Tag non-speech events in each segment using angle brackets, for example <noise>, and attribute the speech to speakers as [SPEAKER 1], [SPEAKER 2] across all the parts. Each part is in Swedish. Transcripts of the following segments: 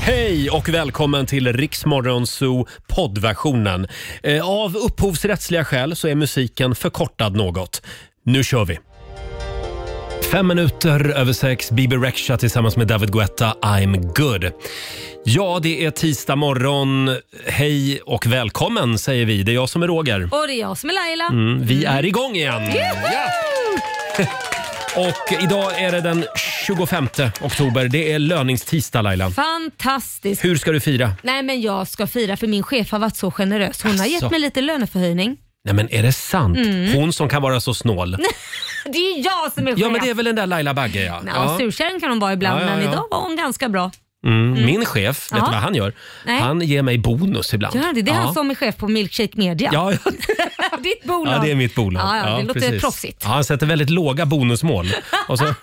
[SPEAKER 1] Hej och välkommen till Riksmorgon Zoo poddversionen. Eh, Av upphovsrättsliga skäl så är musiken förkortad något. Nu kör vi! Fem minuter över sex, Bibi Rexha tillsammans med David Guetta, I'm good. Ja, det är tisdag morgon. Hej och välkommen säger vi. Det är jag som är Roger.
[SPEAKER 2] Och det är jag som är Laila.
[SPEAKER 1] Mm, vi är igång igen! Och idag är det den 25 oktober. Det är löningstisdag Laila.
[SPEAKER 2] Fantastiskt.
[SPEAKER 1] Hur ska du fira?
[SPEAKER 2] Nej men jag ska fira för min chef har varit så generös. Hon har
[SPEAKER 1] Asså.
[SPEAKER 2] gett mig lite löneförhöjning.
[SPEAKER 1] Nej men är det sant? Hon som kan vara så snål.
[SPEAKER 2] Det är ju jag som är Mm. chef.
[SPEAKER 1] Ja men det är väl den där Laila Bagge ja.
[SPEAKER 2] Nå,
[SPEAKER 1] ja.
[SPEAKER 2] Surkärring kan hon vara ibland
[SPEAKER 1] Ja, ja, ja.
[SPEAKER 2] men idag var hon ganska bra.
[SPEAKER 1] Mm. Min chef, vet
[SPEAKER 2] Ja.
[SPEAKER 1] du vad han gör?
[SPEAKER 2] Nej.
[SPEAKER 1] Han ger mig bonus ibland.
[SPEAKER 2] Gör det? Det är
[SPEAKER 1] ja.
[SPEAKER 2] han som är chef på Milkshake Media.
[SPEAKER 1] Ja, ja,
[SPEAKER 2] <laughs> Ditt bolag.
[SPEAKER 1] ja, det är mitt bolag.
[SPEAKER 2] Ja, ja, det låter
[SPEAKER 1] precis.
[SPEAKER 2] proffsigt.
[SPEAKER 1] Ja, han sätter väldigt låga bonusmål. Och så,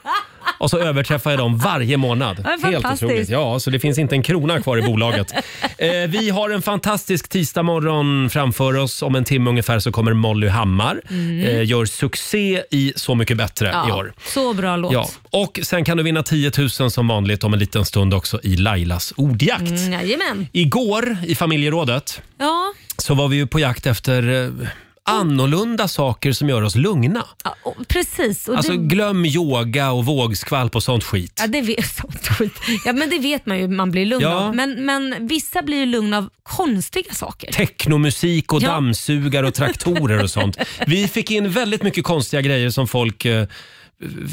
[SPEAKER 1] och så överträffar jag dem varje månad.
[SPEAKER 2] Ja,
[SPEAKER 1] Helt
[SPEAKER 2] fantastiskt.
[SPEAKER 1] otroligt. Ja, så det finns inte en krona kvar i
[SPEAKER 2] <laughs>
[SPEAKER 1] bolaget. Eh, vi har en fantastisk tisdagmorgon framför oss. Om en timme ungefär så kommer Molly Hammar.
[SPEAKER 2] Mm.
[SPEAKER 1] Eh, gör succé i Så mycket bättre i år.
[SPEAKER 2] Så bra låt.
[SPEAKER 1] Ja, och sen kan du vinna 10 000 som vanligt om en liten stund också i Lailas ordjakt.
[SPEAKER 2] Mm, jajamän.
[SPEAKER 1] Igår i familjerådet
[SPEAKER 2] Ja.
[SPEAKER 1] så var vi ju på jakt efter eh, annorlunda saker som gör oss lugna.
[SPEAKER 2] ja och, precis. Och
[SPEAKER 1] Alltså
[SPEAKER 2] det,
[SPEAKER 1] glöm yoga och vågskvalp och sånt skit.
[SPEAKER 2] ja, det vet, <laughs> sånt skit. Ja, men det vet man ju man blir lugn
[SPEAKER 1] Ja.
[SPEAKER 2] av. Men, men vissa blir ju lugna av konstiga saker.
[SPEAKER 1] Technomusik och
[SPEAKER 2] Ja.
[SPEAKER 1] dammsugare och traktorer och
[SPEAKER 2] <laughs>
[SPEAKER 1] sånt. Vi fick in väldigt mycket konstiga grejer som folk eh,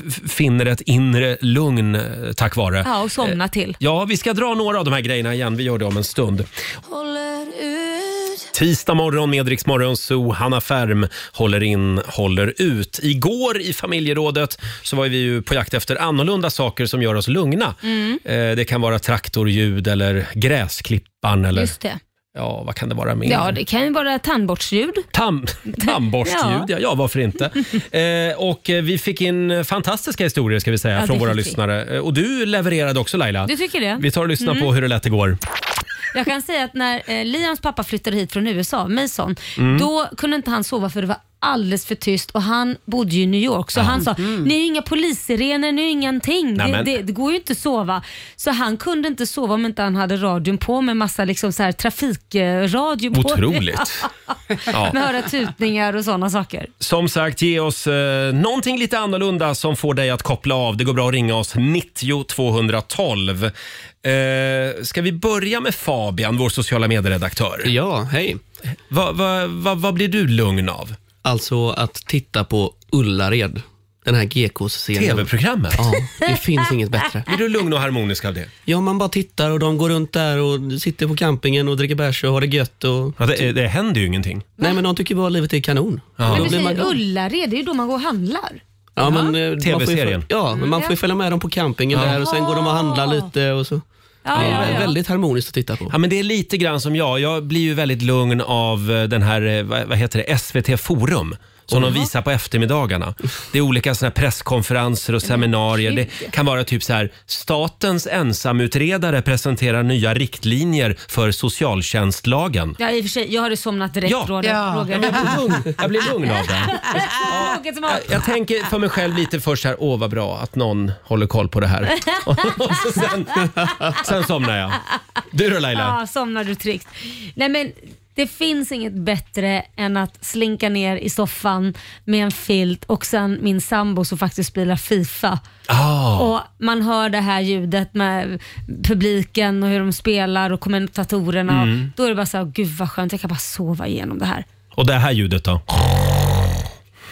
[SPEAKER 1] f- finner ett inre lugn eh, tack vare.
[SPEAKER 2] Ja, och somna
[SPEAKER 1] Eh,
[SPEAKER 2] till.
[SPEAKER 1] Ja, vi ska dra några av de här grejerna igen. Vi gör det om en stund.
[SPEAKER 2] Håller ut.
[SPEAKER 1] Tisdag morgon med Rix Morgon Zoo. Hanna Färm håller in, håller ut. Igår i familjerådet så var vi ju på jakt efter annorlunda saker som gör oss lugna.
[SPEAKER 2] Mm.
[SPEAKER 1] Eh, Det kan vara traktorljud eller gräsklippan eller
[SPEAKER 2] Just det.
[SPEAKER 1] ja, vad kan det vara mer?
[SPEAKER 2] Ja, det <laughs> kan ju vara tandborstljud. <laughs>
[SPEAKER 1] Tam, tandborstljud, ja. ja varför inte? Eh, och eh, vi fick in fantastiska historier ska vi säga
[SPEAKER 2] Ja,
[SPEAKER 1] från
[SPEAKER 2] det
[SPEAKER 1] våra
[SPEAKER 2] fick vi.
[SPEAKER 1] lyssnare. Eh, Och du levererade också Laila.
[SPEAKER 2] Du tycker det? Mm.
[SPEAKER 1] Vi tar och lyssnar på hur det lät
[SPEAKER 2] <laughs>
[SPEAKER 1] igår.
[SPEAKER 2] Jag kan säga att när eh, Liams pappa flyttade hit från USA, Mason,
[SPEAKER 1] Mm.
[SPEAKER 2] då kunde inte han sova för det var alldeles för tyst och han bodde ju i New York. Så han sa, ni är ju inga polissirener, ni är ju ingenting.
[SPEAKER 1] Nej,
[SPEAKER 2] Det,
[SPEAKER 1] men-
[SPEAKER 2] det, det går ju inte att sova. Så han kunde inte sova om inte han hade radion på med massa liksom så här, trafikradio på. <laughs>
[SPEAKER 1] Otroligt. Ja.
[SPEAKER 2] Med höra tutningar och sådana saker.
[SPEAKER 1] Som sagt, ge oss eh, någonting lite annorlunda som får dig att koppla av. Det går bra att ringa oss 90 212. Eh, ska vi börja med Fabian, vår sociala medieredaktör?
[SPEAKER 3] Ja, hej.
[SPEAKER 1] Va, va, va, vad blir du lugn av?
[SPEAKER 3] Alltså att titta på Ullared, den här GK-scenen.
[SPEAKER 1] TV-programmet?
[SPEAKER 3] Ja, det finns inget bättre.
[SPEAKER 1] Blir du lugn och harmonisk av det?
[SPEAKER 3] Ja, man bara tittar och de går runt där och sitter på campingen och dricker bärs och har det gött. Och...
[SPEAKER 1] Ja, det, det händer ju ingenting.
[SPEAKER 3] Nej, men de tycker bara livet är kanon. Och
[SPEAKER 1] Ja.
[SPEAKER 2] Men
[SPEAKER 3] Då
[SPEAKER 2] vi
[SPEAKER 3] blir man
[SPEAKER 2] säger
[SPEAKER 3] glad.
[SPEAKER 2] Ullared, det är ju då man går och handlar.
[SPEAKER 3] Ja, men, eh, man får ju följa-
[SPEAKER 1] TV-serien.
[SPEAKER 3] Ja, men man får ju följa med dem på campingen där och sen går de och handlar lite och så.
[SPEAKER 2] Mm, Ja,
[SPEAKER 3] Det är
[SPEAKER 2] ja,
[SPEAKER 3] vä-
[SPEAKER 2] ja.
[SPEAKER 3] väldigt harmoniskt att titta på.
[SPEAKER 1] Ja, men det är lite grann som jag. Jag blir ju väldigt lugn av eh, den här, eh, vad vad heter det, SVT Forum. Som de visar på eftermiddagarna. Det är olika såna här presskonferenser och seminarier. Det kan vara typ så här, statens ensamutredare presenterar nya riktlinjer för socialtjänstlagen.
[SPEAKER 2] Ja, i och för sig, jag hade somnat direkt
[SPEAKER 1] Ja.
[SPEAKER 2] Roger. Roger.
[SPEAKER 1] Jag blir
[SPEAKER 2] <laughs>
[SPEAKER 1] lugn, jag blir lugn av det.
[SPEAKER 2] Tråkigt som allt.
[SPEAKER 1] Jag tänker för mig själv lite först här, åh vad bra att någon håller koll på det här. Och så sen, sen somnar jag. Du då Laila?
[SPEAKER 2] Ja, somnar du tryggt. Nej men det finns inget bättre än att slinka ner i soffan med en filt och sen min sambo som faktiskt spelar FIFA.
[SPEAKER 1] Ah.
[SPEAKER 2] Och man hör det här ljudet med publiken och hur de spelar och kommentatorerna.
[SPEAKER 1] Mm.
[SPEAKER 2] Och då är det bara så här, gud vad skönt, jag kan bara sova igenom det här.
[SPEAKER 1] Och det här ljudet då?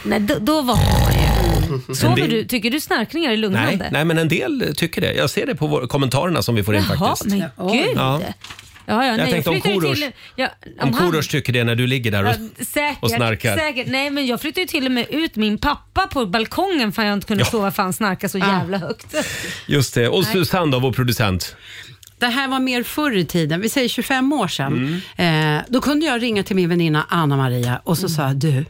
[SPEAKER 2] Nej, då, då vaknar man ju. Sover
[SPEAKER 1] det-
[SPEAKER 2] du, tycker du snarkningar är lugnande?
[SPEAKER 1] Nej, nej, men en del tycker det. Jag ser det på vår, kommentarerna som vi får in
[SPEAKER 2] Jaha,
[SPEAKER 1] faktiskt.
[SPEAKER 2] men gud.
[SPEAKER 1] Ja.
[SPEAKER 2] Ja. Ja, ja, nej,
[SPEAKER 1] tänkte om
[SPEAKER 2] flyttar ju
[SPEAKER 1] Korosh-
[SPEAKER 2] till- ja,
[SPEAKER 1] Om
[SPEAKER 2] han-
[SPEAKER 1] Korosh tycker det när du ligger där och...
[SPEAKER 2] Ja, säkert,
[SPEAKER 1] och snarkar.
[SPEAKER 2] Säkert. Nej men jag flyttade ju till och med ut min pappa på balkongen för jag inte kunde
[SPEAKER 1] Ja. Ah.
[SPEAKER 2] sova för han snarkade så jävla högt.
[SPEAKER 1] Just det. Och Susanne då, vår producent.
[SPEAKER 4] Det här var mer förr i tiden, vi säger
[SPEAKER 2] Mm. Mm.
[SPEAKER 4] 25 år sedan. Eh, då kunde jag ringa till min väninna Anna-Maria och så sa jag, du,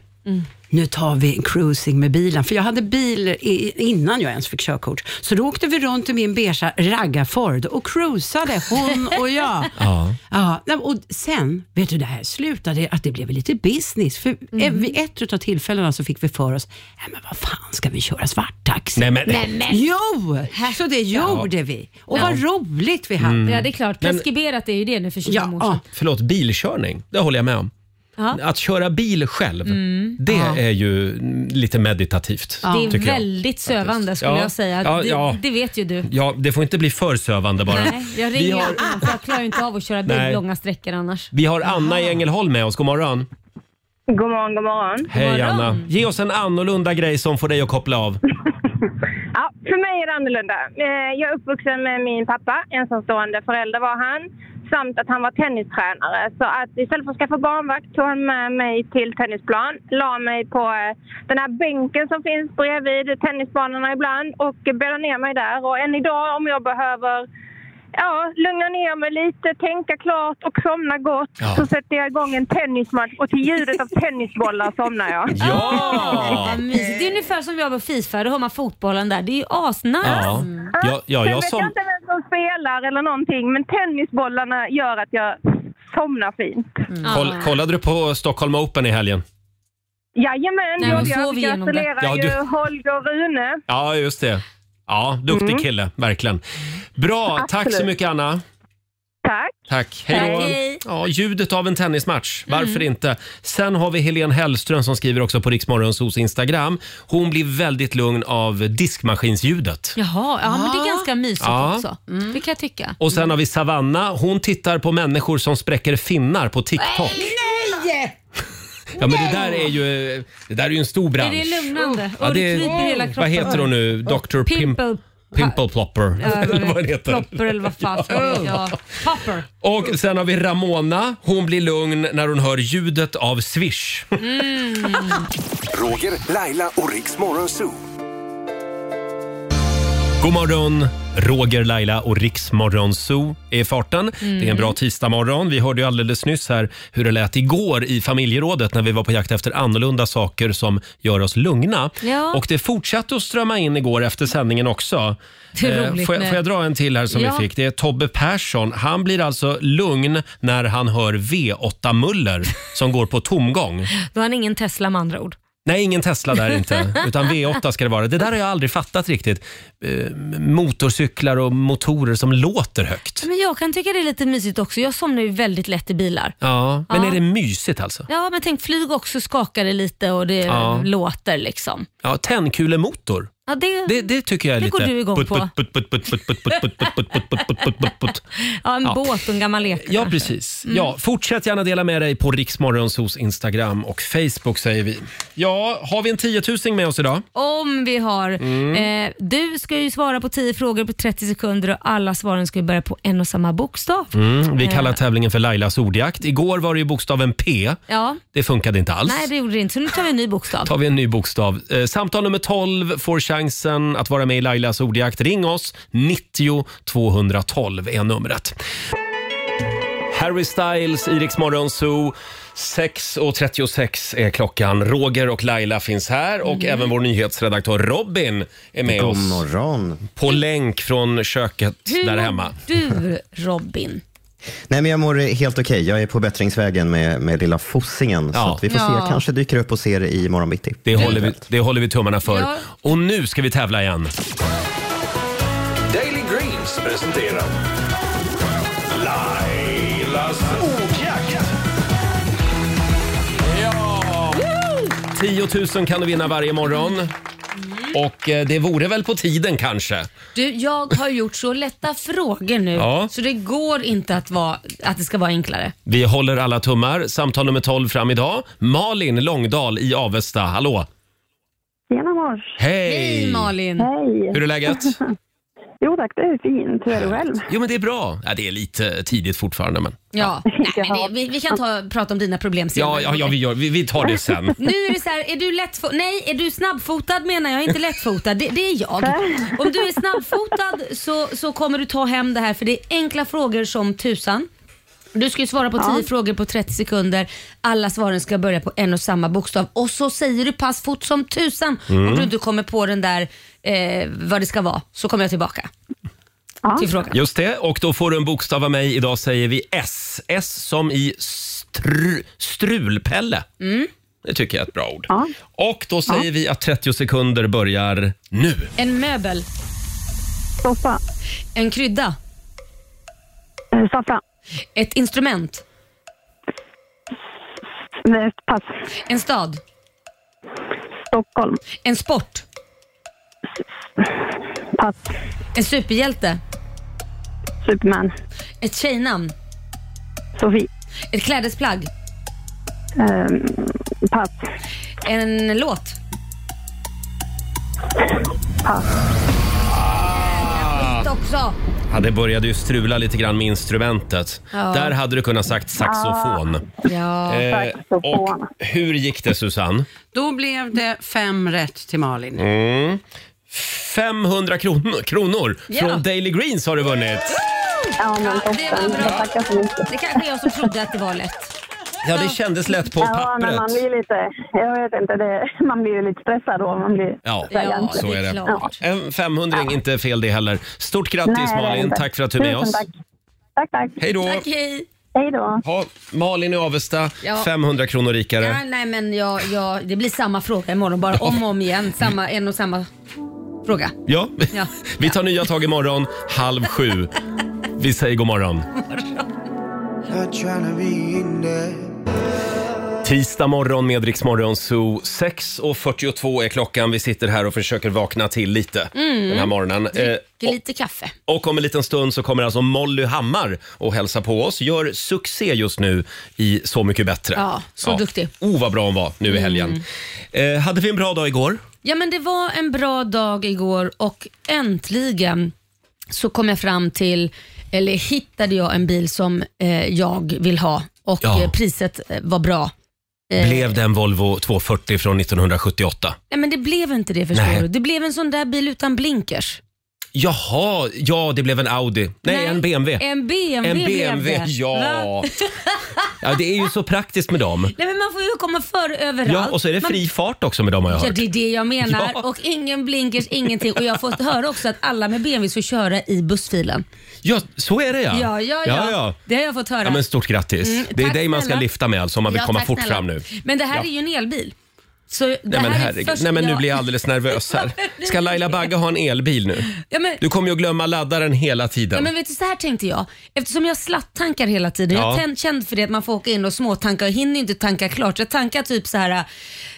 [SPEAKER 4] nu tar vi en cruising med bilen. För jag hade bil i, innan jag ens fick körkort. Så då åkte vi runt i min beiga raggarford och cruisade, hon och
[SPEAKER 2] <laughs>
[SPEAKER 4] jag.
[SPEAKER 1] Ja.
[SPEAKER 4] Ja, nej, och sen, vet du, det här slutade att det blev lite business. För
[SPEAKER 2] Mm.
[SPEAKER 4] vid ett av tillfällena så fick vi för oss, nej men vad fan ska vi köra svarttaxi?
[SPEAKER 1] Nej, men,
[SPEAKER 2] Nej, men.
[SPEAKER 4] Jo, så det gjorde vi. Och vad roligt vi hade.
[SPEAKER 2] Mm. Ja, det är klart. Preskriberat är ju det nu för 25 år
[SPEAKER 4] Ja,
[SPEAKER 2] sedan.
[SPEAKER 1] Förlåt, bilkörning. Det håller jag med om.
[SPEAKER 2] Ja. Mm.
[SPEAKER 1] Att köra bil själv, det är ju lite meditativt.
[SPEAKER 2] Det är
[SPEAKER 1] tycker jag.
[SPEAKER 2] väldigt sövande skulle
[SPEAKER 1] Ja.
[SPEAKER 2] jag säga.
[SPEAKER 1] Ja, ja.
[SPEAKER 2] Det, det vet ju du.
[SPEAKER 1] Ja, det får inte bli för sövande bara.
[SPEAKER 2] Nej, jag
[SPEAKER 1] Vi
[SPEAKER 2] ringer
[SPEAKER 1] har-
[SPEAKER 2] Anna, för jag klarar ju inte av att köra
[SPEAKER 1] Nej.
[SPEAKER 2] bil långa sträckor annars.
[SPEAKER 1] Vi har Anna i Ängelholm med oss. God morgon.
[SPEAKER 5] God morgon, god morgon.
[SPEAKER 1] Hej
[SPEAKER 2] morgon.
[SPEAKER 1] Anna. Ge oss en annorlunda grej som får dig att koppla av.
[SPEAKER 5] Ja, för mig är det annorlunda. Eh, Jag är uppvuxen med min pappa, ensamstående förälder var han, samt att han var tennistränare. Så att istället för att skaffa barnvakt tog han med mig till tennisplan, la mig på eh, den här bänken som finns bredvid tennisbanorna ibland och eh, bäddade ner mig där. Och än idag om jag behöver Ja, lugna ner mig lite, tänka klart och somna gott.
[SPEAKER 1] Ja.
[SPEAKER 5] Så sätter jag igång en tennismatch och till ljudet av tennisbollar somnar jag.
[SPEAKER 1] Ja!
[SPEAKER 2] Vad mysigt. Det är ungefär som jag på Fifa, då har man fotbollen där. Det är ju asnice.
[SPEAKER 1] Ja, ja, ja
[SPEAKER 5] Sen
[SPEAKER 1] jag
[SPEAKER 5] vet
[SPEAKER 1] som...
[SPEAKER 5] jag inte vem som spelar eller någonting, men tennisbollarna gör att jag somnar fint.
[SPEAKER 1] Mm. Koll, kollade du på Stockholm Open i helgen?
[SPEAKER 5] Jajamän,
[SPEAKER 2] Nej,
[SPEAKER 5] gjorde
[SPEAKER 2] hon
[SPEAKER 5] jag.
[SPEAKER 2] sov
[SPEAKER 5] Vi
[SPEAKER 2] igenom det.
[SPEAKER 5] gratulerar
[SPEAKER 1] Ja, du-
[SPEAKER 5] ju Holger Rune.
[SPEAKER 1] Ja, just det. Ja, duktig
[SPEAKER 2] Mm.
[SPEAKER 1] kille, verkligen. Bra, tack så
[SPEAKER 5] Absolut.
[SPEAKER 1] mycket Anna.
[SPEAKER 5] Tack.
[SPEAKER 1] Tack. Hej då.
[SPEAKER 2] Hej. Mm.
[SPEAKER 1] Ja, ljudet av en tennismatch. Varför inte? Sen har vi Helene Hellström som skriver också på Riksmorgonsos Instagram. Hon blir väldigt lugn av diskmaskinsljudet.
[SPEAKER 2] Jaha, ja, men det är ganska mysigt
[SPEAKER 1] Ja.
[SPEAKER 2] också. Mm. Det kan jag tycka.
[SPEAKER 1] Och sen har vi Savanna. Hon tittar på människor som spräcker finnar på TikTok.
[SPEAKER 4] Nej!
[SPEAKER 1] Ja, men det där är ju, det där är ju en stor bransch.
[SPEAKER 2] Är det lugnande?
[SPEAKER 1] Ja,
[SPEAKER 2] och det,
[SPEAKER 1] det-
[SPEAKER 2] kryper i hela kroppen.
[SPEAKER 1] Vad heter hon nu? Dr. Pimp,
[SPEAKER 2] Pimple...
[SPEAKER 1] Pimple Plopper.
[SPEAKER 2] Ja,
[SPEAKER 1] Eller <laughs> vad det heter.
[SPEAKER 2] Plopper eller vad fasen det heter. ja. Popper.
[SPEAKER 1] Och sen har vi Ramona. Hon blir lugn när hon hör ljudet av swish.
[SPEAKER 2] Mm.
[SPEAKER 6] Roger, Laila och Riks Morgonzoo.
[SPEAKER 1] God morgon, Roger, Laila och Riksmorgon Zoo är i farten. Det är
[SPEAKER 2] Mm.
[SPEAKER 1] en bra tisdagmorgon. Vi hörde ju alldeles nyss här hur det lät igår i familjerådet när vi var på jakt efter annorlunda saker som gör oss lugna.
[SPEAKER 2] Ja.
[SPEAKER 1] Och det fortsatte att strömma in igår efter sändningen också. Eh,
[SPEAKER 2] Det är roligt
[SPEAKER 1] får, jag,
[SPEAKER 2] med-
[SPEAKER 1] får jag dra en till här som
[SPEAKER 2] Ja.
[SPEAKER 1] vi fick? Det är Tobbe Persson. Han blir alltså lugn när han hör V8-muller som går på
[SPEAKER 2] <laughs>
[SPEAKER 1] tomgång.
[SPEAKER 2] Då har han ingen Tesla med andra ord.
[SPEAKER 1] Nej, ingen Tesla där
[SPEAKER 2] <laughs>
[SPEAKER 1] inte, utan V8 ska det vara. Det där har jag aldrig fattat riktigt. Eh, motorcyklar och motorer som låter högt.
[SPEAKER 2] Men jag kan tycka det är lite mysigt också. Jag somnar ju väldigt lätt i bilar.
[SPEAKER 1] Ja, men
[SPEAKER 2] Ja.
[SPEAKER 1] är det mysigt alltså?
[SPEAKER 2] Ja, men tänk flyg också skakar det lite och det
[SPEAKER 1] Ja.
[SPEAKER 2] låter liksom.
[SPEAKER 1] Ja, tändkulemotor.
[SPEAKER 2] Ja, det,
[SPEAKER 1] Det, det tycker jag är
[SPEAKER 2] Det
[SPEAKER 1] lite...
[SPEAKER 2] går du igång
[SPEAKER 1] putt,
[SPEAKER 2] på.
[SPEAKER 1] putt, putt, putt, putt, putt, putt,
[SPEAKER 2] <laughs>
[SPEAKER 1] putt, putt, putt, putt, putt, putt, putt, putt.
[SPEAKER 2] ja, en
[SPEAKER 1] ja.
[SPEAKER 2] båt och en gammal lek.
[SPEAKER 1] Ja, precis.
[SPEAKER 2] Mm.
[SPEAKER 1] Ja, fortsätt gärna dela med dig på Riksmorgonsos Instagram och Facebook säger vi. Ja, har vi en tiotusing med oss idag?
[SPEAKER 2] Om vi har. Eh, du ska ju svara på 10 frågor på 30 sekunder och alla svaren ska ju börja på en och samma bokstav.
[SPEAKER 1] Mm,
[SPEAKER 2] Eh.
[SPEAKER 1] vi kallar tävlingen för Lailas ordjakt. Igår var det ju bokstaven P.
[SPEAKER 2] Ja,
[SPEAKER 1] Det funkade inte alls.
[SPEAKER 2] nej det gjorde det inte. Så nu tar vi en ny bokstav.
[SPEAKER 1] tar vi en ny bokstav. Eh, samtal nummer 12 får chansen att vara med i Lailas ordjakt. Ring oss! 90 212 är numret. Harry Styles, Iriks Zoo. 6.36 är klockan. Roger och Laila finns här och
[SPEAKER 2] Mm.
[SPEAKER 1] även vår nyhetsredaktör Robin är med
[SPEAKER 7] God
[SPEAKER 1] oss
[SPEAKER 7] morgon.
[SPEAKER 1] på länk från köket
[SPEAKER 2] Hur
[SPEAKER 1] där
[SPEAKER 2] mår
[SPEAKER 1] hemma.
[SPEAKER 2] du Robin?
[SPEAKER 7] Nej, men jag mår helt okej. Jag är på bättringsvägen med, med lilla fossingen.
[SPEAKER 1] Ja.
[SPEAKER 7] Så att vi får se.
[SPEAKER 2] Ja.
[SPEAKER 7] Jag kanske dyker upp och ser det i morgon bitti.
[SPEAKER 1] Det håller, vi, det håller vi tummarna för.
[SPEAKER 2] Ja.
[SPEAKER 1] Och nu ska vi tävla igen.
[SPEAKER 6] Daily Greens presenterar Lailas ordjakt.
[SPEAKER 1] 10 000 kan du vinna varje morgon. Och eh, det vore väl på tiden kanske.
[SPEAKER 2] Du, jag har gjort så lätta frågor nu
[SPEAKER 1] Ja.
[SPEAKER 2] så det går inte att, vara, att det ska vara enklare.
[SPEAKER 1] Vi håller alla tummar. Samtal nummer 12 fram idag. Malin Långdal i Avesta. Hallå!
[SPEAKER 5] Tjena mors.
[SPEAKER 1] Hej!
[SPEAKER 2] Hej Malin!
[SPEAKER 5] Hej.
[SPEAKER 1] Hur är läget?
[SPEAKER 5] <laughs> Jo tack, det är fint. Hur är det själv?
[SPEAKER 1] Jo, men det är bra. Ja, det är lite tidigt fortfarande, men...
[SPEAKER 2] Ja. Nej, men det, vi, vi kan ta, prata om dina problem senare.
[SPEAKER 1] Ja, ja, ja vi, gör, vi, vi tar det sen.
[SPEAKER 2] <laughs> Nu är det så här, är du lättfotad? Nej, är du snabbfotad menar jag, inte lättfotad. Det, det är jag. Om du är snabbfotad så, så kommer du ta hem det här för det är enkla frågor som tusan. Du ska ju svara på 10 frågor på 30 sekunder. Alla svaren ska börja på en och samma bokstav och så säger du pass fort som tusan
[SPEAKER 1] Mm.
[SPEAKER 2] om du inte kommer på den där eh, vad det ska vara. Så kommer jag tillbaka till frågan.
[SPEAKER 1] Just det, och då får du en bokstav av mig. Idag säger vi S. S som i str strulpelle.
[SPEAKER 2] Mm.
[SPEAKER 1] Det tycker jag är ett bra ord. Och då säger vi att 30 sekunder börjar nu.
[SPEAKER 2] En möbel,
[SPEAKER 5] Soffa.
[SPEAKER 2] en krydda,
[SPEAKER 5] Eh, Soffa.
[SPEAKER 2] ett instrument,
[SPEAKER 5] Eh, Pass.
[SPEAKER 2] en stad,
[SPEAKER 5] Stockholm.
[SPEAKER 2] en sport,
[SPEAKER 5] Pass.
[SPEAKER 2] en superhjälte,
[SPEAKER 5] Superman.
[SPEAKER 2] ett tjejnamn,
[SPEAKER 5] Sofie.
[SPEAKER 2] ett klädesplagg,
[SPEAKER 5] Eh, Pass.
[SPEAKER 2] en låt. Pass. Också.
[SPEAKER 1] Ja, det började ju strula lite grann med instrumentet.
[SPEAKER 2] Ja.
[SPEAKER 1] Där hade du kunnat sagt saxofon.
[SPEAKER 4] Ah.
[SPEAKER 2] Ja.
[SPEAKER 1] Eh, och
[SPEAKER 5] saxofon.
[SPEAKER 1] hur gick det Susanne?
[SPEAKER 4] Då blev det fem rätt till Malin.
[SPEAKER 1] 500 kronor, Mm. kronor
[SPEAKER 2] Ja.
[SPEAKER 1] från Daily Greens har du vunnit.
[SPEAKER 5] Ja, men
[SPEAKER 2] Ja, det var
[SPEAKER 5] toppen.
[SPEAKER 2] bra.
[SPEAKER 5] Jag tackar så mycket.
[SPEAKER 2] Det kanske är jag som trodde att det var lätt.
[SPEAKER 1] Ja, det kändes lätt på
[SPEAKER 5] Ja, men man
[SPEAKER 1] pappret.
[SPEAKER 5] blir lite... Jag vet inte, det, man blir ju lite stressad då. Man blir,
[SPEAKER 1] Ja,
[SPEAKER 2] Ja,
[SPEAKER 1] så
[SPEAKER 2] det
[SPEAKER 1] är
[SPEAKER 2] är
[SPEAKER 1] det.
[SPEAKER 2] klart.
[SPEAKER 1] En 500 är inte fel det heller. Stort
[SPEAKER 5] Nej,
[SPEAKER 1] grattis
[SPEAKER 5] det är det
[SPEAKER 1] Malin,
[SPEAKER 5] inte.
[SPEAKER 1] tack för att du är med
[SPEAKER 5] Tusen
[SPEAKER 1] oss.
[SPEAKER 5] Tack, tack. tack.
[SPEAKER 1] Hej då!
[SPEAKER 2] Tack, hej.
[SPEAKER 5] Hej då.
[SPEAKER 1] Ha, Malin i Avesta,
[SPEAKER 2] Ja.
[SPEAKER 1] 500 kronor rikare.
[SPEAKER 2] Ja, nej, men jag, jag, det blir samma fråga imorgon, bara om och om igen. Samma, en och samma fråga.
[SPEAKER 1] Ja.
[SPEAKER 2] Ja.
[SPEAKER 1] <laughs> Vi tar nya tag imorgon, halv sju. Vi säger god morgon. Tisdag morgon med Rix Morgon Zoo. 6.42 är klockan. Vi sitter här och försöker vakna till lite
[SPEAKER 2] Mm.
[SPEAKER 1] den här morgonen. Eh,
[SPEAKER 2] Dricker lite kaffe.
[SPEAKER 1] och om en liten stund så kommer alltså Molly Hammar och hälsa på oss. Gör succé just nu i Så mycket bättre.
[SPEAKER 2] Ja, så duktig. Mm.
[SPEAKER 1] Oh, vad bra hon var nu i helgen. Eh, hade vi en bra dag igår?
[SPEAKER 2] Ja, men det var en bra dag igår och äntligen så kom jag fram till, eller hittade jag en bil som eh, jag vill ha och
[SPEAKER 1] Ja.
[SPEAKER 2] eh, priset eh, var bra. Eh.
[SPEAKER 1] Blev det en Volvo 240 från 1978?
[SPEAKER 2] Nej, men det blev inte det förstår
[SPEAKER 1] Nej.
[SPEAKER 2] du. Det blev en sån där bil utan blinkers.
[SPEAKER 1] Jaha, ja det blev en Audi. Nej, en BMW.
[SPEAKER 2] En BMW,
[SPEAKER 1] En
[SPEAKER 2] blev
[SPEAKER 1] BMW,
[SPEAKER 2] det. Va?
[SPEAKER 1] ja. ja. Det är ju så praktiskt med
[SPEAKER 2] <laughs>
[SPEAKER 1] dem.
[SPEAKER 2] Nej, men man får ju komma före överallt.
[SPEAKER 1] Ja, och så är det
[SPEAKER 2] Man-
[SPEAKER 1] fri fart också med dem har jag
[SPEAKER 2] Ja,
[SPEAKER 1] hört.
[SPEAKER 2] det är det jag menar.
[SPEAKER 1] Ja.
[SPEAKER 2] Och ingen blinkers, ingenting. Och jag har fått höra också att alla med BMW får köra i bussfilen.
[SPEAKER 1] Ja, så är det ja.
[SPEAKER 2] Ja, ja, ja.
[SPEAKER 1] ja, ja.
[SPEAKER 2] Det har jag fått höra.
[SPEAKER 1] Ja, men stort grattis.
[SPEAKER 2] Mm,
[SPEAKER 1] det är
[SPEAKER 2] tack
[SPEAKER 1] dig man ska
[SPEAKER 2] snälla.
[SPEAKER 1] lifta med alltså om man vill
[SPEAKER 2] Ja,
[SPEAKER 1] komma
[SPEAKER 2] tack,
[SPEAKER 1] fort
[SPEAKER 2] snälla.
[SPEAKER 1] fram nu.
[SPEAKER 2] Men det här
[SPEAKER 1] Ja.
[SPEAKER 2] är ju en elbil. Så det
[SPEAKER 1] Nej men,
[SPEAKER 2] här
[SPEAKER 1] herregud.
[SPEAKER 2] är först,
[SPEAKER 1] Nej, men nu
[SPEAKER 2] ja,
[SPEAKER 1] blir jag alldeles nervös
[SPEAKER 2] <laughs>
[SPEAKER 1] här. Ska Laila Bagge ha en elbil nu?
[SPEAKER 2] ja, men,
[SPEAKER 1] Du kommer ju att glömma laddaren hela
[SPEAKER 2] ja,
[SPEAKER 1] tiden.
[SPEAKER 2] men vet du, så här tänkte jag. Eftersom jag slattankar hela tiden. Jag
[SPEAKER 1] Ja.
[SPEAKER 2] är tän- känd för det att man får åka in och småtanka. Jag hinner ju inte tanka klart. Så jag tankar typ så här,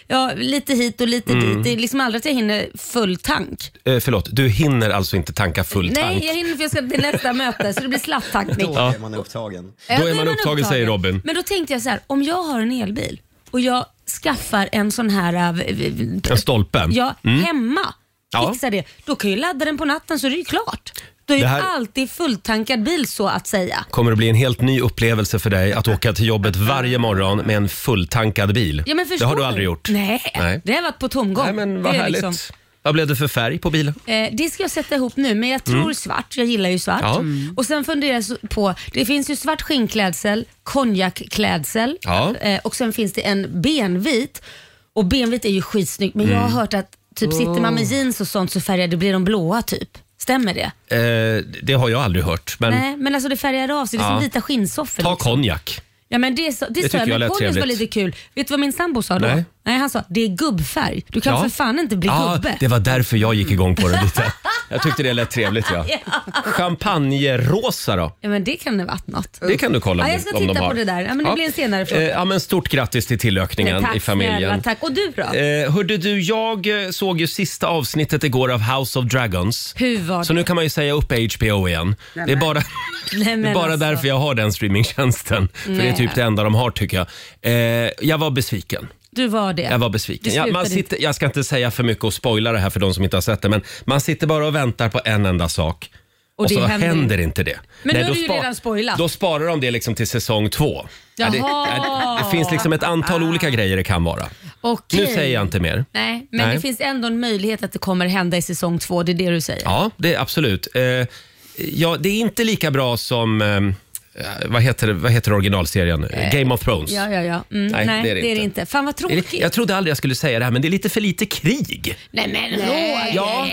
[SPEAKER 2] ja, lite hit och
[SPEAKER 1] Mm.
[SPEAKER 2] lite dit. Det är liksom aldrig att jag hinner full tank.
[SPEAKER 1] Eh, förlåt, du hinner alltså inte tanka full tank?
[SPEAKER 2] Nej, jag hinner för jag ska till nästa möte. Så det blir slattankning.
[SPEAKER 7] Då är man upptagen.
[SPEAKER 2] Ja,
[SPEAKER 1] Då är man upptagen, säger Robin.
[SPEAKER 2] Men då tänkte jag så här, om jag har en elbil och jag skaffar en sån här äh, v- v-
[SPEAKER 1] En stolpe?
[SPEAKER 2] ja,
[SPEAKER 1] Mm.
[SPEAKER 2] hemma,
[SPEAKER 1] Ja.
[SPEAKER 2] fixar det, då kan jag ju ladda den på natten så det är ju klart. Då är
[SPEAKER 1] Det
[SPEAKER 2] ju
[SPEAKER 1] här-
[SPEAKER 2] alltid fulltankad bil så att säga.
[SPEAKER 1] kommer att bli en helt ny upplevelse för dig att åka till jobbet varje morgon med en fulltankad bil.
[SPEAKER 2] Ja, men
[SPEAKER 1] det
[SPEAKER 2] förstår
[SPEAKER 1] har du aldrig gjort.
[SPEAKER 2] Nej,
[SPEAKER 1] Nej.
[SPEAKER 2] det har varit på tomgång.
[SPEAKER 1] Nej men vad
[SPEAKER 2] det, är
[SPEAKER 1] härligt.
[SPEAKER 2] liksom-
[SPEAKER 1] Vad blev det för färg på bilen?
[SPEAKER 2] Eh, det ska jag sätta ihop nu, men jag tror svart. Jag gillar ju svart.
[SPEAKER 1] Mm. Ja. Mm.
[SPEAKER 2] Och sen funderar jag så- på, det finns ju svart skinnklädsel, konjakklädsel
[SPEAKER 1] Ja.
[SPEAKER 2] eh, och sen finns det en benvit. Och benvit är ju skitsnyggt, men
[SPEAKER 1] Mm.
[SPEAKER 2] jag har hört att typ sitter man med
[SPEAKER 1] Oh.
[SPEAKER 2] jeans och sånt så färgar det blir de blåa typ. Stämmer det?
[SPEAKER 1] Eh, det har jag aldrig hört. Men
[SPEAKER 2] Nej, men alltså det färgar av sig. Det är
[SPEAKER 1] Ja.
[SPEAKER 2] som vita skinnsoffor.
[SPEAKER 1] ta
[SPEAKER 2] liksom.
[SPEAKER 1] konjak.
[SPEAKER 2] Ja, men det, sa- det,
[SPEAKER 1] tycker
[SPEAKER 2] sa jag,
[SPEAKER 1] jag lät
[SPEAKER 2] men konjak var
[SPEAKER 1] trevligt.
[SPEAKER 2] lite kul. Vet du vad min sambo sa då?
[SPEAKER 1] Nej.
[SPEAKER 2] Nej. han sa det är gubbfärg. Du kan
[SPEAKER 1] Ja.
[SPEAKER 2] för fan inte bli
[SPEAKER 1] Ja,
[SPEAKER 2] gubbe.
[SPEAKER 1] det var därför jag gick igång på den
[SPEAKER 2] <laughs>
[SPEAKER 1] lite. Jag tyckte det lät trevligt ja. Champagnerosa då?
[SPEAKER 2] Ja, men det kan ha varit något.
[SPEAKER 1] Det kan du kolla om
[SPEAKER 2] Ja, jag
[SPEAKER 1] du-
[SPEAKER 2] ska
[SPEAKER 1] om de
[SPEAKER 2] titta
[SPEAKER 1] har.
[SPEAKER 2] på det där. Ja, men det blir en senare fråga.
[SPEAKER 1] Eh, ja, men stort grattis till tillökningen
[SPEAKER 2] tack
[SPEAKER 1] i familjen.
[SPEAKER 2] Snälla, tack. Och du då?
[SPEAKER 1] Eh, hörde du, jag eh, såg ju sista avsnittet igår av House of Dragons.
[SPEAKER 2] Hur var
[SPEAKER 1] Så
[SPEAKER 2] det?
[SPEAKER 1] nu kan man ju säga upp HBO igen. Det är bara,
[SPEAKER 2] Nej, men
[SPEAKER 1] det är bara
[SPEAKER 2] alltså.
[SPEAKER 1] därför jag har den streamingtjänsten. För det är
[SPEAKER 2] Nej.
[SPEAKER 1] typ det enda de har tycker jag. Eh, jag var besviken.
[SPEAKER 2] Du var det.
[SPEAKER 1] Jag var besviken.
[SPEAKER 2] Det
[SPEAKER 1] Jag, man
[SPEAKER 2] slutade
[SPEAKER 1] sitter, jag ska inte säga för mycket och spoila det här för de som inte har sett det, men man sitter bara och väntar på en enda sak. Och,
[SPEAKER 2] Och det
[SPEAKER 1] så händer,
[SPEAKER 2] händer inte.
[SPEAKER 1] inte det.
[SPEAKER 2] Men nu
[SPEAKER 1] då
[SPEAKER 2] har du ju redan spoilat.
[SPEAKER 1] Då sparar de det liksom till säsong två. Ja, det,
[SPEAKER 2] Jaha. Ah.
[SPEAKER 1] ja, det finns liksom ett antal olika grejer det kan vara.
[SPEAKER 2] Okej.
[SPEAKER 1] Nu säger jag inte mer.
[SPEAKER 2] Nej, men
[SPEAKER 1] Nej.
[SPEAKER 2] det finns ändå en möjlighet att det kommer hända i säsong två. Det är det du säger.
[SPEAKER 1] Ja, det absolut. Eh, ja, det är inte lika bra som eh, eh, vad heter, vad heter originalserien nu? Game of Thrones.
[SPEAKER 2] Eh, Ja, ja, ja. Mm, nej, det är det, inte. Fan vad
[SPEAKER 1] Är
[SPEAKER 2] tråkigt.
[SPEAKER 1] det- Jag trodde aldrig jag skulle säga det här, men det är lite för lite krig.
[SPEAKER 2] Nej men Roger!
[SPEAKER 1] Ja.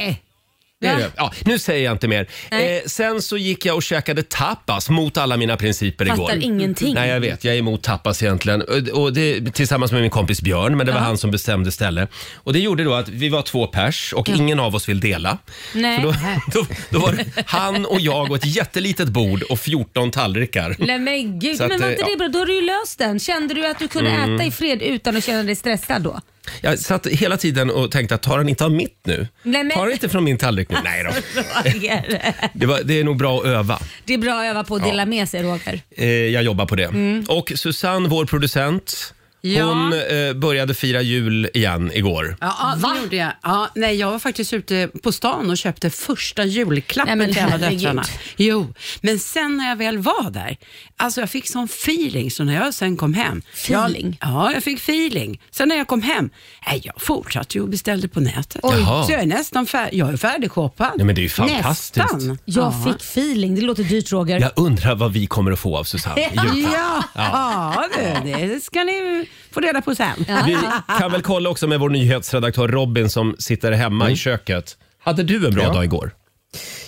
[SPEAKER 1] Det är det. Ja, nu säger jag inte mer.
[SPEAKER 2] Nej.
[SPEAKER 1] Eh, sen så gick jag och käkade tapas mot alla mina principer
[SPEAKER 2] Fattar
[SPEAKER 1] igår.
[SPEAKER 2] ingenting.
[SPEAKER 1] Nej, jag vet. Jag är emot tapas egentligen. Och- Och det, tillsammans med min kompis Björn, men det var han som bestämde ställe. Och det gjorde då att vi var två pers och ingen av oss vill dela.
[SPEAKER 2] Nej.
[SPEAKER 1] Så då, <laughs> då, då var det han och jag och ett jättelitet bord och 14 tallrikar.
[SPEAKER 2] Nej men gud,
[SPEAKER 1] Så att,
[SPEAKER 2] men var inte
[SPEAKER 1] eh, Mm.
[SPEAKER 2] det bra? Då har du ju löst den. Kände du att du kunde äta i fred utan att känna dig stressad då?
[SPEAKER 1] Jag satt hela tiden och tänkte att tar han inte av mitt nu?
[SPEAKER 2] Nej, men-
[SPEAKER 1] Tar han inte från min tallrik nu?
[SPEAKER 2] <laughs>
[SPEAKER 1] Nej då.
[SPEAKER 2] Alltså, Roger.
[SPEAKER 1] Det, var, det är nog bra att öva.
[SPEAKER 2] Det är bra att öva på att dela med sig Roger.
[SPEAKER 1] Eh, jag jobbar på det. Och Susanne, vår producent,
[SPEAKER 4] Mm. Ja.
[SPEAKER 1] hon eh, började fira jul igen igår.
[SPEAKER 4] Ja, ja det gjorde jag. Ja, nej, jag var faktiskt ute på stan och köpte första
[SPEAKER 2] Nej,
[SPEAKER 4] julklappen
[SPEAKER 2] men
[SPEAKER 4] till alla
[SPEAKER 2] herregud.
[SPEAKER 4] döttrarna. Jo, men sen när jag väl var där, alltså jag fick sån feeling så när jag sen kom hem.
[SPEAKER 2] Feeling?
[SPEAKER 4] Jag, ja, jag fick feeling. Sen när jag kom hem, nej, jag fortsatte ju och beställde på nätet.
[SPEAKER 1] Oj. Jaha.
[SPEAKER 4] Så jag är nästan färdig, jag är färdigshoppad.
[SPEAKER 1] Nej, men det är ju fantastiskt.
[SPEAKER 4] Nästan.
[SPEAKER 2] Jag fick feeling. Det låter dyrt Roger.
[SPEAKER 1] Jag undrar vad vi kommer att få av
[SPEAKER 4] <laughs>
[SPEAKER 1] Susanne i julklapp.
[SPEAKER 4] Ja, ja. du, det ska ni få reda på sen.
[SPEAKER 1] Vi kan väl kolla också med vår nyhetsredaktör Robin som sitter hemma i köket. Hade du en bra
[SPEAKER 7] Ja.
[SPEAKER 1] dag igår?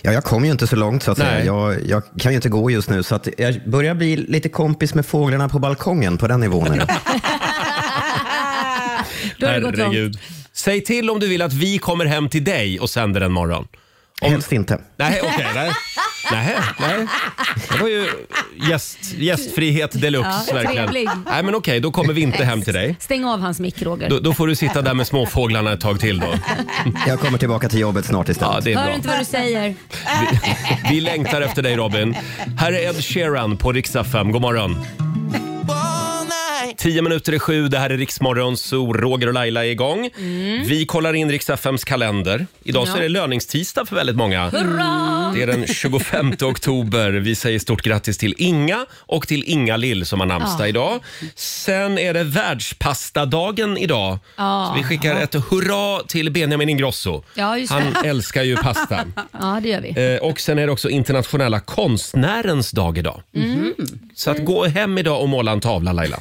[SPEAKER 7] Ja, jag kom ju inte så långt så att
[SPEAKER 1] Nej.
[SPEAKER 7] säga. Jag, jag kan ju inte gå just nu så att jag börjar bli lite kompis med fåglarna på balkongen på den nivån.
[SPEAKER 2] <laughs>
[SPEAKER 7] är det.
[SPEAKER 2] Då har det gått långt.
[SPEAKER 1] Säg till om du vill att vi kommer hem till dig och sänder en morgon. Om,
[SPEAKER 7] Helst inte.
[SPEAKER 1] nej, okej.
[SPEAKER 2] <laughs>
[SPEAKER 1] nej. nej, nej. Det var ju gäst, gästfrihet deluxe
[SPEAKER 2] Ja,
[SPEAKER 1] verkligen.
[SPEAKER 2] trevlig.
[SPEAKER 1] Nej, men okej, då kommer vi inte hem till dig.
[SPEAKER 2] Stäng av hans mick Roger.
[SPEAKER 1] Då, då får du sitta där med småfåglarna ett tag till då.
[SPEAKER 7] <laughs> Jag kommer tillbaka till jobbet snart istället.
[SPEAKER 1] Ja, det är
[SPEAKER 2] Hör
[SPEAKER 1] bra.
[SPEAKER 2] inte vad du säger.
[SPEAKER 1] Vi, vi längtar efter dig Robin. Här är Ed Sheeran på riksdag 5. God morgon. Tio minuter i sju, det här är Riksmorgon, så Roger och Laila är igång.
[SPEAKER 2] Mm.
[SPEAKER 1] Vi kollar in riksdag 5s kalender. Idag så är det löningstisdag för väldigt många.
[SPEAKER 2] Hurra!
[SPEAKER 1] Det är den 25
[SPEAKER 2] <laughs>
[SPEAKER 1] oktober. Vi säger stort grattis till Inga och till Inga Lill som har namnsdag idag. Sen är det världspastadagen idag.
[SPEAKER 2] Ja.
[SPEAKER 1] Så vi skickar ett hurra till Benjamin Ingrosso.
[SPEAKER 2] Ja, just det.
[SPEAKER 1] Han älskar ju pasta.
[SPEAKER 2] Ja det gör vi.
[SPEAKER 1] Eh, Och sen är det också internationella konstnärens dag idag.
[SPEAKER 2] Mm.
[SPEAKER 1] Så att gå hem idag och måla en tavla
[SPEAKER 2] <laughs>
[SPEAKER 1] Laila.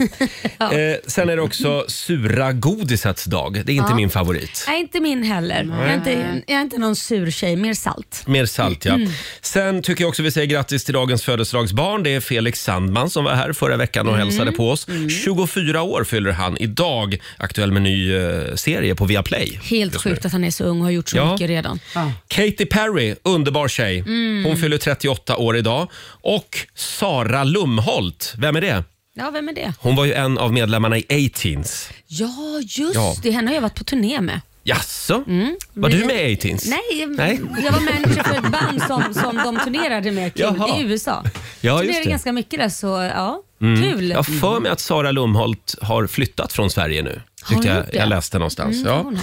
[SPEAKER 1] eh, sen är det också sura godisets dag. Det är inte min favorit.
[SPEAKER 2] Nej inte min heller. Jag är inte, jag är inte någon sur tjej, mer salt.
[SPEAKER 1] Mer salt ja.
[SPEAKER 2] Mm.
[SPEAKER 1] Sen tycker jag också vi säger grattis till dagens födelsedagsbarn. Det är Felix Sandman som var här förra veckan och
[SPEAKER 2] Mm.
[SPEAKER 1] hälsade på oss. 24 år fyller han idag. Aktuell med ny eh, serie på Viaplay.
[SPEAKER 2] Helt sjukt att han är så ung och har gjort så
[SPEAKER 1] Ja.
[SPEAKER 2] mycket redan.
[SPEAKER 1] Katy Perry, underbar tjej.
[SPEAKER 2] Mm.
[SPEAKER 1] Hon fyller 38 år idag. Och Sara Lumholt, vem är det?
[SPEAKER 2] Ja, vem är det?
[SPEAKER 1] Hon var ju en av medlemmarna i 18s.
[SPEAKER 2] Ja, just
[SPEAKER 1] Ja.
[SPEAKER 2] det. Henne har jag varit på turné med.
[SPEAKER 1] Jaså? Var du med i 18s?
[SPEAKER 2] Nej, jag-
[SPEAKER 1] Mm. Nej.
[SPEAKER 2] jag var manager för ett band som, som de turnerade med kul,
[SPEAKER 1] Jaha.
[SPEAKER 2] i USA.
[SPEAKER 1] Ja, just
[SPEAKER 2] turnerade
[SPEAKER 1] det. Mm.
[SPEAKER 2] ganska mycket där, så ja, kul.
[SPEAKER 1] Jag har för mig att Sara Lumholt har flyttat från Sverige nu.
[SPEAKER 2] hon
[SPEAKER 1] Tyckte jag,
[SPEAKER 2] gjort det?
[SPEAKER 1] jag läste någonstans.
[SPEAKER 2] Mm,
[SPEAKER 1] ja.
[SPEAKER 2] hon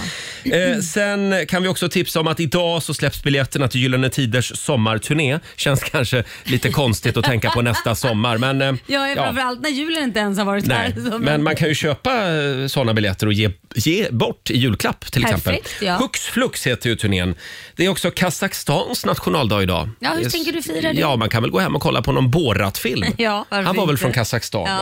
[SPEAKER 1] eh, sen kan vi också tipsa om att idag så släpps biljetterna till Gyllene Tiders sommarturné. Känns kanske lite konstigt att tänka på nästa sommar. Men, <laughs> eh,
[SPEAKER 2] Ja, ja. framförallt när julen inte ens har varit
[SPEAKER 1] Nej,
[SPEAKER 2] här. Så-
[SPEAKER 1] men man kan ju köpa eh, såna biljetter och ge, ge bort i julklapp till
[SPEAKER 2] Perfekt,
[SPEAKER 1] exempel.
[SPEAKER 2] ja.
[SPEAKER 1] Hux flux heter ju turnén. Det är också Kazakstans nationaldag idag.
[SPEAKER 2] Ja, hur
[SPEAKER 1] Det är-
[SPEAKER 2] tänker du fira det?
[SPEAKER 1] Ja, man kan väl gå hem och kolla på någon Borat-film.
[SPEAKER 2] <laughs> Ja, varför
[SPEAKER 1] Han var väl
[SPEAKER 2] inte?
[SPEAKER 1] från Kazakstan?
[SPEAKER 2] Ja.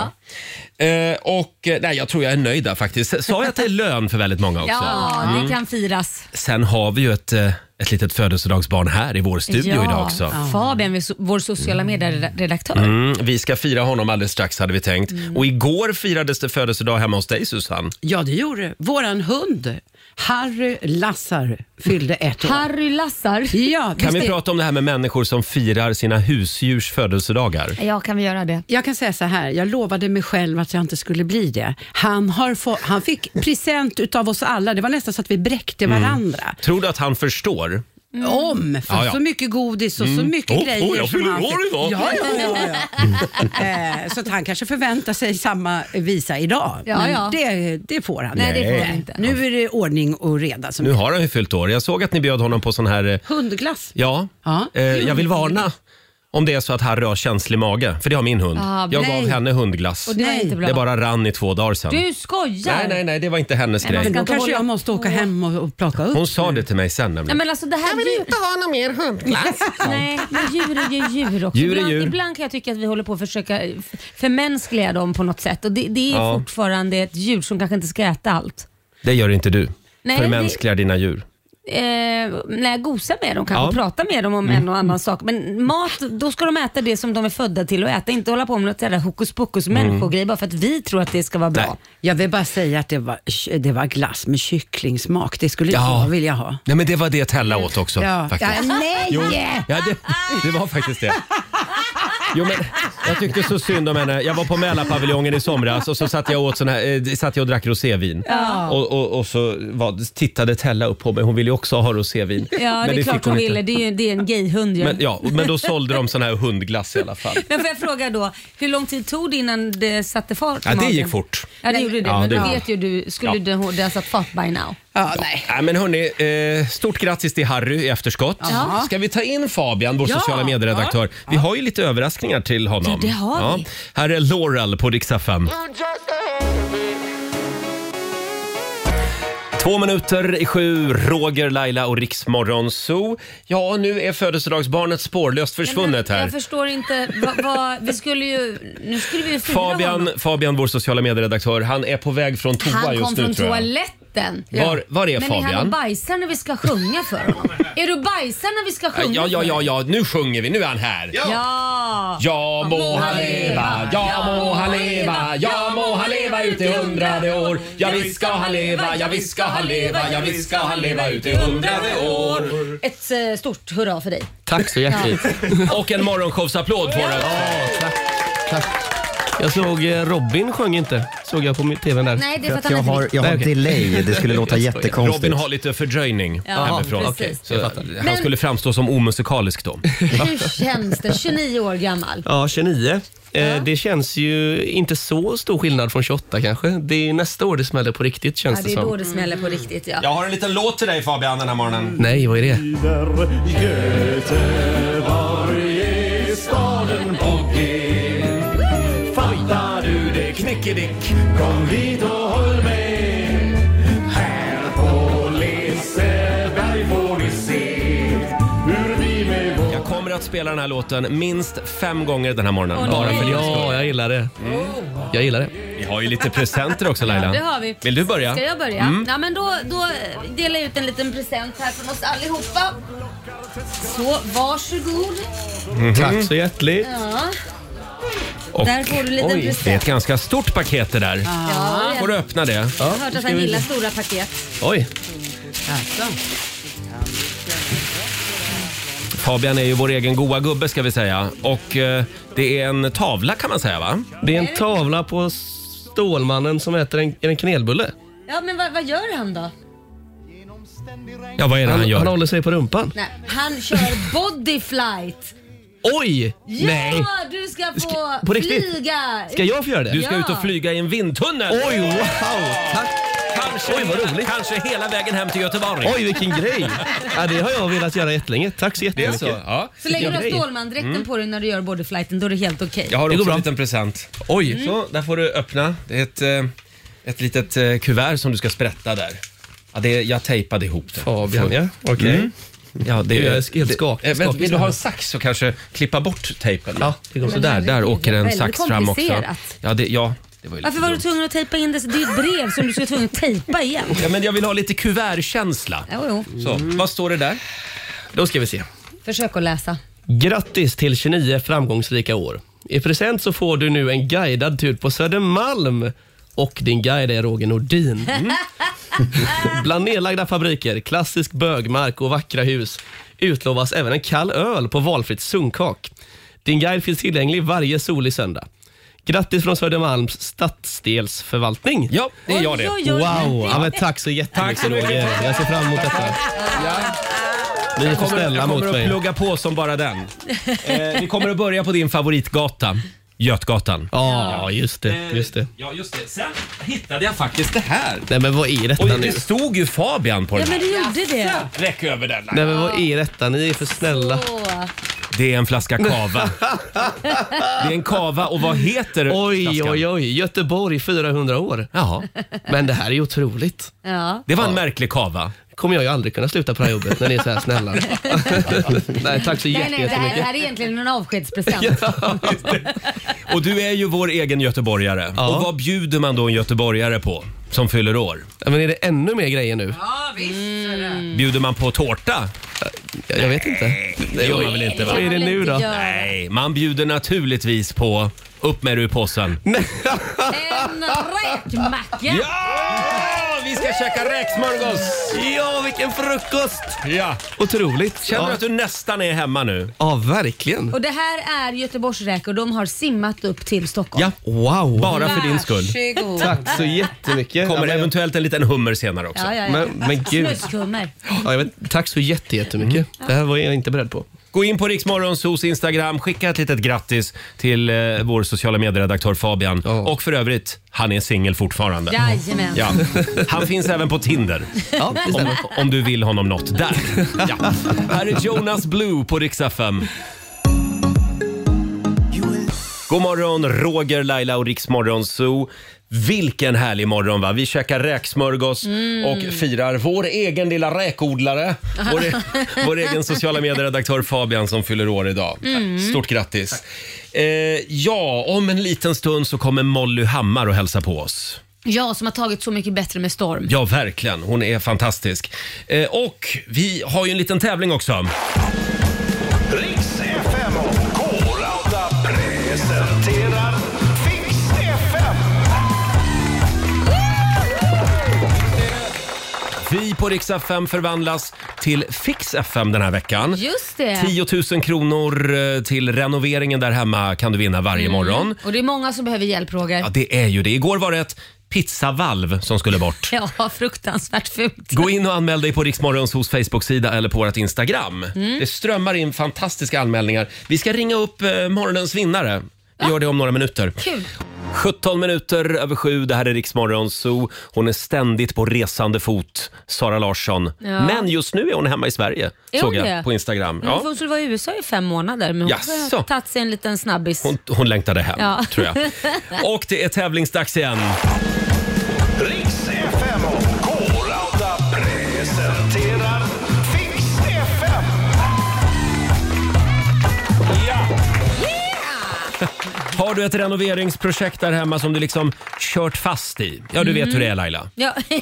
[SPEAKER 1] va? Eh, och, eh, nej, jag tror jag är nöjd där faktiskt. Sa jag att det är lön för väldigt många också? Mm.
[SPEAKER 2] Ja, det kan firas.
[SPEAKER 1] Sen har vi ju ett, eh, ett litet födelsedagsbarn här i vår studio
[SPEAKER 2] ja.
[SPEAKER 1] idag också.
[SPEAKER 2] Fabian, vi- vår sociala medieredaktör.
[SPEAKER 1] Mm, vi ska fira honom alldeles strax hade vi tänkt.
[SPEAKER 2] Mm.
[SPEAKER 1] Och igår firades det födelsedag hemma hos dig Susanne.
[SPEAKER 4] Ja, det gjorde det. Våran hund, Harry Lassar, fyllde ett år.
[SPEAKER 2] Harry Lassar.
[SPEAKER 4] Ja,
[SPEAKER 1] Kan
[SPEAKER 4] visst
[SPEAKER 1] vi
[SPEAKER 4] är-
[SPEAKER 1] prata om det här med människor som firar sina husdjurs födelsedagar?
[SPEAKER 2] Ja, kan vi göra det?
[SPEAKER 4] Jag kan säga så här, jag lovade mig själv att jag inte skulle bli det. Han, har få, han fick present utav oss alla. Det var nästan så att vi bräckte
[SPEAKER 1] Mm.
[SPEAKER 4] varandra.
[SPEAKER 1] Tror du att han förstår?
[SPEAKER 2] Mm.
[SPEAKER 4] Om, för
[SPEAKER 1] Ja, ja.
[SPEAKER 4] så mycket godis och så mycket
[SPEAKER 1] Oh,
[SPEAKER 4] grejer.
[SPEAKER 1] oh, jag
[SPEAKER 4] som
[SPEAKER 1] fyller
[SPEAKER 4] han
[SPEAKER 1] år
[SPEAKER 4] fick.
[SPEAKER 1] idag.
[SPEAKER 4] Ja,
[SPEAKER 1] <laughs>
[SPEAKER 4] ja, ja, ja. eh, så att han kanske förväntar sig samma visa idag.
[SPEAKER 2] Ja,
[SPEAKER 4] men
[SPEAKER 2] ja.
[SPEAKER 4] Det, det får han
[SPEAKER 2] Nej,
[SPEAKER 4] inte.
[SPEAKER 2] det får han inte.
[SPEAKER 4] Nu är det ordning och reda. Som
[SPEAKER 1] Nu har han ju fyllt år. Jag såg att ni bjöd honom på sån här... eh,
[SPEAKER 4] Hundglass.
[SPEAKER 1] Ja,
[SPEAKER 4] Ja.
[SPEAKER 1] eh, jag vill varna om det är så att Harry har känslig mage, för det har min hund.
[SPEAKER 2] Ah,
[SPEAKER 1] jag
[SPEAKER 2] nej.
[SPEAKER 1] gav henne hundglass.
[SPEAKER 2] Och det var
[SPEAKER 4] Nej,
[SPEAKER 2] inte bra.
[SPEAKER 1] Det bara rann i två dagar sen.
[SPEAKER 2] Du skojar!
[SPEAKER 1] Nej, nej, nej, det var inte hennes
[SPEAKER 2] Nej, man
[SPEAKER 1] grej.
[SPEAKER 2] ska-
[SPEAKER 4] Då
[SPEAKER 2] inte
[SPEAKER 4] kanske jag
[SPEAKER 2] hålla
[SPEAKER 4] måste åka hem och, och plocka upp.
[SPEAKER 1] Hon sa det till mig sen
[SPEAKER 2] Nej,
[SPEAKER 1] nämligen.
[SPEAKER 2] men alltså det här djur...
[SPEAKER 7] ha någon mer hundglass.
[SPEAKER 2] <laughs> Nej, men djur är ju djur också.
[SPEAKER 1] Djur är
[SPEAKER 2] ibland,
[SPEAKER 1] djur.
[SPEAKER 2] ibland kan jag tycka att vi håller på att försöka f- förmänskliga dem på något sätt. Och det, det är
[SPEAKER 1] Ja.
[SPEAKER 2] fortfarande ett djur som kanske inte ska äta allt.
[SPEAKER 1] Det gör inte du.
[SPEAKER 2] Nej,
[SPEAKER 1] Förmänskligar dina djur.
[SPEAKER 2] Eh, nej, gosa med dem kanske,
[SPEAKER 1] Ja. Mm.
[SPEAKER 2] prata med dem om en och annan sak. Men mat, då ska de äta det som de är födda till att äta. Inte hålla på med något jävla hokus pokus människogrej bara för att vi tror att det ska vara bra.
[SPEAKER 1] Mm. Nej.
[SPEAKER 4] Jag vill bara säga att det var, det var glass med kycklingsmak. Det skulle
[SPEAKER 1] Ja.
[SPEAKER 4] jag vilja ha.
[SPEAKER 1] Nej, men det var det Tella åt också.
[SPEAKER 4] Ja.
[SPEAKER 1] Faktiskt.
[SPEAKER 4] Ja, nej!
[SPEAKER 1] Jo, ja, det, det var faktiskt det. Jo, men jag tyckte så synd om henne. Jag var på Mälarpaviljongen i somras och så satt jag, åt sån här, eh, satt jag och drack rosévin. Och, och, och så var, tittade Tella upp på mig. Hon ville ju också ha rosévin.
[SPEAKER 2] Ja, det är klart hon ville. Det är, ju- det är en gayhund ju.
[SPEAKER 1] Men,
[SPEAKER 2] Men,
[SPEAKER 1] ja, men då sålde de sån här hundglass i alla fall.
[SPEAKER 2] får jag fråga då, hur lång tid tog det innan det satte fart i
[SPEAKER 1] Ja, det
[SPEAKER 2] magen?
[SPEAKER 1] gick fort.
[SPEAKER 2] Ja, det gjorde det.
[SPEAKER 1] Ja,
[SPEAKER 2] men
[SPEAKER 1] det
[SPEAKER 2] då
[SPEAKER 1] gjorde
[SPEAKER 2] vet ju du, skulle du, det ha satt fart by now.
[SPEAKER 4] Ja, nej.
[SPEAKER 1] Nej, men hörni, eh, stort grattis till Harry i efterskott.
[SPEAKER 4] Ja.
[SPEAKER 1] Ska vi ta in Fabian, vår
[SPEAKER 4] Ja.
[SPEAKER 1] sociala medieredaktör? Vi har ju lite överraskningar till honom.
[SPEAKER 2] Ja, det har vi.
[SPEAKER 1] Här är Laurel på Dix FM. Två minuter i sju, Roger, Laila och Riksmorgon Zoo. Ja, nu är födelsedagsbarnet spårlöst försvunnet här.
[SPEAKER 2] Jag förstår inte vad, vad vi skulle ju, nu skulle vi ju fira
[SPEAKER 1] Fabian,
[SPEAKER 2] honom.
[SPEAKER 1] Fabian, vår sociala medieredaktör, han är på väg från toa
[SPEAKER 2] Han
[SPEAKER 1] just
[SPEAKER 2] kom
[SPEAKER 1] nu
[SPEAKER 2] från
[SPEAKER 1] tror jag.
[SPEAKER 2] toaletten.
[SPEAKER 1] Var- var är
[SPEAKER 2] Men Men är han
[SPEAKER 1] Fabian?
[SPEAKER 2] och bajsar när vi ska sjunga för honom? är du bajsar när vi ska sjunga
[SPEAKER 1] Ja, ja,
[SPEAKER 2] för
[SPEAKER 1] ja,
[SPEAKER 2] honom?
[SPEAKER 1] ja, nu sjunger vi, nu är han här.
[SPEAKER 2] Ja!
[SPEAKER 1] Ja må han leva, ja må han leva, ja må han leva ut i hundrade år. Ja visst ska han leva, ja visst ska han leva, ja visst ska han leva ut i hundrade år.
[SPEAKER 2] Ett eh, stort hurra för dig.
[SPEAKER 3] Tack så hjärtligt. <laughs>
[SPEAKER 1] Och en morgonshowsapplåd får du.
[SPEAKER 3] Jag såg eh, Robin sjöng inte, såg jag på min- tvn där.
[SPEAKER 2] Nej, det är för
[SPEAKER 7] För
[SPEAKER 2] att
[SPEAKER 7] att
[SPEAKER 2] han
[SPEAKER 7] jag
[SPEAKER 2] är
[SPEAKER 7] har, jag har
[SPEAKER 3] Nej, okej.
[SPEAKER 7] delay. Det
[SPEAKER 3] <laughs>
[SPEAKER 7] skulle låta jättekonstigt.
[SPEAKER 1] Robin har lite fördröjning
[SPEAKER 2] Ja,
[SPEAKER 1] hemifrån.
[SPEAKER 2] precis. Okej,
[SPEAKER 1] Så
[SPEAKER 3] jag
[SPEAKER 1] han
[SPEAKER 2] Men-
[SPEAKER 1] skulle framstå som omusikalisk då.
[SPEAKER 2] Hur känns det? 29 år gammal.
[SPEAKER 3] <laughs> Ja, 29. Eh, det känns ju inte så stor skillnad från 28 kanske. Det är ju nästa år det smäller på riktigt känns
[SPEAKER 2] Ja,
[SPEAKER 3] det,
[SPEAKER 2] det är
[SPEAKER 3] som.
[SPEAKER 2] då det smäller på riktigt ja.
[SPEAKER 1] har en liten låt till dig Fabian den här morgonen.
[SPEAKER 3] Nej, vad är det?
[SPEAKER 6] Fattar du det knickedick? Kom hit och håll med. Här på Liseberg får ni se hur vi med vår...
[SPEAKER 1] Jag kommer att spela den här låten minst fem gånger den här morgonen.
[SPEAKER 2] Åh,
[SPEAKER 1] Bara för din skull. Mm.
[SPEAKER 3] Ja, jag gillar det. Jag gillar det.
[SPEAKER 1] Vi har ju lite presenter också Laila.
[SPEAKER 2] Ja, det har vi.
[SPEAKER 1] Vill du börja? Mm.
[SPEAKER 2] Ska jag börja? Ja, men då, då delar jag ut en liten present här från oss allihopa. Så, varsågod.
[SPEAKER 3] Tack så Mm-hmm. hjärtligt.
[SPEAKER 2] Ja.
[SPEAKER 1] Och-
[SPEAKER 2] Där får du en liten
[SPEAKER 1] Oj,
[SPEAKER 2] present.
[SPEAKER 1] Det är ett ganska stort paket det där.
[SPEAKER 2] Ja,
[SPEAKER 1] Får du öppna det?
[SPEAKER 2] jag har hört att han gillar stora paket.
[SPEAKER 1] Oj! Fabian är ju vår egen goa gubbe ska vi säga. Och eh, det är en tavla kan man säga va?
[SPEAKER 3] Det är en tavla på Stålmannen som äter en, en knelbulle.
[SPEAKER 2] Ja, men vad, vad gör han då?
[SPEAKER 1] Ja, vad är det han,
[SPEAKER 3] Han, han
[SPEAKER 1] gör?
[SPEAKER 3] håller sig på rumpan.
[SPEAKER 2] Nej, han kör bodyflight.
[SPEAKER 3] Oj!
[SPEAKER 2] Ja,
[SPEAKER 3] Nej!
[SPEAKER 2] du ska få
[SPEAKER 3] Ska- på riktigt?
[SPEAKER 2] flyga.
[SPEAKER 3] Ska jag få göra det?
[SPEAKER 1] Du ska
[SPEAKER 2] Ja.
[SPEAKER 1] ut och flyga i en vindtunnel!
[SPEAKER 3] Oj, wow! Tack!
[SPEAKER 1] Kanske,
[SPEAKER 3] Oj, vad roligt.
[SPEAKER 1] kanske hela vägen hem till Göteborg.
[SPEAKER 3] Oj, vilken grej! Ja, det har jag velat göra jättelänge. Tack så
[SPEAKER 1] Det är
[SPEAKER 3] jättemycket.
[SPEAKER 1] så? Ja. Mm.
[SPEAKER 2] Så länge du har
[SPEAKER 3] grej.
[SPEAKER 2] Stålman-dräkten på dig när du gör bodyflighten, då är det helt okej.
[SPEAKER 1] Jag har
[SPEAKER 3] Det går
[SPEAKER 1] också
[SPEAKER 3] bra.
[SPEAKER 1] en liten present. Oj! Så, där får du öppna. Det är ett, eh, ett litet eh, kuvert som du ska sprätta där. Ja, det är, jag tejpade ihop det. Mm.
[SPEAKER 3] Fabian, ja. Okej.
[SPEAKER 1] Ja, det
[SPEAKER 3] Jag är helt skak-
[SPEAKER 1] det- eh, vänta,
[SPEAKER 3] skakig.
[SPEAKER 1] Vill du ha en sax så kanske klippa bort tejpen?
[SPEAKER 3] Ja, det går.
[SPEAKER 1] Så där, där
[SPEAKER 2] herregud,
[SPEAKER 1] åker en
[SPEAKER 2] väldigt
[SPEAKER 1] sax fram också.
[SPEAKER 2] komplicerat.
[SPEAKER 1] Ja, det, ja, det var ju lite
[SPEAKER 2] Varför var du
[SPEAKER 1] dumt.
[SPEAKER 2] tvungen att tejpa in det? Det är ju ett brev som du ska tvungen att tejpa igen.
[SPEAKER 1] Ja, men jag vill ha lite kuvertkänsla.
[SPEAKER 2] Jo, jo.
[SPEAKER 1] Så, vad står det där?
[SPEAKER 3] Då ska vi se.
[SPEAKER 2] Försök att läsa.
[SPEAKER 3] Grattis till 29 framgångsrika år. I present så får du nu en guidad tur på Södermalm. Och din guide är Roger Nordin.
[SPEAKER 1] Mm.
[SPEAKER 3] Bland nedlagda fabriker, klassisk bögmark och vackra hus utlovas även en kall öl på valfritt sunkak. Din guide finns tillgänglig varje solig söndag. Grattis från Södermalms stadsdelsförvaltning.
[SPEAKER 1] Ja, det är jag
[SPEAKER 2] Oj,
[SPEAKER 1] det.
[SPEAKER 2] oj, oj.
[SPEAKER 3] Wow, ja, men tack så
[SPEAKER 1] Tack så
[SPEAKER 3] jättemycket
[SPEAKER 1] mycket.
[SPEAKER 3] Roger. Jag ser fram emot detta. Ni är för snälla
[SPEAKER 1] jag
[SPEAKER 3] mot
[SPEAKER 1] kommer att
[SPEAKER 3] mig.
[SPEAKER 1] plugga på som bara den. Eh, vi kommer att börja på din favoritgata, Götgatan.
[SPEAKER 3] Ja, just det. Just det.
[SPEAKER 1] Ja, just det. Sen hittade jag faktiskt det här.
[SPEAKER 3] Nej men vad är detta
[SPEAKER 1] Oj,
[SPEAKER 3] nu?
[SPEAKER 1] det stod ju Fabian på
[SPEAKER 2] Ja,
[SPEAKER 1] den
[SPEAKER 2] men
[SPEAKER 1] här.
[SPEAKER 2] du gjorde det.
[SPEAKER 1] Räck över den.
[SPEAKER 3] Nej men vad är detta? Ni är för snälla.
[SPEAKER 2] Åh.
[SPEAKER 1] Det är en flaska
[SPEAKER 3] <laughs>
[SPEAKER 1] kava. Det är en kava och vad heter
[SPEAKER 3] Oj,
[SPEAKER 1] flaskan?
[SPEAKER 3] oj, oj. Göteborg 400 år.
[SPEAKER 1] Jaha.
[SPEAKER 3] Men det här är ju otroligt.
[SPEAKER 2] <laughs> Ja.
[SPEAKER 1] Det var en märklig kava.
[SPEAKER 3] kommer jag ju aldrig kunna sluta på det här jobbet när ni är så här
[SPEAKER 1] <laughs>
[SPEAKER 3] snälla. nej, tack så
[SPEAKER 2] Nej,
[SPEAKER 3] jätte-
[SPEAKER 2] nej, det här, det
[SPEAKER 3] jättemycket.
[SPEAKER 2] här är egentligen en <laughs> avskedspresent.
[SPEAKER 1] Och du är ju vår egen göteborgare.
[SPEAKER 3] Ja.
[SPEAKER 1] Och vad bjuder man då en göteborgare på som fyller år?
[SPEAKER 3] Ja, Men är det ännu mer grejer nu?
[SPEAKER 4] Ja, visst.
[SPEAKER 2] Mm.
[SPEAKER 1] Bjuder man på tårta?
[SPEAKER 3] Jag, jag vet inte.
[SPEAKER 1] Det gör man väl inte va?
[SPEAKER 3] Vad är det nu då?
[SPEAKER 1] Nej, man bjuder naturligtvis på upp med dig ur påsen.
[SPEAKER 2] En räkmacka!
[SPEAKER 1] Ja! Vi ska käka räksmörgås!
[SPEAKER 3] Ja, vilken frukost!
[SPEAKER 1] Ja.
[SPEAKER 3] Otroligt.
[SPEAKER 1] Känner du
[SPEAKER 3] ja.
[SPEAKER 1] att du nästan är hemma nu?
[SPEAKER 3] ja, verkligen.
[SPEAKER 2] Och det här är Göteborgsräkor. De har simmat upp till Stockholm.
[SPEAKER 3] Wow.
[SPEAKER 1] Bara för din skull.
[SPEAKER 4] Varsågod.
[SPEAKER 3] Tack så jättemycket.
[SPEAKER 1] Kommer
[SPEAKER 3] ja, men,
[SPEAKER 1] eventuellt en liten hummer senare också.
[SPEAKER 2] Ja, ja, ja.
[SPEAKER 3] men, men gud.
[SPEAKER 2] Snuskhummar.
[SPEAKER 3] Ja, jag vet, tack så jätte- jättemycket. Det här var jag inte beredd på.
[SPEAKER 1] Gå in på Riksmorgonsos Instagram, skicka ett litet grattis till eh, vår sociala medieredaktör Fabian.
[SPEAKER 3] Ja.
[SPEAKER 1] Och för övrigt, han är singel fortfarande.
[SPEAKER 2] <laughs> Jajamän.
[SPEAKER 1] Ja. <laughs> Han finns även på Tinder.
[SPEAKER 3] Ja, det
[SPEAKER 1] Om,
[SPEAKER 3] stämmer.
[SPEAKER 1] om du vill honom något där. Ja. Här är Jonas Blue på Rix FM. God morgon, Roger, Laila och Rix Morgon Zoo. Vilken härlig morgon va? Vi käkar räksmörgås
[SPEAKER 3] Mm.
[SPEAKER 1] och firar vår egen
[SPEAKER 3] <laughs>
[SPEAKER 1] lilla räkodlare. Vår, e- vår egen sociala medieredaktör Fabian som fyller år idag.
[SPEAKER 3] Mm.
[SPEAKER 1] Stort grattis. Eh, ja, om en liten stund så kommer Molly Hammar och hälsa på oss.
[SPEAKER 2] Jag som har tagit så mycket bättre med storm.
[SPEAKER 1] Ja, verkligen. Hon är fantastisk. Eh, och vi har ju en liten tävling också.
[SPEAKER 6] Riks FM och K-Rauta presenterar Fix FM.
[SPEAKER 1] Vi på Rix FM förvandlas till Fix FM den här veckan.
[SPEAKER 2] Just det.
[SPEAKER 1] 10 000 kronor eh, till renoveringen där hemma kan du vinna varje
[SPEAKER 2] Mm.
[SPEAKER 1] morgon.
[SPEAKER 2] Och det är många som behöver hjälp Roger.
[SPEAKER 1] Ja, det är ju det. Igår var det ett pizzavalv som skulle bort.
[SPEAKER 2] Ja, fruktansvärt fult.
[SPEAKER 1] Gå in och anmäl dig på Riksmorgons hos Facebook-sida eller på vårt Instagram.
[SPEAKER 2] Mm.
[SPEAKER 1] Det strömmar in fantastiska anmälningar. Vi ska ringa upp eh, morgonens vinnare. Vi gör det om några minuter.
[SPEAKER 2] Kul.
[SPEAKER 1] 17 minuter över sju, det här är Riksmorgon Zoo. Hon är ständigt på resande fot, Sara Larsson.
[SPEAKER 2] Ja.
[SPEAKER 1] Men just nu är hon hemma i Sverige,
[SPEAKER 2] Är
[SPEAKER 1] såg
[SPEAKER 2] hon
[SPEAKER 1] jag
[SPEAKER 2] det?
[SPEAKER 1] på Instagram.
[SPEAKER 2] Ja.
[SPEAKER 1] Ja.
[SPEAKER 2] Hon skulle vara i USA i fem månader men hon
[SPEAKER 1] Jaså.
[SPEAKER 2] har tagit sig en liten snabbis.
[SPEAKER 1] Hon, hon längtade hem,
[SPEAKER 2] Ja.
[SPEAKER 1] tror
[SPEAKER 2] <laughs>
[SPEAKER 1] jag. Och det är tävlingsdags igen.
[SPEAKER 6] Riks FM och K-Rauta presenterar Fix FM.
[SPEAKER 1] Har du ett renoveringsprojekt där hemma som du liksom kört fast i? Ja, du vet hur det är Laila.
[SPEAKER 2] Ja, <laughs> jo,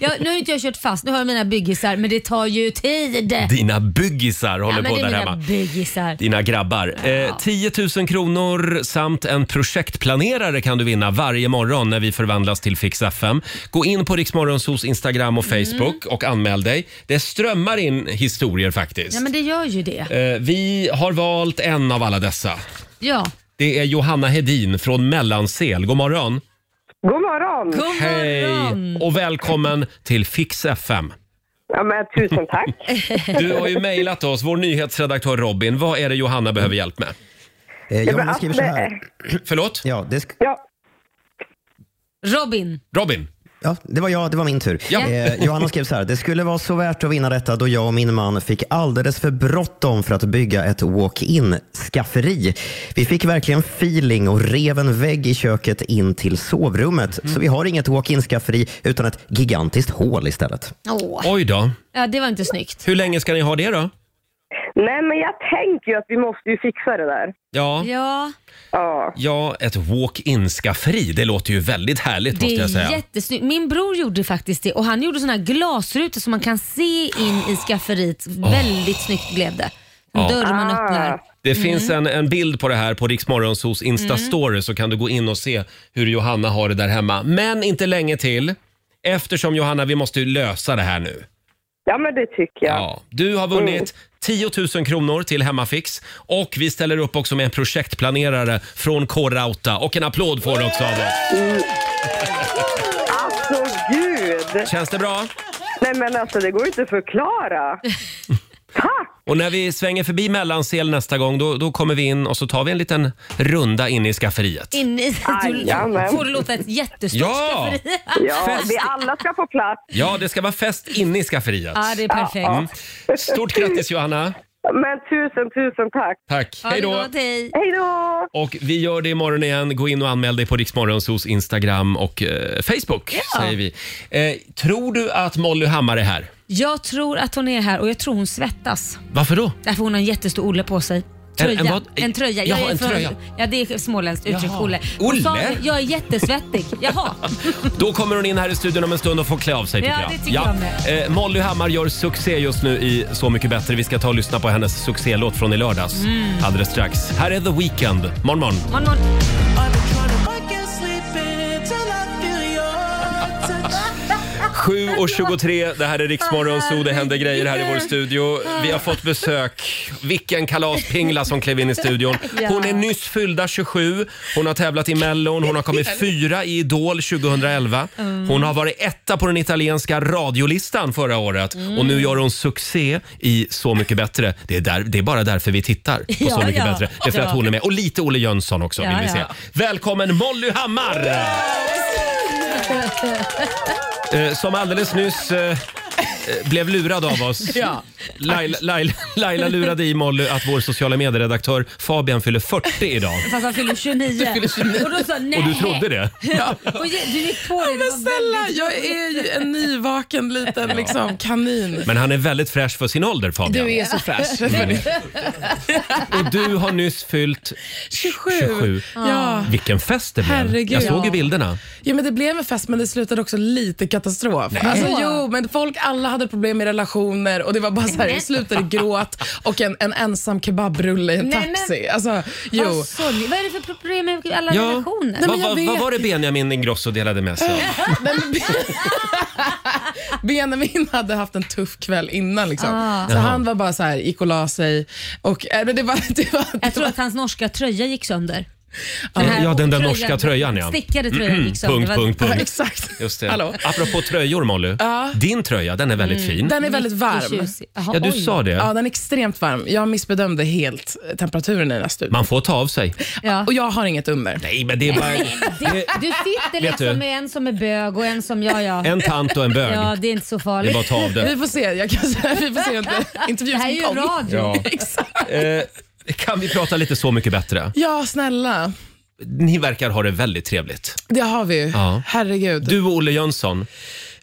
[SPEAKER 2] ja, nu har inte jag kört fast, nu har jag mina byggisar men det tar ju tid.
[SPEAKER 1] Dina byggisar
[SPEAKER 2] ja,
[SPEAKER 1] håller
[SPEAKER 2] men
[SPEAKER 1] på
[SPEAKER 2] det är
[SPEAKER 1] där
[SPEAKER 2] mina
[SPEAKER 1] hemma.
[SPEAKER 2] byggisar.
[SPEAKER 1] Dina grabbar. Eh, 10 000 kronor samt en projektplanerare kan du vinna varje morgon när vi förvandlas till Fix FM. Gå in på Riksmorgonsos Instagram och
[SPEAKER 2] Mm.
[SPEAKER 1] Facebook och anmäl dig. Det strömmar in historier faktiskt.
[SPEAKER 2] Ja men det gör ju det.
[SPEAKER 1] eh, vi har valt en av alla dessa.
[SPEAKER 2] Ja.
[SPEAKER 1] Det är Johanna Hedin från Mellansel. God morgon!
[SPEAKER 5] God morgon!
[SPEAKER 2] God morgon.
[SPEAKER 1] Hej och välkommen till Fix FM.
[SPEAKER 5] Ja, men, tusen tack.
[SPEAKER 1] Du har ju mejlat oss, vår nyhetsredaktör Robin. Vad är det Johanna behöver hjälp med?
[SPEAKER 7] Eh, ja,
[SPEAKER 5] men
[SPEAKER 7] men jag skriver så
[SPEAKER 5] att-
[SPEAKER 7] här.
[SPEAKER 1] Förlåt?
[SPEAKER 7] Ja det, sk-
[SPEAKER 5] Ja,
[SPEAKER 2] Robin.
[SPEAKER 1] Robin?
[SPEAKER 7] ja, det var jag, det var min tur.
[SPEAKER 1] Ja.
[SPEAKER 7] Eh, Johanna skrev så här. Det skulle vara så värt att vinna detta då jag och min man fick alldeles för bråttom för att bygga ett walk-in skafferi. Vi fick verkligen feeling och rev en vägg i köket in till sovrummet.
[SPEAKER 1] Mm.
[SPEAKER 7] Så vi har inget walk-in skafferi utan ett gigantiskt hål istället.
[SPEAKER 2] Åh.
[SPEAKER 1] Oj då.
[SPEAKER 2] Ja, det var inte snyggt.
[SPEAKER 1] Hur länge ska ni ha det då?
[SPEAKER 5] nej men jag tänker ju att vi måste ju fixa det där.
[SPEAKER 1] Ja,
[SPEAKER 2] Ja,
[SPEAKER 5] Ja.
[SPEAKER 1] ja ett walk-in skafferi. Det låter ju väldigt härligt
[SPEAKER 2] det
[SPEAKER 1] måste jag
[SPEAKER 2] är
[SPEAKER 1] säga.
[SPEAKER 2] jättesnyggt. Min bror gjorde faktiskt det och han gjorde såna här glasrutor som man kan se in i skafferiet. Väldigt snyggt blev det. En
[SPEAKER 1] Ja.
[SPEAKER 2] dörr man öppnar.
[SPEAKER 1] Det finns
[SPEAKER 2] Mm.
[SPEAKER 1] en, en bild på det här på Riksmorgonsos Insta-story så kan du gå in och se hur Johanna har det där hemma. Men inte länge till. Eftersom Johanna, vi måste ju lösa det här nu.
[SPEAKER 5] ja, men det tycker jag. Mm.
[SPEAKER 1] Ja, du har vunnit 10 000 kronor till Hemmafix och vi ställer upp också med en projektplanerare från K-Rauta och en applåd får du också av oss.
[SPEAKER 5] Mm. Alltså gud!
[SPEAKER 1] Känns det bra?
[SPEAKER 5] Nej men alltså det går ju inte att förklara. Tack!
[SPEAKER 1] Och när vi svänger förbi Mellansel nästa gång då, då kommer vi in och så tar vi en liten runda in i skafferiet.
[SPEAKER 2] In i, du
[SPEAKER 5] Jajamän.
[SPEAKER 2] får det låta ett jättestort
[SPEAKER 1] Ja!
[SPEAKER 2] skafferi.
[SPEAKER 5] Ja,
[SPEAKER 1] Fest.
[SPEAKER 5] vi alla ska få plats.
[SPEAKER 1] Ja, det ska vara fest inne i skafferiet.
[SPEAKER 2] Ja, det är perfekt.
[SPEAKER 1] Stort grattis Johanna!
[SPEAKER 5] Men tusen, tusen tack.
[SPEAKER 1] Tack,
[SPEAKER 2] Ja,
[SPEAKER 1] hej
[SPEAKER 2] det
[SPEAKER 1] då!
[SPEAKER 2] var dig.
[SPEAKER 5] Hej då!
[SPEAKER 1] Och vi gör det imorgon igen. Gå in och anmäl dig på Riksmorgonsos Instagram och eh, Facebook, säger vi. Eh, tror du att Molly Hammar är här?
[SPEAKER 2] Jag tror att hon är här och jag tror hon svettas.
[SPEAKER 1] Varför då?
[SPEAKER 2] Därför hon har en jättestor Olle på sig. Tröja.
[SPEAKER 1] En-
[SPEAKER 2] En,
[SPEAKER 1] en vad?
[SPEAKER 2] tröja.
[SPEAKER 1] Jaha,
[SPEAKER 2] jag är
[SPEAKER 1] en tröja.
[SPEAKER 2] Ja, det är småländskt uttryck.
[SPEAKER 1] Jaha.
[SPEAKER 2] Olle. Hon
[SPEAKER 1] Olle?
[SPEAKER 2] sa det. jag är jättesvettig. Jaha.
[SPEAKER 1] Då kommer hon in här i studion om en stund och får klä av sig.
[SPEAKER 2] Ja, det tycker jag med.
[SPEAKER 1] Eh, Molly Hammar gör succé just nu i Så mycket bättre. Vi ska ta och lyssna på hennes succélåt från i lördags
[SPEAKER 2] Mm.
[SPEAKER 1] alldeles strax. Här är The Weeknd. Morgon, morgon.
[SPEAKER 2] Morgon, morgon.
[SPEAKER 1] Sju och 23, det här är Riksmorgon så det händer grejer här i vår studio. Vi har fått besök. Vilken kalaspingla som klev in i studion. Hon är nyss fyllda 27, hon har tävlat i Mellon, hon har kommit fyra i Idol 2011.
[SPEAKER 2] Mm.
[SPEAKER 1] Hon har varit etta på den italienska radiolistan förra året och nu gör hon succé i Så mycket bättre. Det är, där, det är bara därför vi tittar på Så
[SPEAKER 2] Ja,
[SPEAKER 1] mycket
[SPEAKER 2] ja.
[SPEAKER 1] bättre. Det är för att
[SPEAKER 2] Ja.
[SPEAKER 1] hon är med. Och lite Olle Jönsson också
[SPEAKER 2] Ja,
[SPEAKER 1] vill vi
[SPEAKER 2] ja.
[SPEAKER 1] se. Välkommen Molly Hammar! Eh, som alldeles nyss eh, eh, blev lurad av oss.
[SPEAKER 8] Ja.
[SPEAKER 1] Laila, Laila, Laila lurade i Molly att vår sociala medieredaktör Fabian fyller 40 idag.
[SPEAKER 2] <laughs> Fast han fyller 29. Och då sa nej.
[SPEAKER 1] Och du trodde
[SPEAKER 2] <laughs>
[SPEAKER 1] det?
[SPEAKER 2] Och ge- du gick på det.
[SPEAKER 8] Men
[SPEAKER 2] det var
[SPEAKER 8] snälla,
[SPEAKER 2] väldigt-
[SPEAKER 8] jag är ju en nyvaken liten liksom, kanin.
[SPEAKER 1] Men han är väldigt fräsch för sin ålder Fabian. Mm.
[SPEAKER 8] Du är så <laughs> fräsch.
[SPEAKER 1] <laughs> Och du har nyss fyllt
[SPEAKER 8] 27.
[SPEAKER 1] 27.
[SPEAKER 8] Ja.
[SPEAKER 1] Vilken fest det blev.
[SPEAKER 8] Herregud.
[SPEAKER 1] Jag såg ju
[SPEAKER 8] Ja.
[SPEAKER 1] bilderna.
[SPEAKER 8] ja, men det blev en fest men det slutade också lite katastrof. Alltså, jo, men folk, alla hade problem med relationer och det var bara så här, det slutade i gråt och en, en ensam kebabrulle i en
[SPEAKER 2] Nej, men-
[SPEAKER 8] taxi. Alltså, jo.
[SPEAKER 2] Vad sorgligt. Vad är det för problem med alla relationer?
[SPEAKER 8] Nej,
[SPEAKER 1] Vad
[SPEAKER 8] men jag
[SPEAKER 1] vad- vad
[SPEAKER 8] vet.
[SPEAKER 1] var det Benjamin Ingrosso delade med sig av?
[SPEAKER 8] Nej, <laughs> men Ben- <laughs> Benjamin hade haft en tuff kväll innan. Liksom.
[SPEAKER 2] Ah.
[SPEAKER 8] Så han var bara så här, gick och la sig. Och, äh, men det var, <laughs> det var, det
[SPEAKER 2] Jag tror
[SPEAKER 8] var,
[SPEAKER 2] att hans norska tröja gick sönder.
[SPEAKER 1] Ja, den där norska tröjan, ja. Mm-hmm.
[SPEAKER 2] Stickade tröjan gick sönder.
[SPEAKER 1] Punkt,
[SPEAKER 2] Det var-
[SPEAKER 1] punkt,
[SPEAKER 8] ja,
[SPEAKER 1] punkt.
[SPEAKER 8] exakt.
[SPEAKER 1] Just det.
[SPEAKER 8] Hallå. Mm.
[SPEAKER 1] Apropå tröjor Molly. Din tröja, den är väldigt fin.
[SPEAKER 8] Den är väldigt varm.
[SPEAKER 2] Mm. Tjusig. Jaha,
[SPEAKER 1] Ja, du
[SPEAKER 2] oj.
[SPEAKER 1] sa
[SPEAKER 8] Ja,
[SPEAKER 1] det.
[SPEAKER 8] den är extremt varm. Jag missbedömde helt temperaturen i den här studion.
[SPEAKER 1] Man får ta av sig.
[SPEAKER 2] Ja.
[SPEAKER 8] Och jag har inget under.
[SPEAKER 1] Nej, men det är bara...
[SPEAKER 2] Det, du sitter
[SPEAKER 1] Vet du?
[SPEAKER 2] liksom med en som är bög och en som jag. Ja,
[SPEAKER 1] En tant och en bög.
[SPEAKER 2] ja det är inte så
[SPEAKER 1] Det är
[SPEAKER 2] farligt.
[SPEAKER 1] bara att ta av det.
[SPEAKER 8] Vi får se. Jag kan säga, vi får se under
[SPEAKER 2] <laughs>
[SPEAKER 8] intervjun
[SPEAKER 2] Det här är ju
[SPEAKER 8] som kom.
[SPEAKER 2] radio.
[SPEAKER 1] Ja.
[SPEAKER 8] <laughs> Exakt.
[SPEAKER 1] Eh, kan vi prata lite Så mycket bättre?
[SPEAKER 8] Ja, snälla.
[SPEAKER 1] Ni verkar ha det väldigt trevligt.
[SPEAKER 8] Det har vi ju.
[SPEAKER 1] Ja.
[SPEAKER 8] Eh, Herregud.
[SPEAKER 1] Du och Olle Jönsson,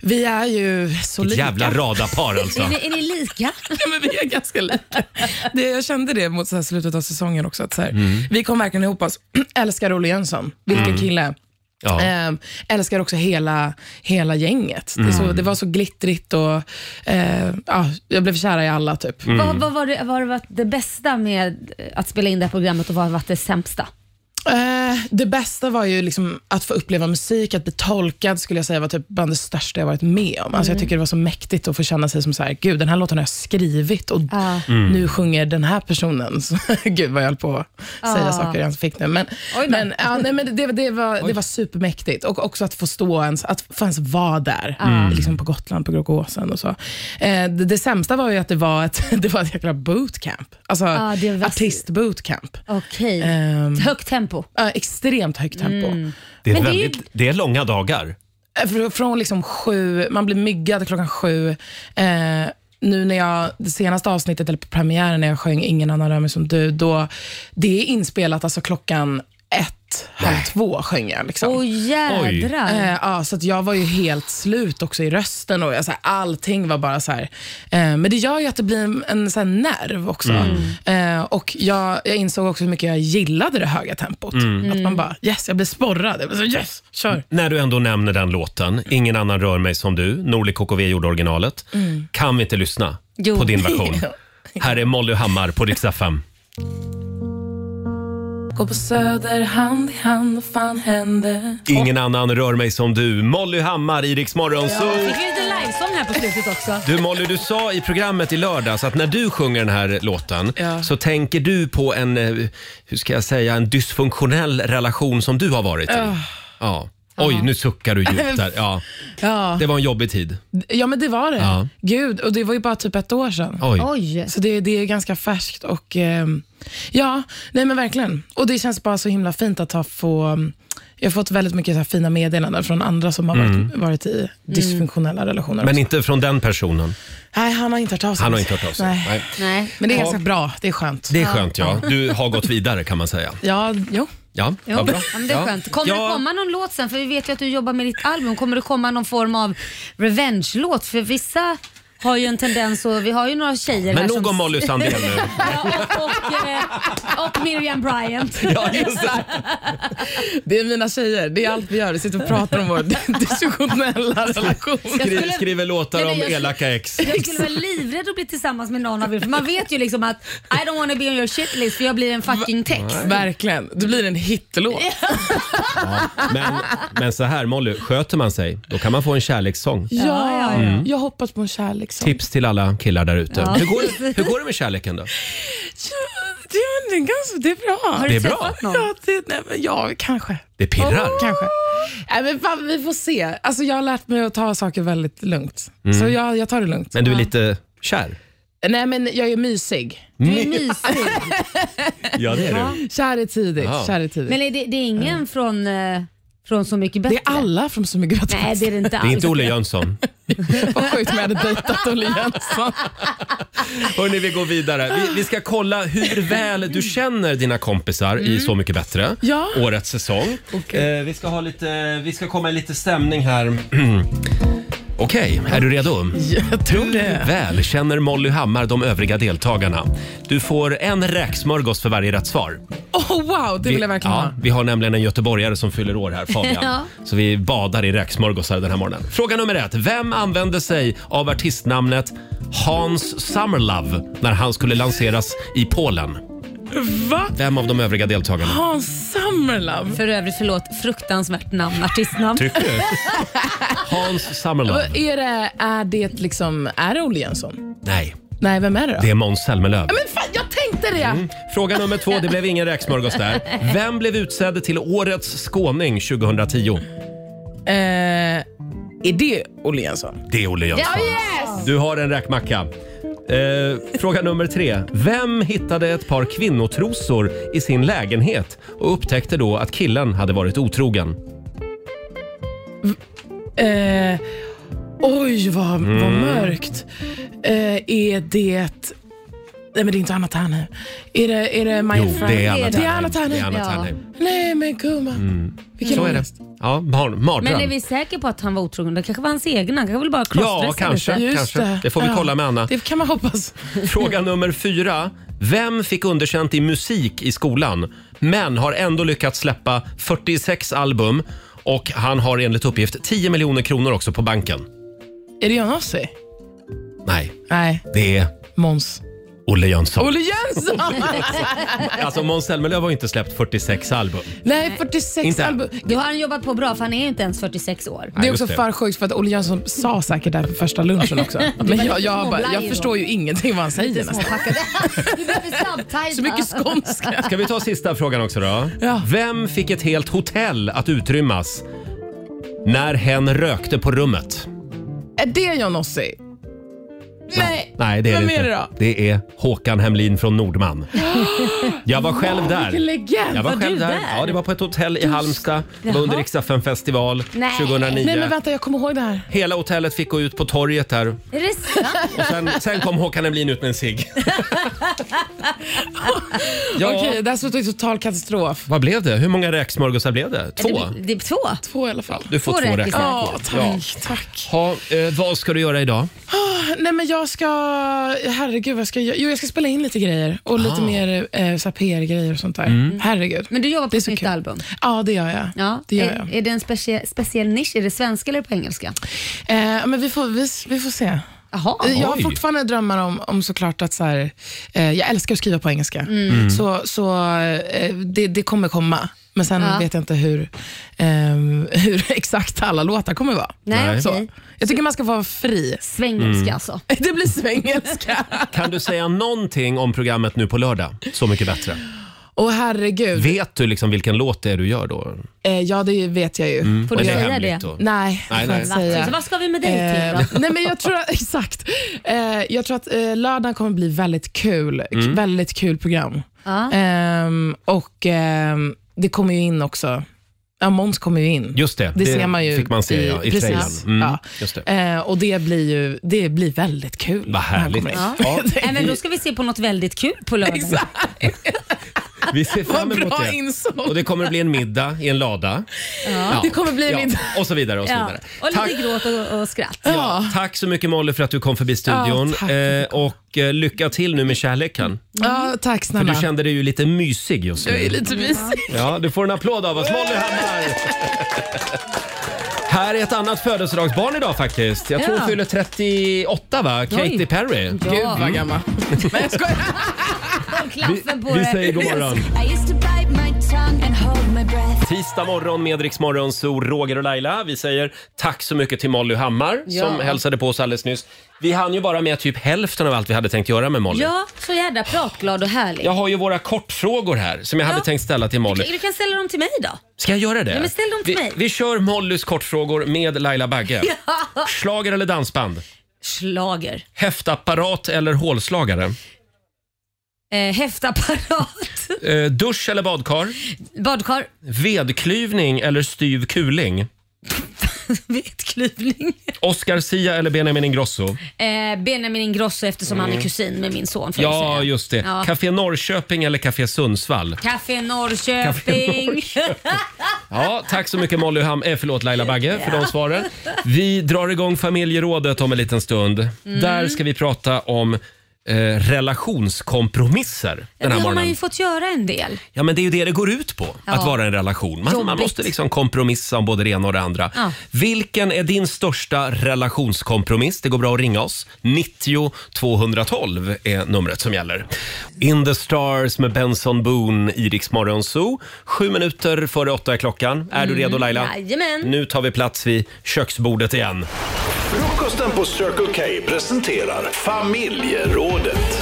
[SPEAKER 8] Vi är ju så
[SPEAKER 1] ett
[SPEAKER 8] lika.
[SPEAKER 1] jävla radarpar
[SPEAKER 2] <laughs>
[SPEAKER 1] alltså.
[SPEAKER 2] Är, ni, är ni lika?
[SPEAKER 8] <laughs> Ja, men vi är ganska lika. Det, jag kände det mot så här slutet av säsongen också. Att så här, Vi kom verkligen ihop oss. <clears throat> Älskar Olle Jönsson. Vilken kille.
[SPEAKER 1] Ja.
[SPEAKER 8] Ehm, älskar också hela, hela gänget. Det, är så, det var så glittrigt och eh, ja, jag blev kär i alla typ.
[SPEAKER 1] Mm.
[SPEAKER 2] Vad, vad var det, vad har varit det bästa med att spela in det här programmet och vad har varit det sämsta?
[SPEAKER 8] Eh, det bästa var ju liksom att få uppleva musik, att bli tolkad skulle jag säga var typ bland det största jag varit med om.
[SPEAKER 2] Mm.
[SPEAKER 8] Alltså Jag tycker det var så mäktigt att få känna sig som så här, gud den här låten har jag skrivit och
[SPEAKER 2] Ja.
[SPEAKER 8] nu sjunger den här personen. <laughs> Så, gud vad jag höll på att säga
[SPEAKER 2] Ja.
[SPEAKER 8] saker jag inte fick nu. Men,
[SPEAKER 2] Oj då.
[SPEAKER 8] men, ja, nej, men det, det, var, det var supermäktigt och också att få stå ens, att få ens vara där,
[SPEAKER 2] Ah. Mm.
[SPEAKER 8] liksom på Gotland, på Grågåsen och så. Eh, det, det sämsta var ju att det var ett, <laughs> det var ett jäkla bootcamp. Alltså
[SPEAKER 2] Ja, Ah, det var-
[SPEAKER 8] artistbootcamp.
[SPEAKER 2] Okej,
[SPEAKER 8] Ehm,
[SPEAKER 2] högt tempo. Mm.
[SPEAKER 8] Ja, extremt högt tempo.
[SPEAKER 1] Det är,
[SPEAKER 2] Men det är ju-
[SPEAKER 1] väldigt, det är långa dagar.
[SPEAKER 8] Fr- Från liksom sju, man blir myggad klockan sju. Eh, nu när jag, det senaste avsnittet, eller på premiären när jag sjöng Ingen annan rör mig som du, då, det är inspelat alltså klockan ett, halv två sjöng jag. Liksom.
[SPEAKER 2] Åh jädrar.
[SPEAKER 8] Eh, ja, så att jag var ju helt slut också i rösten och jag, så här, allting var bara så här. Eh, men det gör ju att det blir en, en så här, nerv också. Eh, och jag, jag insåg också hur mycket jag gillade det höga tempot. Att
[SPEAKER 2] Mm.
[SPEAKER 8] man bara, yes, jag blir sporrad. Jag bara, så, yes, kör.
[SPEAKER 1] När du ändå nämner den låten, Ingen annan rör mig som du, Norli KKV gjorde originalet. Kan vi inte lyssna
[SPEAKER 2] Mm. Jo.
[SPEAKER 1] på
[SPEAKER 2] <laughs>
[SPEAKER 1] din
[SPEAKER 8] <laughs>
[SPEAKER 1] version? Här är Molly Hammar på Rix FM.
[SPEAKER 8] Gå på Söder hand i hand, vad fan hände?
[SPEAKER 1] Ingen annan rör mig som du, Molly Hammar i Rix Morgon Zoo.
[SPEAKER 2] Fick vi lite livesång här på slutet också?
[SPEAKER 1] Du Molly, du sa i programmet i lördags att när du sjunger den här låten
[SPEAKER 8] Ja.
[SPEAKER 1] så tänker du på en, eh, hur ska jag säga, en dysfunktionell relation som du har varit i.
[SPEAKER 8] Ah.
[SPEAKER 1] Ja. Oj, nu suckar du djupt där. Ja.
[SPEAKER 8] Ja,
[SPEAKER 1] Det var en jobbig tid.
[SPEAKER 8] ja men det var det.
[SPEAKER 1] Ja.
[SPEAKER 8] Gud, och det var ju bara typ ett år sedan.
[SPEAKER 1] Oj.
[SPEAKER 2] Oj.
[SPEAKER 8] Så det, det är ganska färskt och ehm, ja, nej men verkligen. Och det känns bara så himla fint att ha få jag har fått väldigt mycket så här fina meddelanden från andra som har varit, varit i dysfunktionella relationer.
[SPEAKER 1] Mm. Men
[SPEAKER 8] också.
[SPEAKER 1] inte från den personen.
[SPEAKER 8] Nej, han har inte hört av sig.
[SPEAKER 1] Han har inte hört av sig.
[SPEAKER 8] Nej.
[SPEAKER 1] Nej.
[SPEAKER 2] Nej.
[SPEAKER 8] Men det är ganska bra. Det är skönt.
[SPEAKER 1] Det är skönt ja. Du har gått vidare kan man säga.
[SPEAKER 8] Ja, jo.
[SPEAKER 1] Ja,
[SPEAKER 2] Jo,
[SPEAKER 1] vad bra.
[SPEAKER 2] ja, men det är
[SPEAKER 1] Ja.
[SPEAKER 2] skönt. Kommer
[SPEAKER 1] Ja,
[SPEAKER 2] det komma någon låt sen? För vi vet ju att du jobbar med ditt album. Kommer det komma någon form av revenge-låt? För vissa har ju en tendens och vi har ju några tjejer
[SPEAKER 1] Men
[SPEAKER 2] här
[SPEAKER 1] nog
[SPEAKER 2] som...
[SPEAKER 1] om Molly Sandén nu.
[SPEAKER 2] Ja, och, <laughs> och, eh, och Miriam Bryant.
[SPEAKER 1] <laughs> Ja, just det.
[SPEAKER 8] Det är mina tjejer. Det är allt vi gör. Vi sitter och pratar om vår <laughs> dysfunktionella relation.
[SPEAKER 2] Jag
[SPEAKER 1] Skri,
[SPEAKER 2] skulle-
[SPEAKER 1] skriver låtar
[SPEAKER 2] Nej,
[SPEAKER 1] om
[SPEAKER 2] men jag-
[SPEAKER 1] elaka ex.
[SPEAKER 2] Jag skulle vara livrädd att bli tillsammans med någon av er. För man vet ju liksom att I don't wanna be on your shit list för jag blir en fucking text.
[SPEAKER 8] Verkligen. Det blir en hitlåt.
[SPEAKER 1] Men, men så här Molly, sköter man sig då kan man få en kärlekssång. Mm.
[SPEAKER 8] Ja,
[SPEAKER 2] ja, ja.
[SPEAKER 8] jag hoppas på en kärlekssång.
[SPEAKER 1] Tips till alla killar där ute.
[SPEAKER 2] Liksom. Ja.
[SPEAKER 1] Hur, går
[SPEAKER 2] <laughs>
[SPEAKER 1] det- hur går det med kärleken då?
[SPEAKER 8] Det, är- det, är ganska, det är bra.
[SPEAKER 2] Har
[SPEAKER 1] Det
[SPEAKER 2] du
[SPEAKER 1] är bra.
[SPEAKER 2] träffat någon?
[SPEAKER 8] Ja, det, nej, men ja kanske.
[SPEAKER 1] Det pirrar.
[SPEAKER 8] Kanske. Nej, men fan, vi får se. Alltså, jag har lärt mig att ta saker väldigt lugnt.
[SPEAKER 1] Mm.
[SPEAKER 8] Så jag, jag tar det lugnt.
[SPEAKER 1] Men du är lite kär?
[SPEAKER 8] Nej, men jag är mysig.
[SPEAKER 2] Du är mysig.
[SPEAKER 1] Ja, det är du.
[SPEAKER 8] Kär är tidigt.
[SPEAKER 1] Ja.
[SPEAKER 8] Kär är tidigt.
[SPEAKER 2] Men är det, det är
[SPEAKER 1] Mm.
[SPEAKER 2] ingen från, eh, från Så mycket
[SPEAKER 8] det
[SPEAKER 2] bättre?
[SPEAKER 8] är alla från Så mycket bättre.
[SPEAKER 2] Nej, det är det inte
[SPEAKER 1] Det är
[SPEAKER 2] alls.
[SPEAKER 1] inte Olle Jönsson.
[SPEAKER 8] Vad sjukt om jag hade dejtat Olle Jönsson.
[SPEAKER 1] Hörni, vi går vidare. Vi, vi ska kolla hur väl du känner dina kompisar i Så mycket bättre.
[SPEAKER 8] Mm. Ja.
[SPEAKER 1] Årets säsong. Eh, vi, ska ha lite, vi ska komma i lite stämning här. <clears throat> Okej, är du redo?
[SPEAKER 8] Jag tror det.
[SPEAKER 1] Väl känner Molly Hammar de övriga deltagarna. Du får en räksmörgås för varje rätt svar.
[SPEAKER 8] Oh, wow, det vill jag verkligen
[SPEAKER 1] ja,
[SPEAKER 8] ha.
[SPEAKER 1] vi har nämligen en göteborgare som fyller år här,
[SPEAKER 8] <laughs>
[SPEAKER 1] Fabian.
[SPEAKER 2] Ja.
[SPEAKER 1] Så vi badar i räksmörgåsar den här morgonen. Fråga nummer ett. Vem använde sig av artistnamnet Hans Summerlove när han skulle lanseras i Polen?
[SPEAKER 8] Va?
[SPEAKER 1] Vem av de övriga deltagarna?
[SPEAKER 8] Hans Summerlove?
[SPEAKER 2] För övrigt, förlåt, fruktansvärt namn, artistnamn.
[SPEAKER 1] Tycker du? <laughs> Hans Summerlove.
[SPEAKER 8] Vad Är det, är det liksom, är det Olle Jönsson?
[SPEAKER 1] Nej,
[SPEAKER 8] Nej, vem är det då?
[SPEAKER 1] det är Mm. Måns Zelmerlöw.
[SPEAKER 8] Men fan, jag tänkte det!
[SPEAKER 1] Fråga nummer två. Det blev ingen räksmörgås där.
[SPEAKER 8] <laughs>
[SPEAKER 1] Vem blev utsedd till Årets skåning 2010?
[SPEAKER 8] Eh, är det Olle Jönsson?
[SPEAKER 1] Det är Olle Jönsson. Du har en räkmacka. Eh, fråga nummer tre. Vem hittade ett par kvinnotrosor i sin lägenhet och upptäckte då att killen hade varit otrogen?
[SPEAKER 8] Eh, oj, vad, vad
[SPEAKER 1] Mm.
[SPEAKER 8] mörkt. Eh, är det... Nej, men det är inte Anna Ternheim. Är det, är det My
[SPEAKER 1] Jo,
[SPEAKER 8] Friend?
[SPEAKER 1] det är Anna
[SPEAKER 2] Det är
[SPEAKER 8] Anna
[SPEAKER 1] Ternheim.
[SPEAKER 8] Ternheim.
[SPEAKER 1] Det är Anna
[SPEAKER 2] Ja.
[SPEAKER 1] Ternheim.
[SPEAKER 8] Nej, men gumman. Vilken
[SPEAKER 1] Så är det.
[SPEAKER 8] ångest.
[SPEAKER 1] Ja, mar
[SPEAKER 2] Men är
[SPEAKER 1] Mm. mardröm.
[SPEAKER 2] vi säkra på att han var otrogen? Det kanske var hans egna? Han kanske vill bara crossdressa
[SPEAKER 1] Ja, kanske.
[SPEAKER 8] Just
[SPEAKER 1] kanske. Det. får vi
[SPEAKER 8] Ja,
[SPEAKER 1] kolla med Anna.
[SPEAKER 8] Det kan man hoppas.
[SPEAKER 1] <laughs> Fråga nummer fyra. Vem fick underkänt i musik i skolan men har ändå lyckats släppa 46 album och han har enligt uppgift 10 miljoner kronor också på banken?
[SPEAKER 8] Är det Jonassi?
[SPEAKER 1] Nej,
[SPEAKER 8] Nej,
[SPEAKER 1] det är
[SPEAKER 8] Måns.
[SPEAKER 1] Olle Jönsson.
[SPEAKER 8] Olle Jönsson!
[SPEAKER 1] <laughs> Alltså Måns Zelmerlöw har ju inte släppt 46 album.
[SPEAKER 8] Nej, 46
[SPEAKER 1] Inte.
[SPEAKER 8] album.
[SPEAKER 2] Då har han jobbat på bra för han är ju inte ens 46 år.
[SPEAKER 1] Nej,
[SPEAKER 8] Det är
[SPEAKER 1] just
[SPEAKER 8] också
[SPEAKER 1] det.
[SPEAKER 8] för sjukt för att Olle Jönsson sa säkert det här på första
[SPEAKER 1] <laughs>
[SPEAKER 8] lunchen också. Men jag, jag, bara, jag förstår ju ingenting vad han säger nästan.
[SPEAKER 2] Småpackade.
[SPEAKER 8] <laughs>
[SPEAKER 2] Du behöver snabbtajta.
[SPEAKER 8] Så mycket skånska.
[SPEAKER 2] <laughs>
[SPEAKER 1] Ska vi ta sista frågan också då?
[SPEAKER 8] Ja.
[SPEAKER 1] Vem fick ett helt hotell att utrymmas när hen rökte på rummet?
[SPEAKER 8] Är det Johnossi? Nej.
[SPEAKER 1] Nej, det är
[SPEAKER 8] Vem
[SPEAKER 1] det
[SPEAKER 8] är
[SPEAKER 1] inte.
[SPEAKER 8] det då?
[SPEAKER 1] Det är Håkan Hemlin från Nordman. Jag var själv
[SPEAKER 8] Vilken
[SPEAKER 1] där.
[SPEAKER 8] legend.
[SPEAKER 1] Jag var
[SPEAKER 2] Var
[SPEAKER 1] själv
[SPEAKER 2] du
[SPEAKER 1] där.
[SPEAKER 2] där?
[SPEAKER 1] Ja, det var på ett hotell i Halmstad. Det var
[SPEAKER 2] Jaha.
[SPEAKER 1] under Riksaffen festival
[SPEAKER 2] Nej.
[SPEAKER 1] 2009.
[SPEAKER 8] Nej men vänta, jag kommer ihåg det här.
[SPEAKER 1] Hela hotellet fick gå ut på torget där
[SPEAKER 2] Är det sant?
[SPEAKER 1] och
[SPEAKER 8] <laughs>
[SPEAKER 1] sen, sen kom Håkan Hemlin ut med en cigg. ja,
[SPEAKER 8] Okej, det här slutade i total katastrof.
[SPEAKER 1] vad blev det? Hur många räksmörgåsar blev det? Två?
[SPEAKER 2] Det, det är två.
[SPEAKER 8] Två i alla fall.
[SPEAKER 1] Du får
[SPEAKER 2] Två
[SPEAKER 1] två
[SPEAKER 2] räkor.
[SPEAKER 1] räkor.
[SPEAKER 8] Ja, tack.
[SPEAKER 1] Ja.
[SPEAKER 8] tack.
[SPEAKER 1] Ha, eh, vad ska du göra idag?
[SPEAKER 8] Ah, Nej men jag ska, herregud vad ska jag Jo jag ska spela in lite grejer och lite mer eh, så här PR-grejer och sånt där. Herregud.
[SPEAKER 2] Men du jobbar på
[SPEAKER 8] är
[SPEAKER 2] ett
[SPEAKER 8] så
[SPEAKER 2] nytt
[SPEAKER 8] kul.
[SPEAKER 2] album?
[SPEAKER 8] Ja det gör jag.
[SPEAKER 2] Ja.
[SPEAKER 8] Det gör
[SPEAKER 2] är,
[SPEAKER 8] jag.
[SPEAKER 2] är det en specie, speciell nisch? Är det svenska eller på engelska?
[SPEAKER 8] Eh, men vi får, vi, vi får se.
[SPEAKER 2] Jaha.
[SPEAKER 8] Eh, Jag har
[SPEAKER 1] Oj.
[SPEAKER 8] fortfarande drömmar om, om såklart att så här, eh, jag älskar att skriva på engelska.
[SPEAKER 2] Mm.
[SPEAKER 8] Så, så eh, det, det kommer komma. Men sen
[SPEAKER 2] Ja.
[SPEAKER 8] vet jag inte hur, ehm, hur <laughs> exakt alla låtar kommer vara.
[SPEAKER 2] Nej,
[SPEAKER 8] Så.
[SPEAKER 2] okej.
[SPEAKER 8] Jag tycker man ska vara fri.
[SPEAKER 2] Svengelska alltså.
[SPEAKER 8] <laughs> Det blir
[SPEAKER 2] <laughs>
[SPEAKER 8] svängelska.
[SPEAKER 1] Kan du säga någonting om programmet nu på lördag? Så mycket bättre.
[SPEAKER 8] Åh herregud.
[SPEAKER 1] Vet du liksom vilken låt det är du gör då?
[SPEAKER 8] Eh, ja, det vet jag ju.
[SPEAKER 2] Får du
[SPEAKER 1] Eller
[SPEAKER 2] säga
[SPEAKER 1] Mm. hemligt
[SPEAKER 2] det?
[SPEAKER 1] då?
[SPEAKER 8] Nej,
[SPEAKER 1] Nej,
[SPEAKER 8] det får
[SPEAKER 1] nej.
[SPEAKER 8] jag inte
[SPEAKER 2] Va?
[SPEAKER 8] säga.
[SPEAKER 2] Så vad ska vi med dig till
[SPEAKER 8] Eh, <laughs>
[SPEAKER 2] då?
[SPEAKER 8] nej men jag tror att, exakt. Eh, jag tror att eh, lördagen kommer bli väldigt kul.
[SPEAKER 1] Mm.
[SPEAKER 8] K- Väldigt kul program.
[SPEAKER 2] Ja.
[SPEAKER 8] Ehm, och ehm, det kommer ju in också Ja, Måns kommer ju in.
[SPEAKER 1] Just det,
[SPEAKER 8] det, ser man ju
[SPEAKER 1] fick man se
[SPEAKER 8] i,
[SPEAKER 1] ja, i
[SPEAKER 8] precis.
[SPEAKER 1] trailern. Mm,
[SPEAKER 8] ja.
[SPEAKER 1] just det.
[SPEAKER 8] Eh, och det blir ju det blir väldigt kul.
[SPEAKER 1] Vad härligt.
[SPEAKER 8] <laughs> Ja.
[SPEAKER 1] Ja,
[SPEAKER 2] Nej, men då ska vi se på något väldigt kul på lördag.
[SPEAKER 1] vi ser fram
[SPEAKER 8] Vad
[SPEAKER 1] emot
[SPEAKER 8] bra
[SPEAKER 1] det.
[SPEAKER 8] insåg.
[SPEAKER 1] Och det kommer att bli en middag i en lada. Ja.
[SPEAKER 8] Det kommer bli en middag.
[SPEAKER 1] Och så vidare. Och så
[SPEAKER 2] Ja.
[SPEAKER 1] vidare.
[SPEAKER 2] Och lite
[SPEAKER 1] Tack,
[SPEAKER 2] gråt och, och skratt.
[SPEAKER 1] ja, tack så mycket Molly för att du kom förbi studion.
[SPEAKER 8] Ja, tack.
[SPEAKER 1] eh, och eh, lycka till nu med kärleken.
[SPEAKER 8] Ja, tack
[SPEAKER 1] För
[SPEAKER 8] snälla.
[SPEAKER 1] du kände dig ju lite mysig just
[SPEAKER 8] Jag
[SPEAKER 1] nu.
[SPEAKER 8] är lite mysig.
[SPEAKER 1] Ja, du får en applåd av oss. Molly Hammar! Här är ett annat födelsedagsbarn idag faktiskt. Jag tror hon
[SPEAKER 2] Ja.
[SPEAKER 1] fyller 38 va? Katy Perry.
[SPEAKER 8] Gud
[SPEAKER 2] Mm.
[SPEAKER 8] vad gammal. Men jag skojar.
[SPEAKER 2] Och klaffen på
[SPEAKER 1] Vi
[SPEAKER 2] det.
[SPEAKER 1] säger god morgon.
[SPEAKER 9] I used to bite my tongue and hold my breath.
[SPEAKER 1] Tisdag morgon med Rix Morgon, så Roger och Laila. Vi säger tack så mycket till Molly Hammar som hälsade på oss alldeles nyss. Vi hann ju bara med typ hälften av allt vi hade tänkt göra med Molly.
[SPEAKER 2] Ja, så jädra pratglad och härlig.
[SPEAKER 1] Jag har ju våra kortfrågor här som jag hade
[SPEAKER 2] Ja.
[SPEAKER 1] tänkt ställa till Molly.
[SPEAKER 2] Du kan ställa dem till mig då.
[SPEAKER 1] Ska jag göra det?
[SPEAKER 2] Ja, men ställ dem till
[SPEAKER 1] vi,
[SPEAKER 2] mig.
[SPEAKER 1] vi kör Mollys kortfrågor med Laila Bagge.
[SPEAKER 2] Ja.
[SPEAKER 1] Slager eller dansband?
[SPEAKER 2] Schlager.
[SPEAKER 1] Häftapparat eller hålslagare?
[SPEAKER 2] Eh, häftapparat. <laughs>
[SPEAKER 1] Eh, dusch eller badkar?
[SPEAKER 2] Badkar.
[SPEAKER 1] Vedklyvning eller styv
[SPEAKER 2] <laughs>
[SPEAKER 1] kuling?
[SPEAKER 2] Vetklyvning.
[SPEAKER 1] Oscar Sia eller Benjamin Ingrosso?
[SPEAKER 2] Eh, Benjamin Ingrosso eftersom han är kusin med min son. Får jag
[SPEAKER 1] Mm. Ja,
[SPEAKER 2] säga.
[SPEAKER 1] just det.
[SPEAKER 2] Ja.
[SPEAKER 1] Café Norrköping eller Café Sundsvall?
[SPEAKER 2] Café Norrköping. <laughs>
[SPEAKER 1] Ja, tack så mycket Molly Ham, eh, förlåt Laila Bagge för de svaren. Vi drar igång familjerådet om en liten stund.
[SPEAKER 2] Mm.
[SPEAKER 1] Där ska vi prata om eh, relationskompromisser den
[SPEAKER 2] det
[SPEAKER 1] här
[SPEAKER 2] har man
[SPEAKER 1] morgonen.
[SPEAKER 2] ju fått göra en del.
[SPEAKER 1] Ja, men det är ju det det går ut på,
[SPEAKER 2] Ja.
[SPEAKER 1] att vara en relation. Man, man
[SPEAKER 2] Jobbigt.
[SPEAKER 1] måste liksom kompromissa om både det ena och det andra.
[SPEAKER 2] Ja.
[SPEAKER 1] Vilken är din största relationskompromiss? Det går bra att ringa oss. 90 212 är numret som gäller. In the stars med Benson Boone i Rix Morgon Zoo. Sju minuter före åtta är klockan. Är du redo Laila?
[SPEAKER 2] Mm, Jajamän.
[SPEAKER 1] Nu tar vi plats vid köksbordet igen.
[SPEAKER 6] Frukosten på Circle K presenterar familjerådet.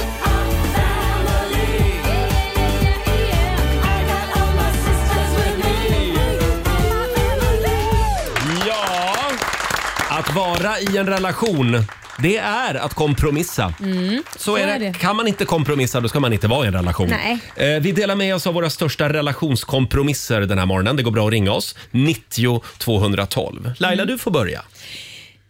[SPEAKER 1] Ja, att vara i en relation. Det är att kompromissa. Så är
[SPEAKER 2] är
[SPEAKER 1] det.
[SPEAKER 2] Mm. det.
[SPEAKER 1] Kan man inte kompromissa då ska man inte vara i en relation.
[SPEAKER 2] Nej.
[SPEAKER 1] Eh, vi delar med oss av våra största relationskompromisser den här morgonen. Det går bra att ringa oss. 90 212. Laila, du får börja.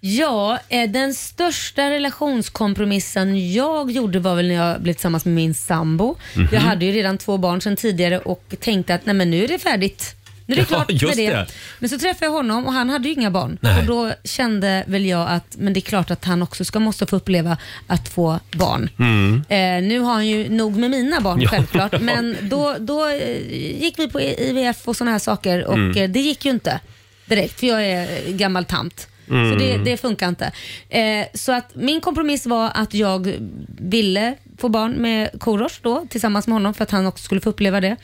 [SPEAKER 2] Ja, eh, den största relationskompromissen jag gjorde var väl när jag blev tillsammans med min sambo.
[SPEAKER 1] Mhm.
[SPEAKER 2] Jag hade ju redan två barn sedan tidigare och tänkte att nej men nu är det färdigt. Nu är det
[SPEAKER 1] <laughs> Ja,
[SPEAKER 2] klart
[SPEAKER 1] just
[SPEAKER 2] med det.
[SPEAKER 1] det.
[SPEAKER 2] Men så träffade jag honom och han hade ju inga barn.
[SPEAKER 1] Nej.
[SPEAKER 2] Och då kände väl jag att men det är klart att han också ska måste få uppleva att få barn.
[SPEAKER 1] Mm.
[SPEAKER 2] Eh, nu har han ju nog med mina
[SPEAKER 1] <laughs>
[SPEAKER 2] barn självklart, men då, då eh, gick vi på IVF och sådana här saker och
[SPEAKER 1] Mm.
[SPEAKER 2] eh, det gick ju inte direkt för jag är eh, gammal tant. Så det,
[SPEAKER 1] Mm.
[SPEAKER 2] det funkar inte. Eh, så att min kompromiss var att jag ville få barn med Korosh då tillsammans med honom för att han också skulle få uppleva det.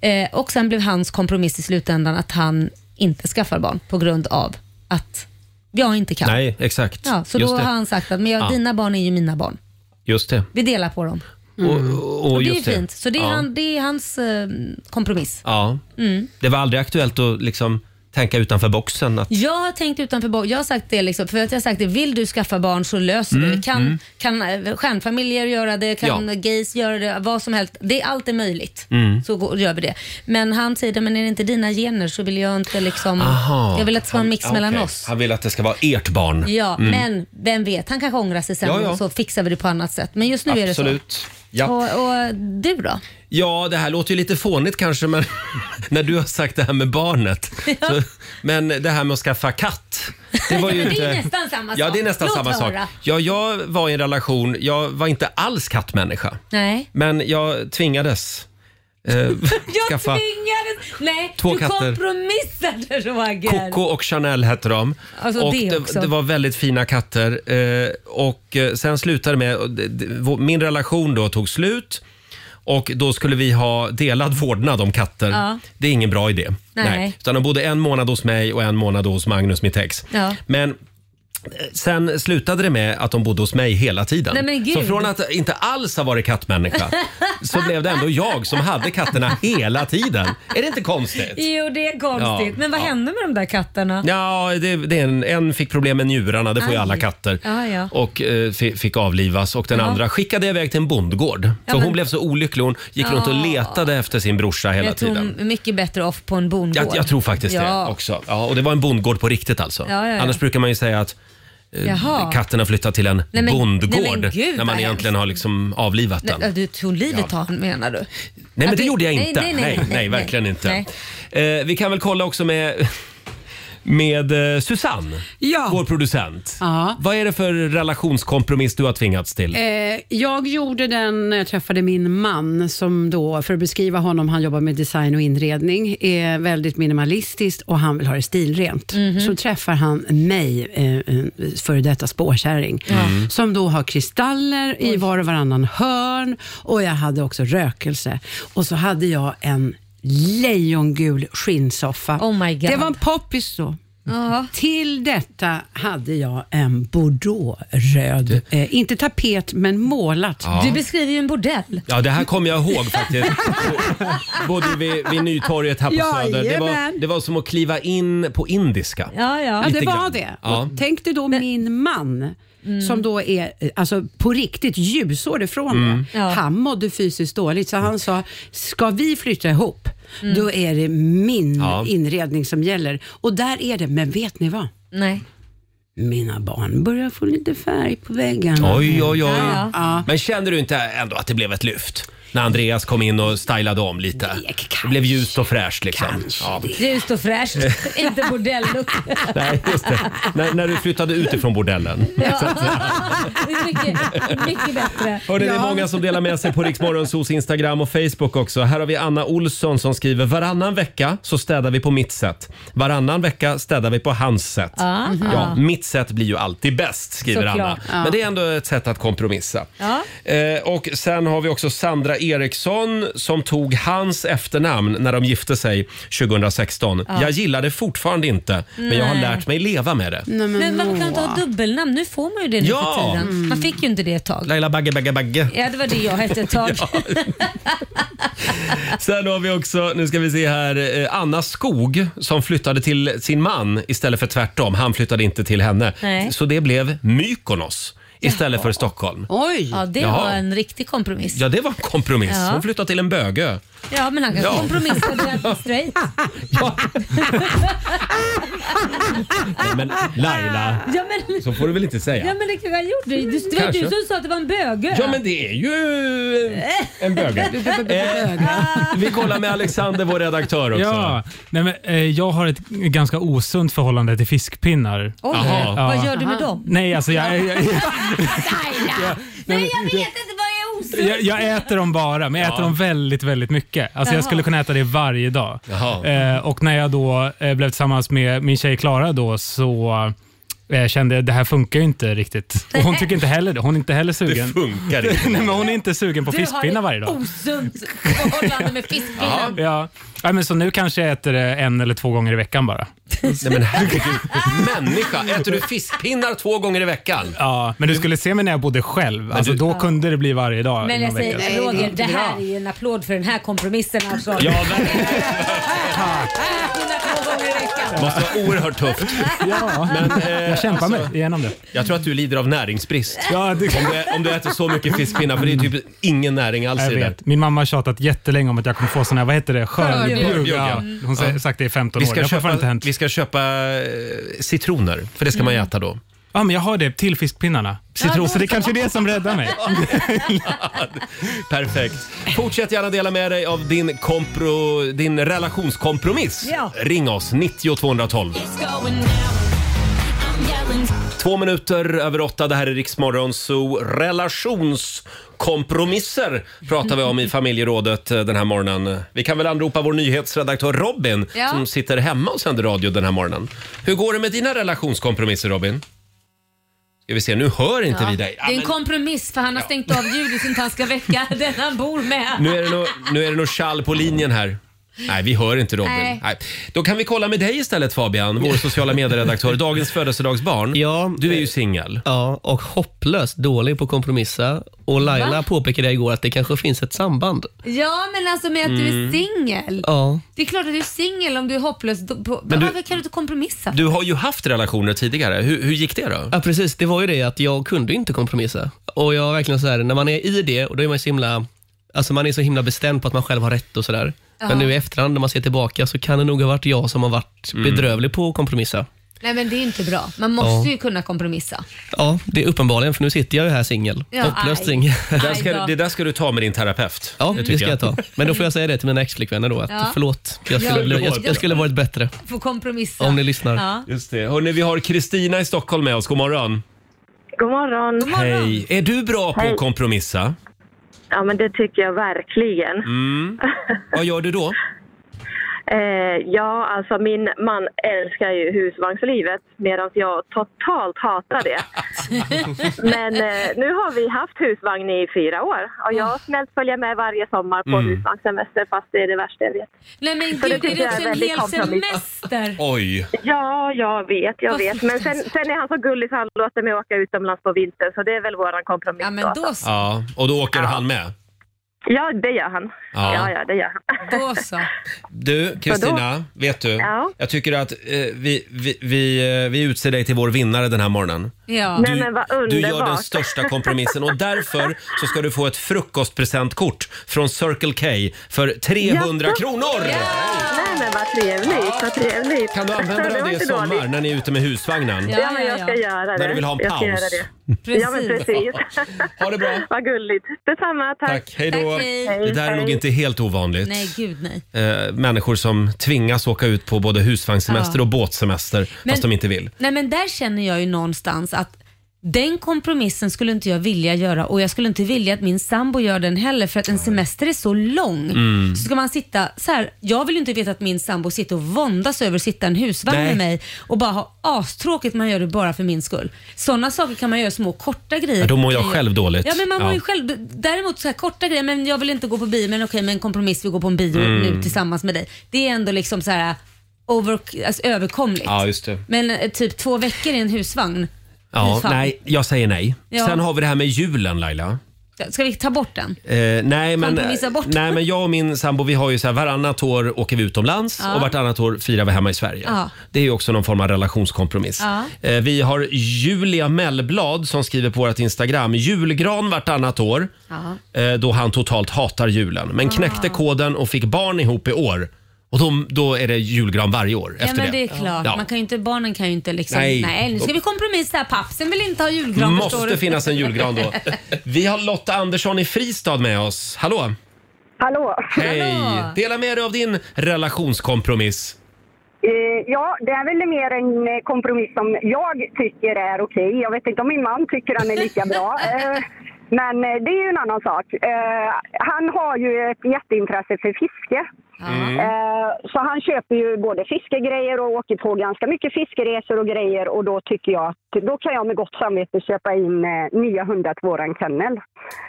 [SPEAKER 2] Eh, och sen blev hans kompromiss i slutändan att han inte skaffar barn på grund av att jag inte kan.
[SPEAKER 1] Nej, exakt.
[SPEAKER 2] Ja, så
[SPEAKER 1] just,
[SPEAKER 2] då
[SPEAKER 1] det.
[SPEAKER 2] har han sagt att men jag,
[SPEAKER 1] Ja.
[SPEAKER 2] dina barn är ju mina barn.
[SPEAKER 1] just det.
[SPEAKER 2] Vi delar på dem.
[SPEAKER 1] Och, och
[SPEAKER 2] Mm. Och det är ju
[SPEAKER 1] just det.
[SPEAKER 2] fint. Så det är,
[SPEAKER 1] ja.
[SPEAKER 2] han, det är hans eh, kompromiss. Mm.
[SPEAKER 1] Ja. Det var aldrig aktuellt att liksom tänka utanför boxen. Att,
[SPEAKER 2] Jag har tänkt utanför bo- Jag har sagt det, liksom, för att jag har sagt det, vill du skaffa barn så löser du det. Kan, kan eh, stjärnfamiljer göra det? Kan
[SPEAKER 1] Mm, Ja. Mm.
[SPEAKER 2] gays göra det? Vad som helst. Det, allt är möjligt. Så går, gör vi det. Men han säger, men är det inte dina gener så vill jag inte liksom...
[SPEAKER 1] Aha.
[SPEAKER 2] Jag vill att det ska vara en mix
[SPEAKER 1] Ja,
[SPEAKER 2] mellan
[SPEAKER 1] okej.
[SPEAKER 2] oss.
[SPEAKER 1] Han vill att det ska vara ert barn. Mm.
[SPEAKER 2] Ja, men vem vet? Han kanske ångrar sig sen
[SPEAKER 1] Ja, ja.
[SPEAKER 2] och så fixar vi det på annat sätt. Men just nu är det så.
[SPEAKER 1] Absolut. Ja.
[SPEAKER 2] Och, och du då?
[SPEAKER 1] Ja, det här låter ju lite fånigt kanske, men <laughs> när du har sagt det här med
[SPEAKER 2] <laughs>
[SPEAKER 1] barnet. Så, men det här med att skaffa katt. Det var ju
[SPEAKER 2] Men
[SPEAKER 1] inte...
[SPEAKER 2] <laughs> det är nästan samma
[SPEAKER 1] Ja,
[SPEAKER 2] sak.
[SPEAKER 1] det är nästan
[SPEAKER 2] Låt
[SPEAKER 1] samma sak.
[SPEAKER 2] höra.
[SPEAKER 1] Ja, jag var i en relation, jag var inte alls kattmänniska.
[SPEAKER 2] Nej.
[SPEAKER 1] Men jag tvingades. Eh,
[SPEAKER 2] <laughs> Jag
[SPEAKER 1] <laughs> skaffa
[SPEAKER 2] tvingades... Nej,
[SPEAKER 1] Två
[SPEAKER 2] du
[SPEAKER 1] katter.
[SPEAKER 2] kompromissade Roger.
[SPEAKER 1] Coco och Chanel hette de.
[SPEAKER 2] Alltså,
[SPEAKER 1] och
[SPEAKER 2] det
[SPEAKER 1] det,
[SPEAKER 2] också.
[SPEAKER 1] det var väldigt fina katter. Eh, och eh, sen slutade det med, och det- det- vår- min relation då tog slut. Och då skulle vi ha delad vårdnad om katter.
[SPEAKER 2] Ja.
[SPEAKER 1] Det är ingen bra idé.
[SPEAKER 2] Nej.
[SPEAKER 1] Utan de bodde en månad hos mig och en månad hos Magnus, mitt ex.
[SPEAKER 2] Ja.
[SPEAKER 1] Men eh, Sen slutade det med att de bodde hos mig hela tiden.
[SPEAKER 2] Nej, men gud.
[SPEAKER 1] så från att inte alls ha varit
[SPEAKER 2] <laughs>
[SPEAKER 1] kattmänniska så blev det ändå jag som hade katterna hela tiden. Är det inte konstigt?
[SPEAKER 2] Jo, det är konstigt.
[SPEAKER 1] Ja,
[SPEAKER 2] Men vad
[SPEAKER 1] ja.
[SPEAKER 2] hände med de där katterna?
[SPEAKER 1] Ja, det, det är en, en fick problem med njurarna, det får ju
[SPEAKER 2] Aj.
[SPEAKER 1] alla katter.
[SPEAKER 2] Ah. Ja, ja.
[SPEAKER 1] Och eh, fi- fick avlivas. Och den
[SPEAKER 2] Ja.
[SPEAKER 1] andra skickade jag iväg till en bondgård. För
[SPEAKER 2] men-
[SPEAKER 1] hon blev så olycklig, hon gick runt och
[SPEAKER 2] Ja.
[SPEAKER 1] letade efter sin brorsa hela
[SPEAKER 2] jag tror
[SPEAKER 1] tiden.
[SPEAKER 2] mycket bättre off på en bondgård.
[SPEAKER 1] Jag, jag tror faktiskt
[SPEAKER 2] ja.
[SPEAKER 1] det också. Ja, och det var en bondgård på riktigt alltså.
[SPEAKER 2] Ja, ja, ja.
[SPEAKER 1] Annars brukar man ju säga att eh,
[SPEAKER 2] Jaha.
[SPEAKER 1] katterna flyttar till en
[SPEAKER 2] Nej, men-
[SPEAKER 1] bondgård
[SPEAKER 2] nej, men gud,
[SPEAKER 1] när
[SPEAKER 2] vad
[SPEAKER 1] man egentligen har liksom avlivat den.
[SPEAKER 2] Nej, du tog livet av honom menar du?
[SPEAKER 1] Nej, men det
[SPEAKER 2] Att vi-
[SPEAKER 1] gjorde jag
[SPEAKER 2] nej,
[SPEAKER 1] inte.
[SPEAKER 2] nej, nej,
[SPEAKER 1] nej,
[SPEAKER 2] nej, nej.
[SPEAKER 1] verkligen inte.
[SPEAKER 2] Nej.
[SPEAKER 1] Eh, vi kan väl kolla också med, <laughs> med eh, Susanne,
[SPEAKER 4] Ja.
[SPEAKER 1] vår producent.
[SPEAKER 4] Ja.
[SPEAKER 1] Vad är det för relationskompromiss du har tvingats till?
[SPEAKER 4] Eh, jag gjorde den när jag träffade min man som då, för att beskriva honom, han jobbar med design och inredning, är väldigt minimalistiskt och han vill ha det stilrent.
[SPEAKER 2] Mhm.
[SPEAKER 4] Så träffar han mig, eh, eh, före detta spåkärring,
[SPEAKER 2] Mm.
[SPEAKER 4] som då har kristaller i var och varannan hörn och jag hade också rökelse. Och så hade jag en lejongul skinnsoffa.
[SPEAKER 2] Oh my God.
[SPEAKER 4] Det var en poppis då.
[SPEAKER 2] Ja.
[SPEAKER 4] Till detta hade jag en bordeauxröd, eh, inte tapet men målat.
[SPEAKER 2] Du beskriver ju en bordell.
[SPEAKER 1] Ja, det här kommer jag ihåg faktiskt.
[SPEAKER 2] <laughs>
[SPEAKER 1] Både vid, vid Nytorget här på Söder. Det var,
[SPEAKER 4] Jajamän.
[SPEAKER 1] det var som att kliva in på indiska.
[SPEAKER 2] Ja, ja.
[SPEAKER 4] Ja, det
[SPEAKER 1] Lite
[SPEAKER 4] var
[SPEAKER 1] grann.
[SPEAKER 4] det.
[SPEAKER 1] Ja.
[SPEAKER 4] Och tänk dig då min man,
[SPEAKER 2] Mm.
[SPEAKER 4] som då är eh, alltså, på riktigt ljusår ifrån
[SPEAKER 1] Mm.
[SPEAKER 4] det.
[SPEAKER 2] Ja.
[SPEAKER 4] Han mådde fysiskt dåligt, så han sa, ska vi flytta ihop,
[SPEAKER 2] Mm.
[SPEAKER 4] då är det min
[SPEAKER 1] Ja.
[SPEAKER 4] inredning som gäller. Och där är det, men vet ni vad?
[SPEAKER 2] Nej.
[SPEAKER 4] Mina barn börjar få lite färg på väggarna.
[SPEAKER 1] Oj, oj, oj.
[SPEAKER 2] Ja,
[SPEAKER 1] Men kände du inte ändå att det blev ett lyft? När Andreas kom in och stylade om lite.
[SPEAKER 4] Det kanske.
[SPEAKER 1] Det blev ljust och fräscht liksom. Ja.
[SPEAKER 2] Ljust och fräscht,
[SPEAKER 1] <laughs>
[SPEAKER 2] inte bordelllukt.
[SPEAKER 1] Nej, just det. När, när du flyttade ut ifrån bordellen.
[SPEAKER 2] Ja. Det är mycket, mycket bättre.
[SPEAKER 1] Hörde, Det är många som delar med sig på Riksmorgonsos Instagram och Facebook också. Här har vi Anna Olsson som skriver varannan vecka så städar vi på mitt sätt. Varannan vecka städar vi på hans sätt. Ja, mitt sätt blir ju alltid bäst, skriver
[SPEAKER 2] Såklart.
[SPEAKER 1] Anna. Men det är ändå ett sätt att kompromissa.
[SPEAKER 2] Ja.
[SPEAKER 1] Eh, och sen har vi också Sandra Eriksson som tog hans efternamn när de gifte sig 2016. Jag gillar det fortfarande inte, men jag har lärt mig leva med det.
[SPEAKER 4] Nej,
[SPEAKER 2] Men varför kan du inte
[SPEAKER 4] åh.
[SPEAKER 2] ha dubbelnamn? Nu får man ju det nu
[SPEAKER 1] Ja.
[SPEAKER 2] för tiden. Man fick ju inte det ett tag.
[SPEAKER 1] Laila Bagge Bagge Bagge.
[SPEAKER 2] Ja, det var det jag hette
[SPEAKER 1] <laughs>
[SPEAKER 2] ett tag.
[SPEAKER 1] Sen har vi också, nu ska vi se här, eh, Anna Skog som flyttade till sin man istället för tvärtom. Han flyttade inte till henne.
[SPEAKER 2] Nej.
[SPEAKER 1] Så det blev Mykonos istället för Stockholm.
[SPEAKER 4] Oj!
[SPEAKER 2] Ja, det
[SPEAKER 1] Jaha.
[SPEAKER 2] var en riktig kompromiss.
[SPEAKER 1] Ja, det var en kompromiss.
[SPEAKER 2] Ja.
[SPEAKER 1] Hon flyttade till en bögö.
[SPEAKER 2] Ja, men han kanske
[SPEAKER 1] Ja. <laughs>
[SPEAKER 2] kompromissade med att bli straight.
[SPEAKER 1] Nej, men <laughs> Laila,
[SPEAKER 2] Ja, men,
[SPEAKER 1] så får du väl inte
[SPEAKER 2] ja,
[SPEAKER 1] säga.
[SPEAKER 2] men det kanske han gjorde. Du- Det var
[SPEAKER 1] Kanske.
[SPEAKER 2] ju du som sa att det var en bögö.
[SPEAKER 1] Ja, men det är ju en bögö. Eh, Vi kollar med Alexander, vår redaktör också.
[SPEAKER 10] Ja, nej men, eh, jag har ett ganska osunt förhållande till fiskpinnar.
[SPEAKER 2] Oj,
[SPEAKER 1] Jaha.
[SPEAKER 2] vad
[SPEAKER 10] Ja.
[SPEAKER 2] gör du med dem?
[SPEAKER 10] Nej, alltså jag, jag, <laughs> jag,
[SPEAKER 2] <laughs> Laila! Nej, jag vet inte vad jag är osäker
[SPEAKER 10] jag, jag äter dem bara, men jag äter dem väldigt, väldigt mycket. Alltså
[SPEAKER 2] Jaha.
[SPEAKER 10] jag skulle kunna äta det varje dag.
[SPEAKER 1] Jaha.
[SPEAKER 10] Eh, och när jag då eh, blev tillsammans med min tjej Klara då så eh, kände jag det här funkar ju inte riktigt. Och hon tycker inte heller det. Hon är inte heller
[SPEAKER 1] Det
[SPEAKER 10] sugen. <laughs>
[SPEAKER 1] funkar inte.
[SPEAKER 10] Nej, men hon är inte sugen på
[SPEAKER 2] Du
[SPEAKER 10] fiskpinnar varje
[SPEAKER 2] har
[SPEAKER 10] dag.
[SPEAKER 2] ett osunt förhållande med fiskpinnar.
[SPEAKER 10] Ja. Nej, men så nu kanske jag äter det en eller två gånger i veckan bara.
[SPEAKER 1] Nej, men herregud. Människa, äter du fiskpinnar två gånger i veckan?
[SPEAKER 10] Ja, men du skulle se mig när jag bodde själv. Alltså,
[SPEAKER 1] du-
[SPEAKER 10] då kunde det bli varje dag.
[SPEAKER 2] Men jag
[SPEAKER 10] någon vecka.
[SPEAKER 2] säger Roger, det här är ju en applåd för den här kompromissen alltså.
[SPEAKER 1] Ja, verkligen.
[SPEAKER 2] Fiskpinnar två gånger i veckan.
[SPEAKER 1] måste vara oerhört tufft.
[SPEAKER 10] Ja,
[SPEAKER 1] Men, eh,
[SPEAKER 10] jag kämpar mig igenom det.
[SPEAKER 1] Jag tror att du lider av näringsbrist.
[SPEAKER 10] Ja, det,
[SPEAKER 1] Om du, om du äter så mycket fiskpinnar, för det är typ ingen näring alls
[SPEAKER 10] jag
[SPEAKER 1] i det där.
[SPEAKER 10] vet. Min mamma har tjatat jättelänge om att jag kommer få sån här, vad heter det,
[SPEAKER 1] Skörbjugg,
[SPEAKER 10] skörbjugg.
[SPEAKER 1] ja.
[SPEAKER 10] Ja, hon har sagt det i 15
[SPEAKER 1] Vi
[SPEAKER 10] år. Det
[SPEAKER 1] ska,
[SPEAKER 10] har fortfarande inte
[SPEAKER 1] köpa,
[SPEAKER 10] hänt. Mm.
[SPEAKER 1] vi ska köpa eh, citroner, för det ska man ju äta då.
[SPEAKER 10] Ja, men jag har det till fiskpinnarna. Citron, så det är kanske är det som räddar mig.
[SPEAKER 1] Perfekt. Fortsätt gärna dela med dig av din, kompro, din relationskompromiss.
[SPEAKER 2] Ja.
[SPEAKER 1] Ring oss, 90 212. Två minuter över åtta, det här är Riksmorgon så relationskompromisser pratar vi om i familjerådet eh, den här morgonen. Vi kan väl anropa vår nyhetsredaktör Robin
[SPEAKER 2] Ja.
[SPEAKER 1] som sitter hemma och sänder radio den här morgonen. Hur går det med dina relationskompromisser Robin? Ska vi se, nu hör inte vi dig. Ja,
[SPEAKER 2] Det är en
[SPEAKER 1] men
[SPEAKER 2] kompromiss för han har <laughs> stängt av ljudet så inte han ska väcka den han bor med.
[SPEAKER 1] nu är det nog- nu är det nog tjall på linjen här. Nej, vi hör inte Robin. Nej.
[SPEAKER 2] Nej.
[SPEAKER 1] Då kan vi kolla med dig istället Fabian, vår sociala medieredaktör. Dagens födelsedagsbarn.
[SPEAKER 3] Ja,
[SPEAKER 1] Du är ju singel.
[SPEAKER 3] Ja, och hopplöst dålig på att kompromissa. Och Laila
[SPEAKER 2] Va?
[SPEAKER 3] påpekade igår att det kanske finns ett samband.
[SPEAKER 2] Ja, men alltså med att du
[SPEAKER 1] Mm.
[SPEAKER 2] är singel.
[SPEAKER 3] Ja.
[SPEAKER 2] Det är klart att du är singel om du är hopplös. Då- på-
[SPEAKER 1] Men du-
[SPEAKER 2] Varför kan du inte kompromissa?
[SPEAKER 1] Du har ju haft relationer tidigare. Hur, hur gick det då?
[SPEAKER 3] ja, precis. Det var ju det att jag kunde inte kompromissa. Och jag var verkligen så här, när man är i det, och då är man ju så himla, alltså man är så himla bestämd på att man själv har rätt och sådär. Men nu i efterhand när man ser tillbaka så kan det nog ha varit jag som har varit
[SPEAKER 1] Mm.
[SPEAKER 3] bedrövlig på att kompromissa.
[SPEAKER 2] Nej, men det är inte bra. Man måste ju kunna kompromissa.
[SPEAKER 3] Ja, det är uppenbarligen, för nu sitter jag ju här singel.
[SPEAKER 2] Ja,
[SPEAKER 3] Hopplöst
[SPEAKER 2] aj.
[SPEAKER 3] singel.
[SPEAKER 1] Det där,
[SPEAKER 2] Aj
[SPEAKER 1] ska,
[SPEAKER 2] då.
[SPEAKER 1] det där ska du ta med din terapeut.
[SPEAKER 3] Ja, det,
[SPEAKER 1] tycker
[SPEAKER 3] ska jag ta. Men då får jag säga det till mina ex-flickvänner då, att
[SPEAKER 2] Ja.
[SPEAKER 3] förlåt, jag skulle,
[SPEAKER 2] Ja,
[SPEAKER 3] bli- jag,
[SPEAKER 2] förlåt.
[SPEAKER 3] jag skulle varit bättre.
[SPEAKER 2] Får kompromissa.
[SPEAKER 3] Om ni lyssnar.
[SPEAKER 2] Ja.
[SPEAKER 1] Just det. Hörrni, vi har Kristina i Stockholm med oss. God morgon.
[SPEAKER 5] God morgon.
[SPEAKER 2] God morgon.
[SPEAKER 1] Hej. Är du bra på
[SPEAKER 5] Hej.
[SPEAKER 1] att kompromissa?
[SPEAKER 5] Ja, men det tycker jag verkligen.
[SPEAKER 1] Mm. Vad gör du då?
[SPEAKER 5] Eh, ja, alltså min man älskar ju husvagnslivet medan jag totalt hatar
[SPEAKER 2] <laughs>
[SPEAKER 5] det. Men eh, nu har vi haft husvagn i fyra år och jag har
[SPEAKER 2] Ah.
[SPEAKER 5] snällt följa med varje sommar
[SPEAKER 10] Mm.
[SPEAKER 5] på husvagnssemester fast det är det värsta jag vet.
[SPEAKER 2] Nej men gud,
[SPEAKER 5] det
[SPEAKER 2] är
[SPEAKER 5] tycker
[SPEAKER 2] det
[SPEAKER 5] jag
[SPEAKER 2] också
[SPEAKER 5] är
[SPEAKER 2] en
[SPEAKER 5] väldigt
[SPEAKER 2] hel
[SPEAKER 5] kompromiss.
[SPEAKER 2] semester?
[SPEAKER 1] Oj.
[SPEAKER 5] Ja, jag vet, jag
[SPEAKER 2] Vad
[SPEAKER 5] vet. Men sen, sen är han så gullig så han låter mig åka utomlands på vintern så det är väl våran kompromiss.
[SPEAKER 2] Ja
[SPEAKER 5] då,
[SPEAKER 2] men då
[SPEAKER 5] alltså.
[SPEAKER 2] så.
[SPEAKER 1] Ja, och då åker han med.
[SPEAKER 5] ja det gör han.
[SPEAKER 1] Ja.
[SPEAKER 5] Ja, ja, det gör han.
[SPEAKER 2] Då så.
[SPEAKER 1] Du, Kristina, vet du?
[SPEAKER 5] Ja.
[SPEAKER 1] Jag tycker att eh, vi, vi, vi, eh, vi utser dig till vår vinnare den här morgonen.
[SPEAKER 2] Ja.
[SPEAKER 5] Nej, men vad
[SPEAKER 1] du gör
[SPEAKER 5] underbart. <laughs>
[SPEAKER 1] den största kompromissen och därför så ska du få ett frukostpresentkort från Circle K för 300
[SPEAKER 5] Jaså?
[SPEAKER 1] kronor!
[SPEAKER 5] Nej men vad trevligt, vad trevligt.
[SPEAKER 1] Kan du använda dig
[SPEAKER 5] Det
[SPEAKER 1] av
[SPEAKER 5] var
[SPEAKER 1] det i
[SPEAKER 5] inte
[SPEAKER 1] sommar
[SPEAKER 5] dåligt.
[SPEAKER 1] när ni är ute med husvagnen?
[SPEAKER 2] Ja.
[SPEAKER 5] Ja, men jag ska göra det.
[SPEAKER 1] När du vill ha en
[SPEAKER 5] Jag ska
[SPEAKER 1] paus.
[SPEAKER 5] göra det. Ja, men
[SPEAKER 2] Precis.
[SPEAKER 5] precis.
[SPEAKER 1] <laughs> Ha det bra.
[SPEAKER 5] Vad gulligt. Detsamma, tack.
[SPEAKER 1] Tack, hej då!
[SPEAKER 2] Tack, hej.
[SPEAKER 1] Det där är
[SPEAKER 5] Hej.
[SPEAKER 1] nog inte helt ovanligt.
[SPEAKER 2] Nej gud nej.
[SPEAKER 1] Eh, människor som tvingas åka ut på både husvagnssemester
[SPEAKER 2] Ja.
[SPEAKER 1] och båtsemester fast de inte vill.
[SPEAKER 2] Nej men där känner jag ju någonstans att den kompromissen skulle inte jag vilja göra och jag skulle inte vilja att min sambo gör den heller för att en semester är så lång.
[SPEAKER 1] Mm.
[SPEAKER 2] Så ska man sitta så här, jag vill ju inte veta att min sambo sitter och våndas över att sitta i en husvagn
[SPEAKER 1] Nej.
[SPEAKER 2] med mig och bara ha astråkigt man gör det bara för min skull. Sådana saker kan man göra små korta grejer.
[SPEAKER 1] Ja, då mår jag själv dåligt.
[SPEAKER 2] Ja men man mår
[SPEAKER 1] Ja.
[SPEAKER 2] ju själv. Däremot så här korta grejer, men jag vill inte gå på bio men okej men kompromiss vi går på en bio
[SPEAKER 1] Mm.
[SPEAKER 2] nu tillsammans med dig. Det är ändå liksom så här over, alltså, överkomligt.
[SPEAKER 1] Ja, just det.
[SPEAKER 2] Men eh, typ två veckor i en husvagn.
[SPEAKER 1] Ja,
[SPEAKER 2] Fy fan.
[SPEAKER 1] nej, jag säger nej.
[SPEAKER 2] Ja.
[SPEAKER 1] Sen har vi det här med julen Laila.
[SPEAKER 2] Ska vi ta bort den?
[SPEAKER 1] Eh, nej, men,
[SPEAKER 2] Kompromissa bort.
[SPEAKER 1] nej men jag och min sambo vi har ju så här, varannat år åker vi utomlands och vartannat år firar vi hemma i Sverige.
[SPEAKER 2] Ja.
[SPEAKER 1] Det är ju också någon form av relationskompromiss.
[SPEAKER 2] Ja.
[SPEAKER 1] Eh, vi har Julia Mellblad som skriver på vårt Instagram julgran vartannat år eh, då han totalt hatar julen men
[SPEAKER 2] Ah.
[SPEAKER 1] knäckte koden och fick barn ihop i år. Och då, då är det julgran varje år
[SPEAKER 2] Ja
[SPEAKER 1] efter
[SPEAKER 2] men det
[SPEAKER 1] det.
[SPEAKER 2] är klart.
[SPEAKER 1] Ja.
[SPEAKER 2] Man kan ju inte, barnen kan ju inte liksom,
[SPEAKER 1] Nej.
[SPEAKER 2] nej, nu ska vi kompromissa här. Pappsen vill inte ha julgran förstår
[SPEAKER 1] Måste
[SPEAKER 2] du.
[SPEAKER 1] finnas en julgran
[SPEAKER 2] <laughs>
[SPEAKER 1] då. Vi har Lotta Andersson i Fristad med oss. Hallå!
[SPEAKER 5] Hallå.
[SPEAKER 1] Hej!
[SPEAKER 2] Hallå.
[SPEAKER 1] Dela med dig av din relationskompromiss.
[SPEAKER 5] Eh, ja, det är väl mer en eh, kompromiss som jag tycker är okej. Jag vet inte om min man tycker han är lika bra. Eh, men eh, det är ju en annan sak. Eh, han har ju ett jätteintresse för fiske. Eh, Så han köper ju både fiskegrejer och åker på ganska mycket fiskeresor och grejer och då tycker jag att då kan jag med gott samvete köpa in eh, nya hundar till våran kennel.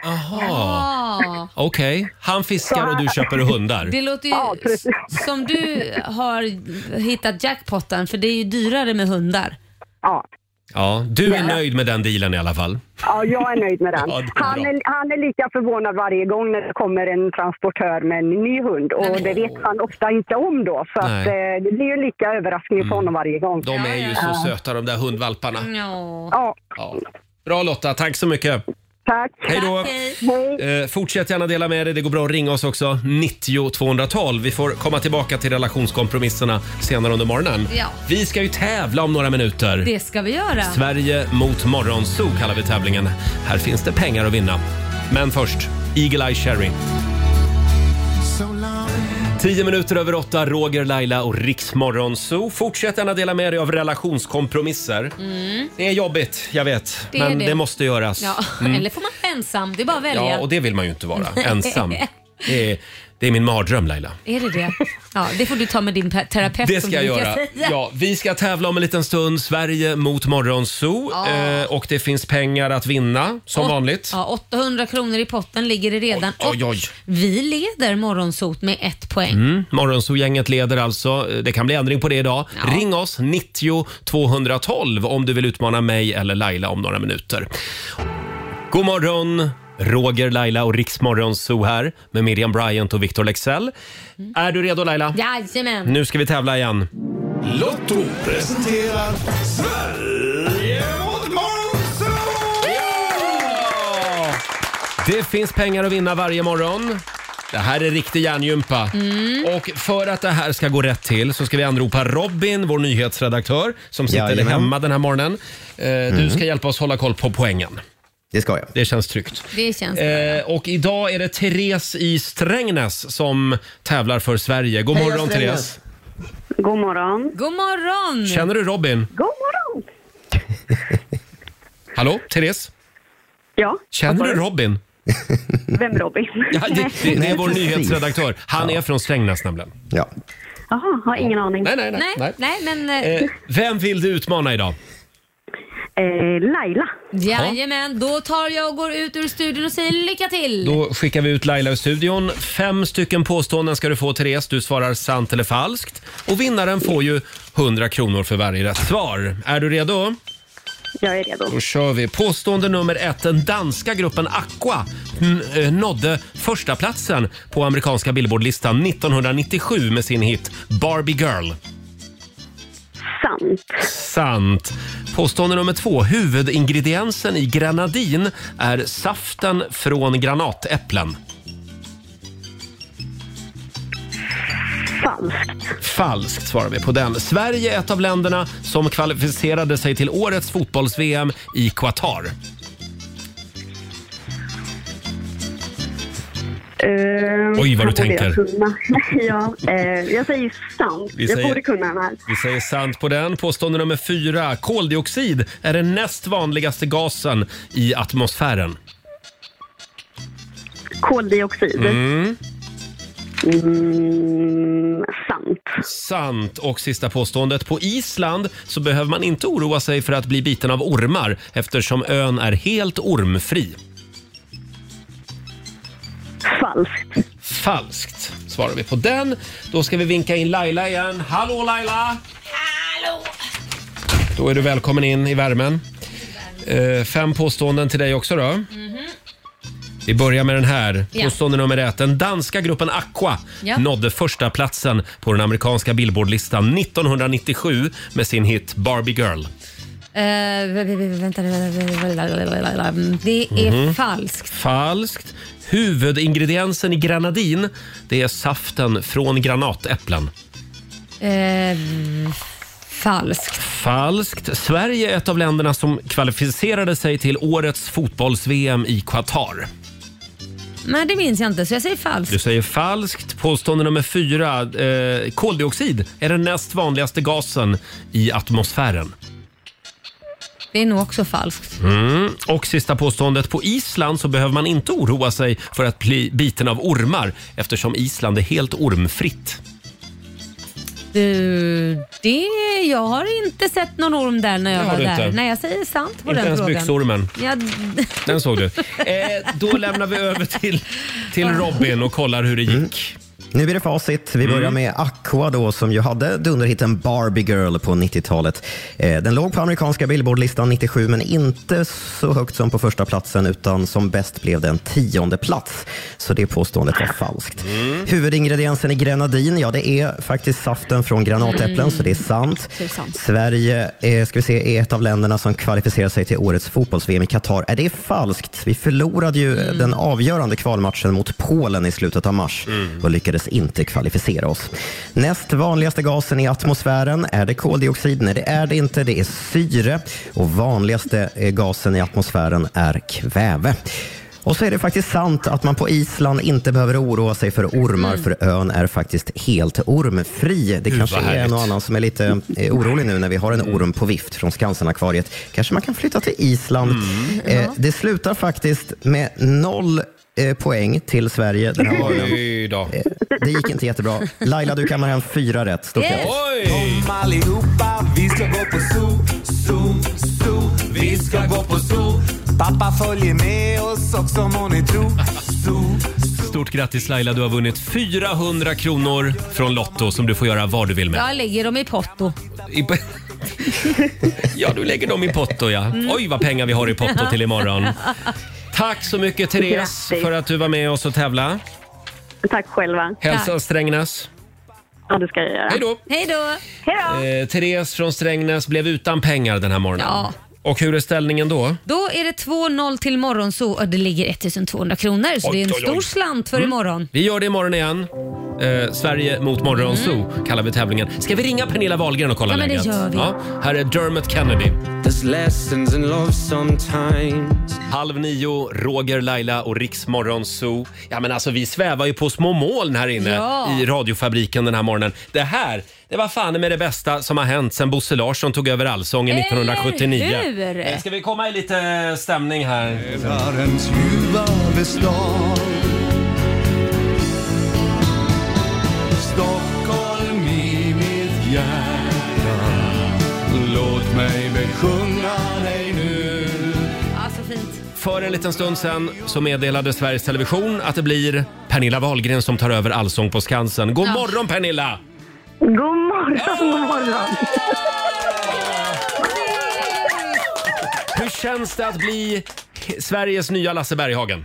[SPEAKER 1] Jaha,
[SPEAKER 2] Ja,
[SPEAKER 1] Ah. okej. Han fiskar och du köper hundar.
[SPEAKER 2] Ah. det låter ju
[SPEAKER 5] Ja, precis.
[SPEAKER 2] som du har hittat jackpotten för det är ju dyrare med hundar.
[SPEAKER 5] Ja.
[SPEAKER 1] Ja, du är nöjd med den dealen i alla fall.
[SPEAKER 5] Ja, jag är nöjd med den.
[SPEAKER 1] Ja, det är
[SPEAKER 5] han,
[SPEAKER 1] bra.
[SPEAKER 5] är, han är lika förvånad varje gång när det kommer en transportör med en ny hund och det vet han ofta inte om då. Så
[SPEAKER 1] Nej. Mm.
[SPEAKER 5] att, eh, det blir ju lika överraskning för honom varje gång.
[SPEAKER 1] De är ju så söta de där hundvalparna.
[SPEAKER 2] Ja.
[SPEAKER 5] Ja,
[SPEAKER 1] Ja. Bra Lotta, tack så mycket.
[SPEAKER 5] tack.
[SPEAKER 1] Hej då!
[SPEAKER 2] Tack, hej.
[SPEAKER 5] Hej.
[SPEAKER 1] Eh, fortsätt gärna dela med dig. Det går bra att ringa oss också. 90 212. Vi får komma tillbaka till relationskompromisserna senare under morgonen.
[SPEAKER 2] Ja.
[SPEAKER 1] Vi ska ju tävla om några minuter.
[SPEAKER 2] Det ska vi göra.
[SPEAKER 1] Sverige mot Morgonzoo kallar vi tävlingen. Här finns det pengar att vinna. Men först, Eagle Eye Cherry. Tio minuter över åtta, Roger, Laila och Riksmorgonzoo. Fortsätt gärna dela med dig av relationskompromisser. Det är jobbigt, jag vet.
[SPEAKER 2] Mm. Det är
[SPEAKER 1] men det.
[SPEAKER 2] det.
[SPEAKER 1] måste göras.
[SPEAKER 2] <laughs>
[SPEAKER 1] Mm.
[SPEAKER 2] Ja, Eller får man vara ensam, det är bara att välja. <laughs>
[SPEAKER 1] Ja, och det vill man ju inte vara, ensam. Det är, Det är min mardröm Laila.
[SPEAKER 2] Är det det? Ja, det får du ta med din pe- terapeut.
[SPEAKER 1] Det
[SPEAKER 2] som
[SPEAKER 1] ska jag
[SPEAKER 2] brukar
[SPEAKER 1] göra.
[SPEAKER 2] säga.
[SPEAKER 1] Ja, vi ska tävla om en liten stund. Sverige mot Morgonzoo. Eh, och det finns pengar att vinna som
[SPEAKER 2] Åt-
[SPEAKER 1] vanligt.
[SPEAKER 2] Ja, 800 kronor i potten ligger det redan.
[SPEAKER 1] Oj,
[SPEAKER 2] Och
[SPEAKER 1] oj.
[SPEAKER 2] Vi leder Morgonsot med ett poäng.
[SPEAKER 1] Mm, Morgonzoo-gänget leder alltså. Det kan bli ändring på det idag.
[SPEAKER 2] Ja.
[SPEAKER 1] Ring oss, 90 212 om du vill utmana mig eller Laila om några minuter. God morgon! Roger, Laila och Riksmorgonzoo här med Miriam Bryant och Victor Lexell. Är du redo Laila?
[SPEAKER 2] Mm. Jajamän.
[SPEAKER 1] Nu ska vi tävla igen.
[SPEAKER 6] Lotto presenterar Sverige mot
[SPEAKER 1] Det finns pengar att vinna varje morgon. Det här är riktig hjärngympa. Och för att det här ska gå rätt till så ska vi anropa Robin, vår nyhetsredaktör, som sitter
[SPEAKER 7] Jajamän. Mm.
[SPEAKER 1] hemma den här morgonen. Eh, Du ska hjälpa oss hålla koll på poängen.
[SPEAKER 7] Det ska jag.
[SPEAKER 1] Det känns tryggt.
[SPEAKER 2] Det känns bra.
[SPEAKER 1] Eh, och idag är det Therese i Strängnäs som tävlar för Sverige. God morgon Therese.
[SPEAKER 5] God morgon.
[SPEAKER 2] God morgon!
[SPEAKER 1] Känner du Robin?
[SPEAKER 5] God morgon.
[SPEAKER 1] Hallå, Therese?
[SPEAKER 5] Ja,
[SPEAKER 1] Känner du Robin?
[SPEAKER 5] vem Robin?
[SPEAKER 1] Ja, det, det, det är
[SPEAKER 7] Nej,
[SPEAKER 1] vår
[SPEAKER 7] precis.
[SPEAKER 1] nyhetsredaktör. Han är från Strängnäs nämligen.
[SPEAKER 7] Ja.
[SPEAKER 5] Jaha, har ingen aning.
[SPEAKER 1] Nej, nej, nej.
[SPEAKER 2] Nej, nej.
[SPEAKER 1] nej.
[SPEAKER 2] men eh,
[SPEAKER 1] Eh, vem vill du utmana idag?
[SPEAKER 5] Eh, Laila.
[SPEAKER 2] jajamän. Då tar jag och går ut ur studion och säger lycka till. Eh,
[SPEAKER 1] Då skickar vi ut Laila ur studion. Fem stycken påståenden ska du få Therese. Du svarar sant eller falskt. Och vinnaren får ju 100 kronor för varje rätt svar. Är du redo?
[SPEAKER 5] Jag är redo.
[SPEAKER 1] Då kör vi. Påstående nummer ett. Den danska gruppen Aqua n- eh, nådde första platsen på amerikanska Billboardlistan 1997 med sin hit Barbie Girl.
[SPEAKER 5] Sant.
[SPEAKER 1] Sant. Påstående nummer två. Huvudingrediensen i grenadin är saften från granatäpplen.
[SPEAKER 5] Falskt.
[SPEAKER 1] Falskt svarar vi på den. Sverige är ett av länderna som kvalificerade sig till årets fotbolls-VM i Qatar.
[SPEAKER 5] Eh,
[SPEAKER 1] Oj, vad du
[SPEAKER 5] här borde jag
[SPEAKER 1] tänker.
[SPEAKER 5] kunna. <laughs> ja, eh, jag säger sant.
[SPEAKER 1] Vi
[SPEAKER 5] jag
[SPEAKER 1] säger-
[SPEAKER 5] borde kunna den här.
[SPEAKER 1] Vi säger sant på den. Påstående nummer fyra. Koldioxid är den näst vanligaste gasen i atmosfären.
[SPEAKER 5] Koldioxid. Mm. sant.
[SPEAKER 1] Sant. Och sista påståendet. På Island så behöver man inte oroa sig för att bli biten av ormar eftersom ön är helt ormfri.
[SPEAKER 5] Falskt.
[SPEAKER 1] Falskt svarar vi på den. Då ska vi vinka in Laila igen. Hallå Laila! Hallå! Då är du välkommen in i värmen. Eh, fem påståenden till dig också då. Vi börjar med den här.
[SPEAKER 2] Ja.
[SPEAKER 1] Påstående nummer ett. Den danska gruppen Aqua
[SPEAKER 2] Ja.
[SPEAKER 1] nådde första platsen på den amerikanska Billboardlistan 1997 med sin hit Barbie Girl.
[SPEAKER 2] Eh, vä- vä- vä- vänta, vä- vä- vä- vä- vä- vä- vä- Det är falskt.
[SPEAKER 1] Mhm. Falskt. Huvudingrediensen i granadin det är saften från granatäpplen.
[SPEAKER 2] Eh, falskt.
[SPEAKER 1] Falskt. Sverige är ett av länderna som kvalificerade sig till årets fotbolls-VM i Qatar.
[SPEAKER 2] Nej, det minns jag inte så jag säger
[SPEAKER 1] Du
[SPEAKER 2] falskt.
[SPEAKER 1] säger falskt. Påstående nummer fyra. Eh, koldioxid är den näst vanligaste gasen i atmosfären.
[SPEAKER 2] Det är nog också falskt.
[SPEAKER 1] Mm. Och sista påståendet. På Island så behöver man inte oroa sig för att bli biten av ormar eftersom Island är helt ormfritt.
[SPEAKER 2] Du, det, jag har inte sett någon orm där när jag
[SPEAKER 1] Det har
[SPEAKER 2] var
[SPEAKER 1] du
[SPEAKER 2] där.
[SPEAKER 1] inte.
[SPEAKER 2] Nej, jag säger sant på
[SPEAKER 1] Inte
[SPEAKER 2] den
[SPEAKER 1] ens
[SPEAKER 2] frågan.
[SPEAKER 1] byxormen.
[SPEAKER 2] Ja, d-
[SPEAKER 1] Den såg du. Eh, då lämnar vi över till, till Robin och kollar hur det gick.
[SPEAKER 7] Nu blir det facit. Vi börjar med Aqua då, som ju hade dunderhitten Barbie Girl på 90-talet. Eh, Den låg på amerikanska Billboardlistan 97, men inte så högt som på första platsen utan som bäst blev den tionde plats. Så det påståendet var falskt.
[SPEAKER 5] Mm.
[SPEAKER 7] Huvudingrediensen i grenadin, ja det är faktiskt saften från granatäpplen, så det är sant.
[SPEAKER 2] Det är sant.
[SPEAKER 7] Sverige eh, ska vi se, är ett av länderna som kvalificerar sig till årets fotbolls-VM i Qatar. Är det falskt? Vi förlorade ju eh, den avgörande kvalmatchen mot Polen i slutet av mars
[SPEAKER 1] Mm.
[SPEAKER 7] och lyckades inte kvalificera oss. Näst vanligaste gasen i atmosfären, är det koldioxid? Nej, det är det inte. Det är syre. Och vanligaste eh, gasen i atmosfären är kväve. Och så är det faktiskt sant att man på Island inte behöver oroa sig för ormar, för ön är faktiskt helt ormfri. Det kanske
[SPEAKER 1] vad
[SPEAKER 7] är en
[SPEAKER 1] härligt.
[SPEAKER 7] och annan som är lite eh, orolig nu när vi har en orm på vift från
[SPEAKER 1] Mm.
[SPEAKER 7] Skansenakvariet. Kanske man kan flytta till Island. Eh, det slutar faktiskt med noll eh, poäng till Sverige den här morgonen. Eh,
[SPEAKER 1] Oj då.
[SPEAKER 7] Det gick inte jättebra. Laila, du kammar hem fyra rätt. Stort
[SPEAKER 2] Yes.
[SPEAKER 7] grattis.
[SPEAKER 1] Oj!
[SPEAKER 6] Kom allihopa, vi ska gå på zoo, zoo, zoo. Vi ska gå på zoo. Pappa följer med oss också må ni tro. Zoo, zoo.
[SPEAKER 1] Stort grattis Laila, du har vunnit 400 kronor från Lotto som du får göra vad du vill med.
[SPEAKER 2] Jag lägger dem i potto.
[SPEAKER 1] I po- ja, du lägger dem i Potto ja.
[SPEAKER 2] Mm.
[SPEAKER 1] Oj vad pengar vi har i Potto till
[SPEAKER 2] <laughs>
[SPEAKER 1] imorgon. Tack så mycket Therese
[SPEAKER 5] Grattis.
[SPEAKER 1] för att du var med oss och tävla.
[SPEAKER 5] Tack själva.
[SPEAKER 1] Hälsa
[SPEAKER 2] Tack.
[SPEAKER 1] Strängnäs.
[SPEAKER 5] Ja, det ska jag göra.
[SPEAKER 1] Hej då!
[SPEAKER 2] Hej då!
[SPEAKER 5] Hej då!
[SPEAKER 1] Eh, Therese från Strängnäs blev utan pengar den här morgonen.
[SPEAKER 2] Ja.
[SPEAKER 1] Och hur är ställningen då?
[SPEAKER 2] Då är det 2-0 till Morgonzoo och det ligger 1200 kronor. Så
[SPEAKER 1] Oj,
[SPEAKER 2] det är en
[SPEAKER 1] oj, oj. Mm.
[SPEAKER 2] stor slant för imorgon.
[SPEAKER 1] Vi gör det imorgon igen. Eh, Sverige mot Morgonzoo kallar vi tävlingen. Ska vi ringa Pernilla Wahlgren och kolla
[SPEAKER 2] Mm. Ja, men det
[SPEAKER 1] läget?
[SPEAKER 2] gör vi.
[SPEAKER 1] Ja, här är Dermot Kennedy.
[SPEAKER 6] There's lessons in love sometimes.
[SPEAKER 1] Halv nio, Roger, Laila och Riks Morgonzoo. Ja, men alltså, vi svävar ju på små moln här inne
[SPEAKER 2] Ja.
[SPEAKER 1] i radiofabriken den här morgonen. Det här, det var fan med det bästa som har hänt sedan Bosse Larsson tog över Allsången
[SPEAKER 2] Eller
[SPEAKER 1] 1979.
[SPEAKER 2] hur?
[SPEAKER 1] Eh, Ska vi komma i lite stämning här?
[SPEAKER 6] Världens ljuva bestad. Stockholm i mitt hjärta. Låt mig besjunga dig nu.
[SPEAKER 2] Ja, så fint.
[SPEAKER 1] För en liten stund sen så meddelade Sveriges Television att det blir Pernilla Wahlgren som tar över Allsång på Skansen. God
[SPEAKER 2] Ja.
[SPEAKER 1] morgon Pernilla!
[SPEAKER 5] God morgon, god morgon.
[SPEAKER 1] Hur känns det att bli Sveriges nya Lasse Berghagen?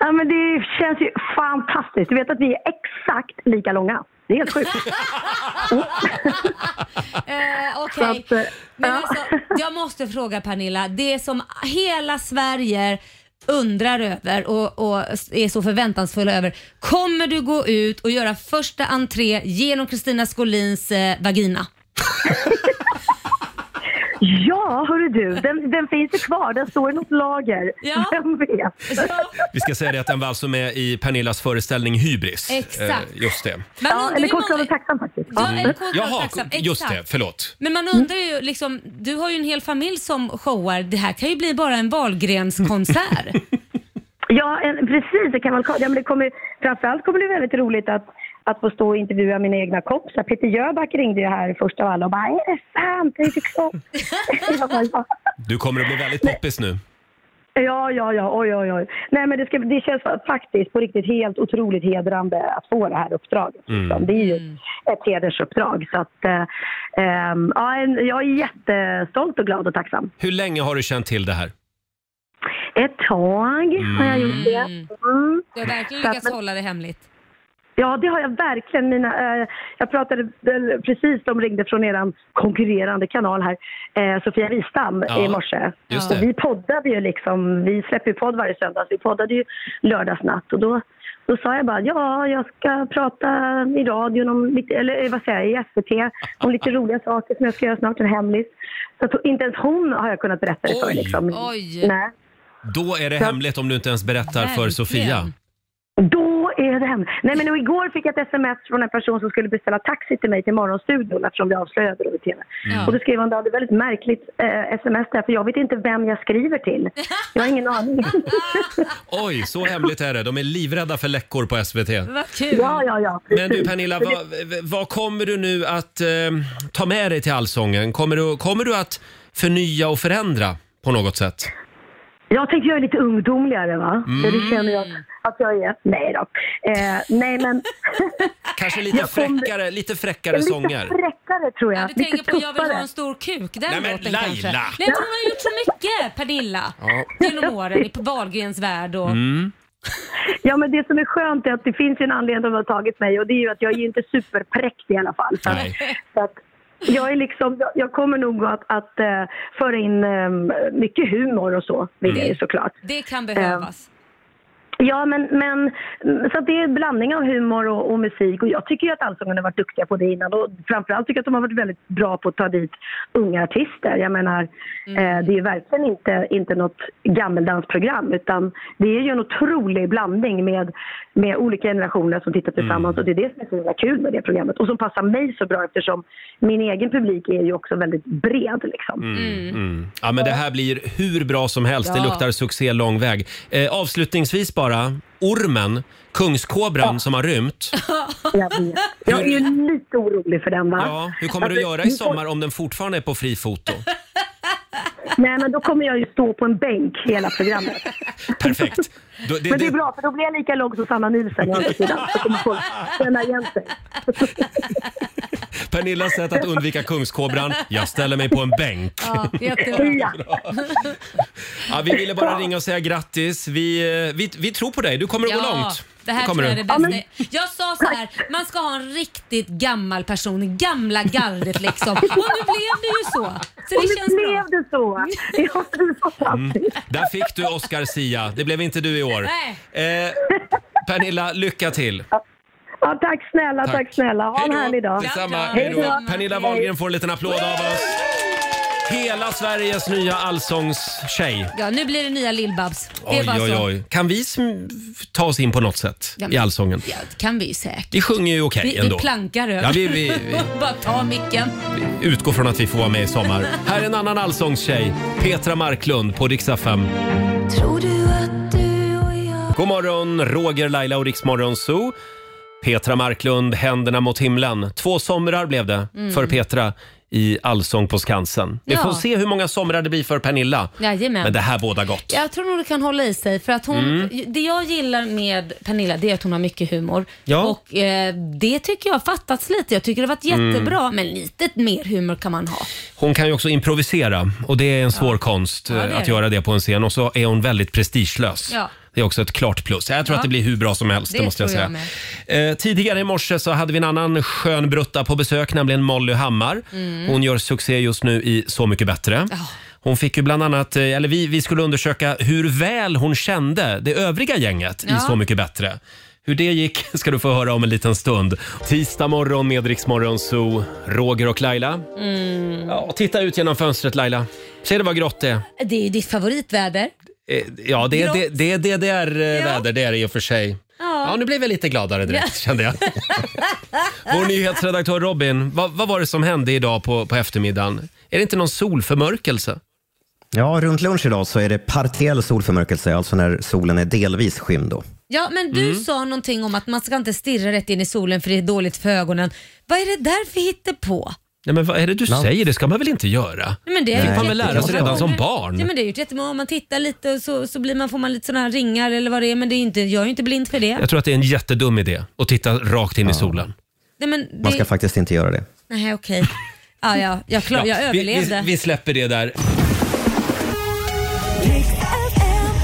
[SPEAKER 5] Ja, men det känns ju fantastiskt. Du vet att vi är exakt lika långa. Det är helt sjukt.
[SPEAKER 2] Eh,
[SPEAKER 5] Så
[SPEAKER 2] Okej.
[SPEAKER 5] att, eh,
[SPEAKER 2] Men
[SPEAKER 5] ja.
[SPEAKER 2] alltså, jag måste fråga Pernilla, det som hela Sverige undrar över och, och är så förväntansfulla över. Kommer du gå ut och göra första entré genom Kristina Skolins eh, vagina?
[SPEAKER 5] ja, hörru du. Den, den finns ju kvar. Den står i något lager.
[SPEAKER 2] Ja.
[SPEAKER 5] Vem vet?
[SPEAKER 1] Vi ska säga det att den var alltså med i Pernillas föreställning Hybris.
[SPEAKER 2] Exakt.
[SPEAKER 1] Eh, just det. Mm.
[SPEAKER 2] Man
[SPEAKER 5] Ja,
[SPEAKER 2] undrar
[SPEAKER 5] eller
[SPEAKER 2] ju
[SPEAKER 5] kort
[SPEAKER 2] många-
[SPEAKER 5] och tacksam faktiskt.
[SPEAKER 2] Ja, eller kort och
[SPEAKER 1] Jaha,
[SPEAKER 2] tacksam.
[SPEAKER 1] just det.
[SPEAKER 2] Exakt.
[SPEAKER 1] Förlåt.
[SPEAKER 2] Men man
[SPEAKER 5] Mm.
[SPEAKER 2] undrar ju, liksom, du har ju en hel familj som showar. Det här kan ju bli bara
[SPEAKER 5] <laughs>
[SPEAKER 2] en Wahlgrens-konsert.
[SPEAKER 5] Mm. Ja, en, precis. Det kan man, ja, men det kommer, framförallt kommer det bli väldigt roligt att, att få stå och intervjua mina egna kompisar. Peter Jöback ringde ju här först av alla och bara “Är det sant? Är det liksom?” <laughs> Jag bara, "Ja."
[SPEAKER 1] Du kommer att bli väldigt poppis nu.
[SPEAKER 5] Ja, ja, ja. Oj, oj, oj. Nej, men det, ska, det känns faktiskt på riktigt helt otroligt hedrande att få det här uppdraget. liksom. Det är ju ett hedersuppdrag. Så att, eh, ehm, ja, en- jag är jättestolt och glad och tacksam.
[SPEAKER 1] Hur länge har du känt till det här?
[SPEAKER 5] Ett tag har jag gjort det. Mm.
[SPEAKER 2] Du har verkligen
[SPEAKER 5] Så att-
[SPEAKER 2] lyckats hålla det hemligt.
[SPEAKER 5] Ja, det har jag verkligen. Mina, eh, jag pratade eh, precis, de ringde från er konkurrerande kanal här, eh, Sofia Wistam
[SPEAKER 1] Ja,
[SPEAKER 5] i morse.
[SPEAKER 1] just
[SPEAKER 5] Och
[SPEAKER 1] det.
[SPEAKER 5] vi poddade ju liksom, vi släpper ju podd varje söndag, så vi poddade ju lördagsnatt och då, då sa jag bara ja, jag ska prata i radion om lite, eller eh, vad säger jag, i SVT om lite roliga saker som jag ska göra snart, en hemlis. Så att inte ens hon har jag kunnat berätta det för
[SPEAKER 1] Oj.
[SPEAKER 5] liksom.
[SPEAKER 2] Oj.
[SPEAKER 5] Nej.
[SPEAKER 1] Då är det hemligt om du inte ens berättar för
[SPEAKER 2] Verkligen.
[SPEAKER 1] Sofia.
[SPEAKER 5] Då är det hem. Nej men och igår fick jag ett sms från en person som skulle beställa taxi till mig till morgonstudion eftersom vi avslöjade det i TV.
[SPEAKER 2] Ja.
[SPEAKER 5] Och då skrev han, det hade väldigt märkligt eh, sms där för jag vet inte vem jag skriver till. Jag har ingen aning.
[SPEAKER 1] Oj, så hemligt är det. De är livrädda för läckor på SVT.
[SPEAKER 2] <laughs> Vad kul.
[SPEAKER 5] ja, ja, ja.
[SPEAKER 1] Men du
[SPEAKER 5] precis.
[SPEAKER 1] Pernilla, vad, vad kommer du nu att eh, ta med dig till Allsången? Kommer du, kommer du att förnya och förändra på något sätt?
[SPEAKER 5] Jag tänkte jag är lite ungdomligare va?
[SPEAKER 1] Mm.
[SPEAKER 5] Så det känner jag att jag är. Nej då. Eh, nej men
[SPEAKER 1] Kanske lite
[SPEAKER 5] Jag kommer-
[SPEAKER 1] fräckare, lite fräckare
[SPEAKER 5] lite
[SPEAKER 1] sånger?
[SPEAKER 5] fräckare tror jag.
[SPEAKER 2] Ja, du
[SPEAKER 5] lite
[SPEAKER 2] tänker på Jag vill ha
[SPEAKER 5] tuffare.
[SPEAKER 2] en stor kuk, den
[SPEAKER 1] Nej, men
[SPEAKER 2] låten
[SPEAKER 1] Laila.
[SPEAKER 2] kanske. Nej men hon har gjort så mycket Pernilla
[SPEAKER 1] Ja.
[SPEAKER 2] genom åren i Wahlgrens värld och
[SPEAKER 1] Mm.
[SPEAKER 5] Ja men det som är skönt är att det finns ju en anledning att de har tagit mig och det är ju att jag är ju inte superpräktig i alla fall. Så att-
[SPEAKER 1] Nej.
[SPEAKER 5] Så att jag, är liksom, jag- jag kommer nog att, att eh, föra in eh, mycket humor och så, vill jag ju såklart.
[SPEAKER 2] det kan behövas.
[SPEAKER 5] Ja, men, men mm, så att det är en blandning av humor och, och musik. Och jag tycker ju att Allsångarna har varit duktiga på det innan. Och framförallt tycker jag att de har varit väldigt bra på att ta dit unga artister. Jag menar,
[SPEAKER 1] Mm.
[SPEAKER 5] eh, det är ju verkligen inte, inte något gammeldansprogram utan det är ju en otrolig blandning med, med olika generationer som tittar tillsammans.
[SPEAKER 1] Mm.
[SPEAKER 5] Och det är det som är så himla kul med det programmet. Och som passar mig så bra eftersom min egen publik är ju också väldigt bred
[SPEAKER 1] <laughs>
[SPEAKER 5] liksom.
[SPEAKER 1] Mm. Ja, men det här blir hur bra som helst. Det
[SPEAKER 2] Ja.
[SPEAKER 1] luktar succé lång väg. Eh, avslutningsvis bara, Klara, ormen, kungskobran som har rymt.
[SPEAKER 11] Jag, vet. jag är ju lite orolig för den va?
[SPEAKER 1] Ja, hur kommer du att
[SPEAKER 11] Alltså,
[SPEAKER 1] göra
[SPEAKER 11] nu
[SPEAKER 1] i
[SPEAKER 11] får-
[SPEAKER 1] sommar om den fortfarande är på fri fot då?
[SPEAKER 11] Nej men då kommer jag ju stå på en bänk hela programmet.
[SPEAKER 1] Perfekt. Då- det-
[SPEAKER 11] men det
[SPEAKER 1] det-
[SPEAKER 11] är bra för då blir jag lika lång som Sanna Nielsen å andra sidan. Så kommer folk känna igen sig.
[SPEAKER 1] Pernillas sätt att undvika kungskobran, jag ställer mig på en bänk.
[SPEAKER 2] Ja,
[SPEAKER 5] <laughs>
[SPEAKER 2] jättebra.
[SPEAKER 1] Ja, vi ville bara ringa och säga grattis. Vi, eh, vi, vi tror på dig, du kommer att gå långt.
[SPEAKER 2] Det här
[SPEAKER 1] kommer
[SPEAKER 2] tror jag är
[SPEAKER 1] du.
[SPEAKER 2] det bästa. Jag sa så här, man ska ha en riktigt gammal person, gamla gardet liksom. Och nu blev det ju så. Så
[SPEAKER 11] Och nu
[SPEAKER 2] det känns bra. Mm.
[SPEAKER 11] blev det så. Ja, det är så fantastiskt.
[SPEAKER 1] Där fick du Oscar Sia, det blev inte du i år. Eh, Pernilla, lycka till!
[SPEAKER 11] Ja, tack snälla, tack,
[SPEAKER 1] Tack.
[SPEAKER 11] snälla. Ha en
[SPEAKER 1] Hej då.
[SPEAKER 11] härlig dag.
[SPEAKER 1] Detsamma.
[SPEAKER 2] Hej
[SPEAKER 1] Hej
[SPEAKER 11] då.
[SPEAKER 1] då. Pernilla Wahlgren får en liten applåd av oss. Hela Sveriges nya allsångstjej.
[SPEAKER 2] Ja, nu blir det nya Lill-Babs. Det är
[SPEAKER 1] Oj,
[SPEAKER 2] bara
[SPEAKER 1] oj,
[SPEAKER 2] så.
[SPEAKER 1] oj. Kan vi sm- ta oss in på något sätt
[SPEAKER 2] Ja, men-
[SPEAKER 1] i allsången?
[SPEAKER 2] Ja, det kan vi säkert.
[SPEAKER 1] Vi sjunger ju okej
[SPEAKER 2] Vi, vi
[SPEAKER 1] ändå.
[SPEAKER 2] plankar över.
[SPEAKER 1] Ja, vi-
[SPEAKER 2] <laughs>
[SPEAKER 1] vi-
[SPEAKER 2] Bara ta micken.
[SPEAKER 1] Utgår från att vi får vara med i sommar. Här är en annan allsångstjej. Petra Marklund på Riksdag 5.
[SPEAKER 9] Tror du att du och jag
[SPEAKER 1] God morgon, Roger, Laila och Riksmorgon Zoo. Petra Marklund, Händerna mot himlen. Två somrar blev det för Petra i Allsång på Skansen. Vi
[SPEAKER 2] Mm. Ja.
[SPEAKER 1] får se hur många somrar det blir för Pernilla.
[SPEAKER 2] Jajamän.
[SPEAKER 1] Men det här Mm. båda gott.
[SPEAKER 2] Jag tror nog det kan hålla i sig för att hon, det jag gillar med Pernilla det är att hon har mycket humor.
[SPEAKER 1] Ja.
[SPEAKER 2] Och eh, det tycker jag har fattats lite. Jag tycker det har varit
[SPEAKER 1] Mm.
[SPEAKER 2] jättebra men lite mer humor kan man ha.
[SPEAKER 1] Hon kan ju också improvisera och det är en svår konst eh,
[SPEAKER 2] Ja, det är
[SPEAKER 1] att
[SPEAKER 2] det.
[SPEAKER 1] göra det på en scen och så är hon väldigt prestigelös.
[SPEAKER 2] Ja.
[SPEAKER 1] Det är också ett klart plus. Jag tror
[SPEAKER 2] Ja.
[SPEAKER 1] att det blir hur bra som helst, det,
[SPEAKER 2] Det
[SPEAKER 1] måste jag
[SPEAKER 2] tror
[SPEAKER 1] säga.
[SPEAKER 2] jag
[SPEAKER 1] eh, tidigare i morse så hade vi en annan skön brutta på besök, nämligen Molly Hammar.
[SPEAKER 2] Mm.
[SPEAKER 1] Hon gör succé just nu i Så mycket bättre. Hon fick ju bland annat, eh, eller vi, vi skulle undersöka hur väl hon kände det övriga gänget i
[SPEAKER 2] Ja.
[SPEAKER 1] Så mycket bättre. Hur det gick <laughs> ska du få höra om en liten stund. Tisdag morgon med Rix Morgon Zoo, Roger och Laila.
[SPEAKER 2] Mm.
[SPEAKER 1] Ja, titta ut genom fönstret Laila. Ser du vad grått det är?
[SPEAKER 2] Det är ju ditt favoritväder.
[SPEAKER 1] Eh, Ja, det är
[SPEAKER 2] Grått.
[SPEAKER 1] det, det, är DDR-väder eh, det är det i och för sig. Ja. nu blev jag lite gladare direkt kände
[SPEAKER 2] <laughs>
[SPEAKER 1] jag. Vår nyhetsredaktör Robin, vad, vad var det som hände idag på, på eftermiddagen? Är det inte någon solförmörkelse?
[SPEAKER 7] Ja, runt lunch idag så är det partiell solförmörkelse, alltså när solen är delvis skymd. Då.
[SPEAKER 2] Ja men du sa någonting om att man ska inte stirra rätt in i solen för det är dåligt för ögonen. Vad är det där för hittepå?
[SPEAKER 1] Nej, men vad är det du säger? Det ska man väl inte göra?
[SPEAKER 2] Nej, men det är
[SPEAKER 7] Det fick man väl lära sig redan
[SPEAKER 1] som barn.
[SPEAKER 2] Ja, men det är ju jättemånga, om man tittar lite och så, så blir man, får man lite sådana här ringar eller vad det är men det är ju inte, jag är ju inte blind för det.
[SPEAKER 1] Jag tror att det är en jättedum idé att titta rakt in i solen.
[SPEAKER 2] Nej, men det
[SPEAKER 7] Man ska faktiskt inte göra det.
[SPEAKER 2] Nej, okej. Ja, ja, jag, klar, jag
[SPEAKER 1] vi, vi,
[SPEAKER 2] överlevde.
[SPEAKER 1] vi släpper det där.